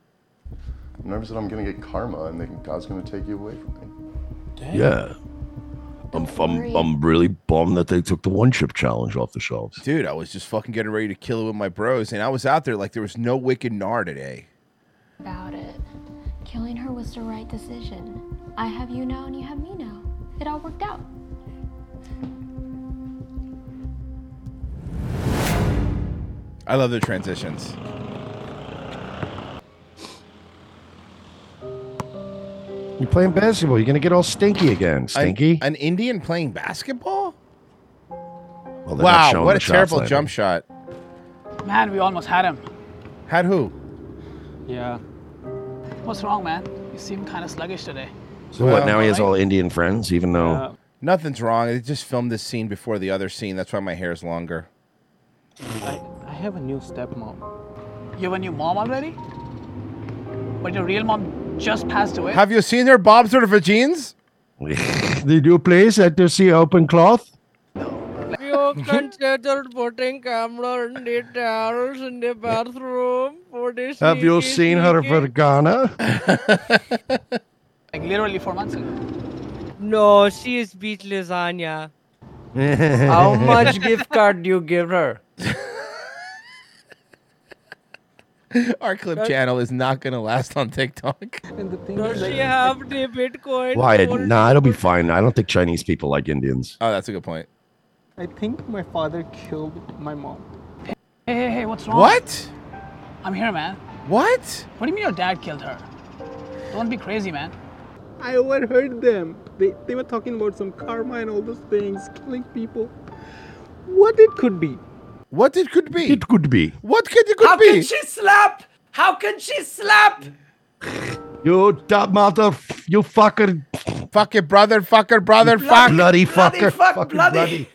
I'm nervous that I'm gonna get karma and that God's gonna take you away from me.
Yeah. I'm, I'm, I'm really bummed that they took the one chip challenge off the shelves.
Dude, I was just fucking getting ready to kill it with my bros, and I was out there like there was no wicked gnar today.
About it. Killing her was the right decision. I have you now and you have me now. It all worked out.
I love the transitions.
You're playing basketball. You're going to get all stinky again. Stinky?
An, an Indian playing basketball?
Well, they're not
wow,
showing
what
the
a
shots
terrible
later.
jump shot.
Man, we almost had him.
Had who?
Yeah. What's wrong, man? You seem kind of sluggish today.
So what? Now he has all Indian friends, even though
uh, Nothing's wrong. They just filmed this scene before the other scene. That's why my hair is longer.
I, I have a new stepmom. You have a new mom already? But your real mom just passed away?
Have you seen her bobs or vagines?
they do plays at the sea open cloth.
You considered putting camera in the towels in the bathroom for this.
Have you seen her for Ghana?
Like literally four months ago.
No, she is beach lasagna.
How much gift card do you give her?
Our clip channel is not going to last on TikTok.
Does she have the Bitcoin?
Why?
for-
Nah, it'll be fine. I don't think Chinese people like Indians.
Oh, that's a good point.
I think my father killed my mom. Hey, hey, hey, what's wrong?
What?
I'm here, man.
What?
What do you mean your dad killed her? Don't be crazy, man. I overheard them. They, they were talking about some karma and all those things, killing people. What it could be?
What it could be?
It could be.
What could it
could How can she slap? How can she slap?
You that mother, f- you fucker,
fuck your brother, fucker, brother, fuck,
bloody
bloody
fucker,
fuck,
fucking
bloody.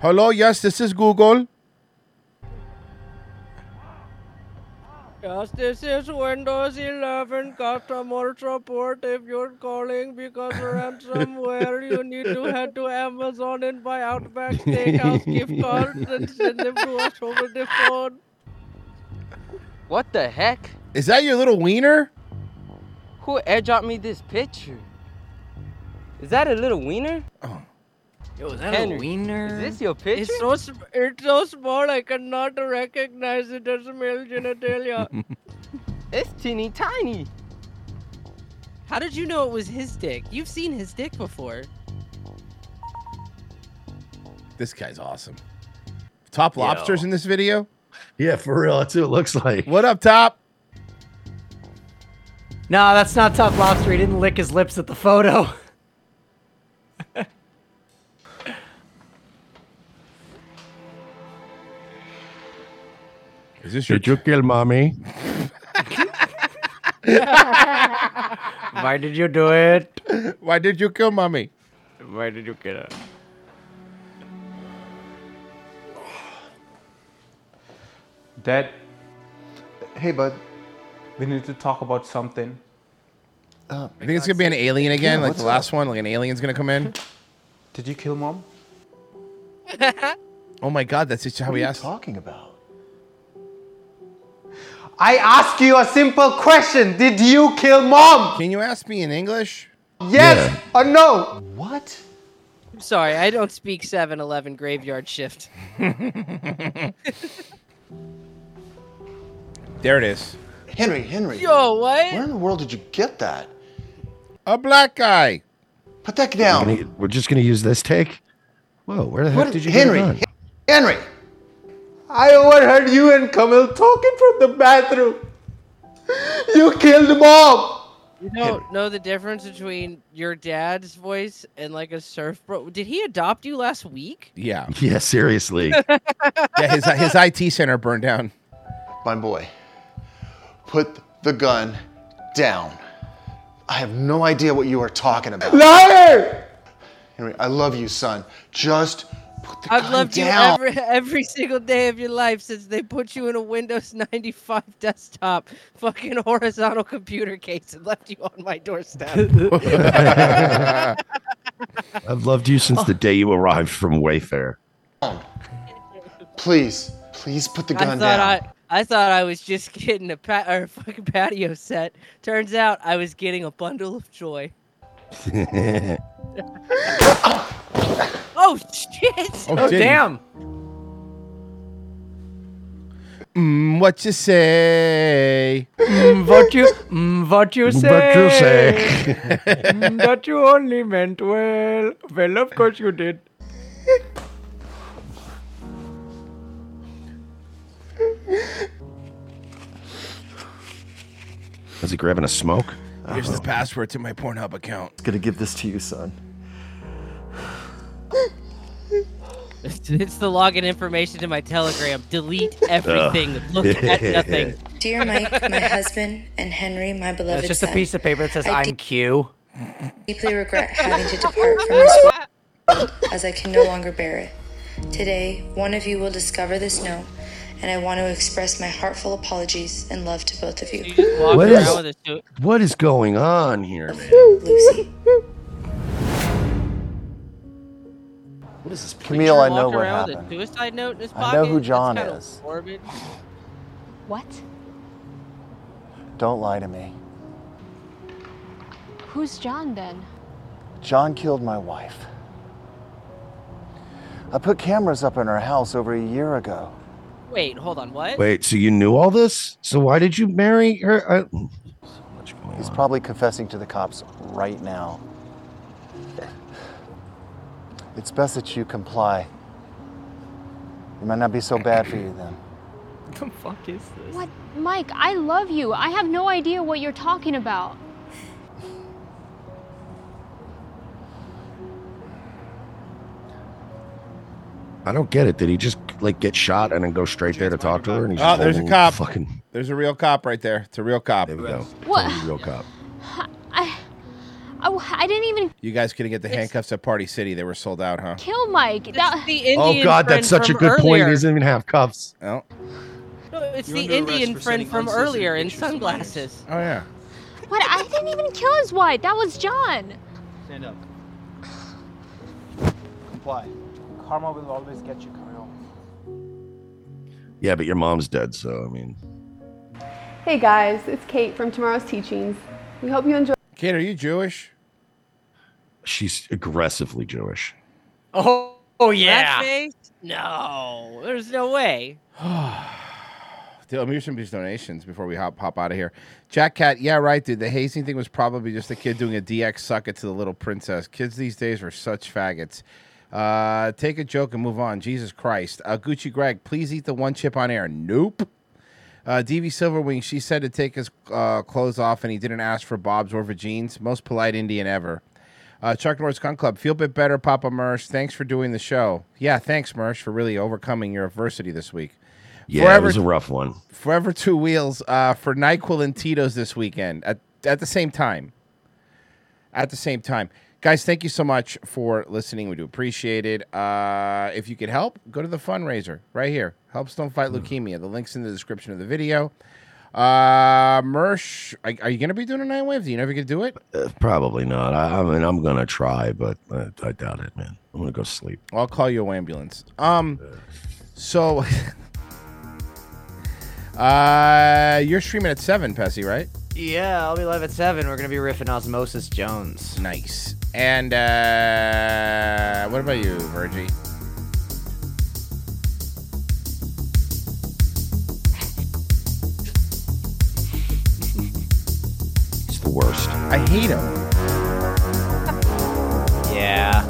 Hello, yes, this is Google.
Yes, this is Windows 11 customer support. If you're calling because ransomware, you need to head to Amazon and buy Outback Steakhouse gift cards and send them to us over the phone.
What the heck?
Is that your little wiener?
Who airdropped me this picture? Is that a little wiener?
Yo, is
that a Henry,
wiener?
Is this your picture?
It's so, sm- it's so small, I cannot recognize it as male genitalia.
it's teeny tiny.
How did you know it was his dick? You've seen his dick before.
This guy's awesome. Top lobsters in this video?
Yeah, for real. That's what it looks like.
What up, Top?
No, that's not Top Lobster. He didn't lick his lips at the photo.
Is this
Did you kill mommy?
Why did you do it?
Why did you kill mommy?
Why did you kill her?
Dad,
Hey, bud.
we need to talk about something.
Uh,
I think it's gonna be an alien again,
Yeah,
like
what's
the last one. Like an alien's gonna come in.
Did you kill mom?
Oh my god, that's just how
What
he
are you
asked.
talking about?
I ask you a simple question. Did you kill mom?
Can you ask me in English?
Yes or no?
What?
I'm sorry, I don't speak 7 Eleven graveyard shift.
There it is.
Henry, Henry.
Yo, what?
Where in the world did you get that?
A black guy.
Put that
We're,
down.
gonna- e, we're just gonna use this take. Whoa, where the
What
heck
is-
did you
Henry,
Get it done?
Henry.
I overheard you and Camille talking from the bathroom.
You killed mom.
You don't know the difference between your dad's voice and like a surf bro. Did he adopt you last week?
Yeah.
Yeah, seriously.
yeah, his, uh, his IT center burned down.
My boy, put the gun down. I have no idea what you are talking about.
Liar!
Henry, I love you, son. Just
I've loved
down.
you every every single day of your life since they put you in a Windows 95 desktop, fucking horizontal computer case, and left you on my doorstep.
I've loved you since the day you arrived from Wayfair.
Please, please put the
I
gun
thought
down.
I, I thought I was just getting a pat or a fucking patio set. Turns out I was getting a bundle of joy. Oh shit!
Oh, did he? Mm, what you say?
Mm, what you mm, what you say?
What you say?
Mm, that you only meant well. Well, of course you did.
Is he grabbing a smoke?
Here's the password to my Pornhub account.
Gonna give this to you, son.
It's, it's the login information to my Telegram. Delete everything. Look at nothing.
Dear Mike, my husband, and Henry, my beloved
It's just a
son,
piece of paper that says
I
I'm Q.
deeply regret having to depart from this world as I can no longer bear it. Today, one of you will discover this note, and I want to express my heartfelt apologies and love to both of you.
What is, what is going on here, man?
Lucy.
What is this?
Camille, I know
Walk
what
around
happened.
With a suicide note in his
I know
pocket?
who John
That's kinda
is.
Morbid.
What?
Don't lie to me.
Who's John then?
John killed my wife. I put cameras up in her house over a year ago.
Wait, hold on. What?
Wait, so you knew all this? So why did you marry her? I,
He's probably confessing to the cops right now. It's best that you comply. It might not be so bad for you then.
the fuck is this?
What? Mike, I love you. I have no idea what you're talking about.
I don't get it. Did he just like get shot and then go straight there to talk to her? And he's
Oh,
just
there's a
holding
cop.
Fucking
There's a real cop right there. It's a real cop. There we
go.
What?
real cop.
I, I didn't even
You guys couldn't get the handcuffs at Party City. They were sold out, huh?
kill Mike. That,
the
Oh God, that's such a good point. He doesn't even have cuffs.
Oh,
No, it's
You're
the
under arrest
Indian
for
friend
sending
from
unsolicited
earlier in
pictures to
sunglasses.
oh yeah.
What? I didn't even kill his wife. That was John.
Stand up. Comply. Karma will always get you, Camille.
Yeah, but your mom's dead, so I mean,
Hey guys, it's Kate from Tomorrow's Teachings. We hope you enjoy.
Kate, are you Jewish?
she's aggressively Jewish.
Oh, oh yeah.
Blackface? No, there's no way.
Dude, Let me hear some of these donations before we hop hop out of here. Jack Cat, yeah, right, dude. The hazing thing was probably just a kid doing a DX suck it to the little princess. Kids these days are such faggots. Uh, take a joke and move on. Jesus Christ. Uh, Gucci Greg, please eat the one chip on air. Nope. Uh, DV Silverwing, she said to take his uh, clothes off and he didn't ask for Bob's or for jeans. Most polite Indian ever. Uh, Chuck Norris Gun Club, feel a bit better, Papa Mersh. Thanks for doing the show. Yeah, thanks, Mersh, for really overcoming your adversity this week.
Yeah, it was a rough one.
Forever Two Wheels uh, for Nyquil and Tito's this weekend at, at the same time. At the same time. Guys, thank you so much for listening. We do appreciate it. Uh, if you could help, go to the fundraiser right here. Helps Don't Fight Leukemia. The link's in the description of the video. Uh, Mersh, are, are you going to be doing a night wave? Do you never get to do it?
Uh, probably not. I, I mean, I'm gonna try, but I, I doubt it, man. I'm gonna go sleep.
I'll call you a ambulance. Um, so, uh, you're streaming at 7, Pessy, right?
Yeah, I'll be live at seven. We're gonna be riffing Osmosis Jones.
Nice. And uh, what about you, Virgie?
It's the worst.
I hate him.
Yeah.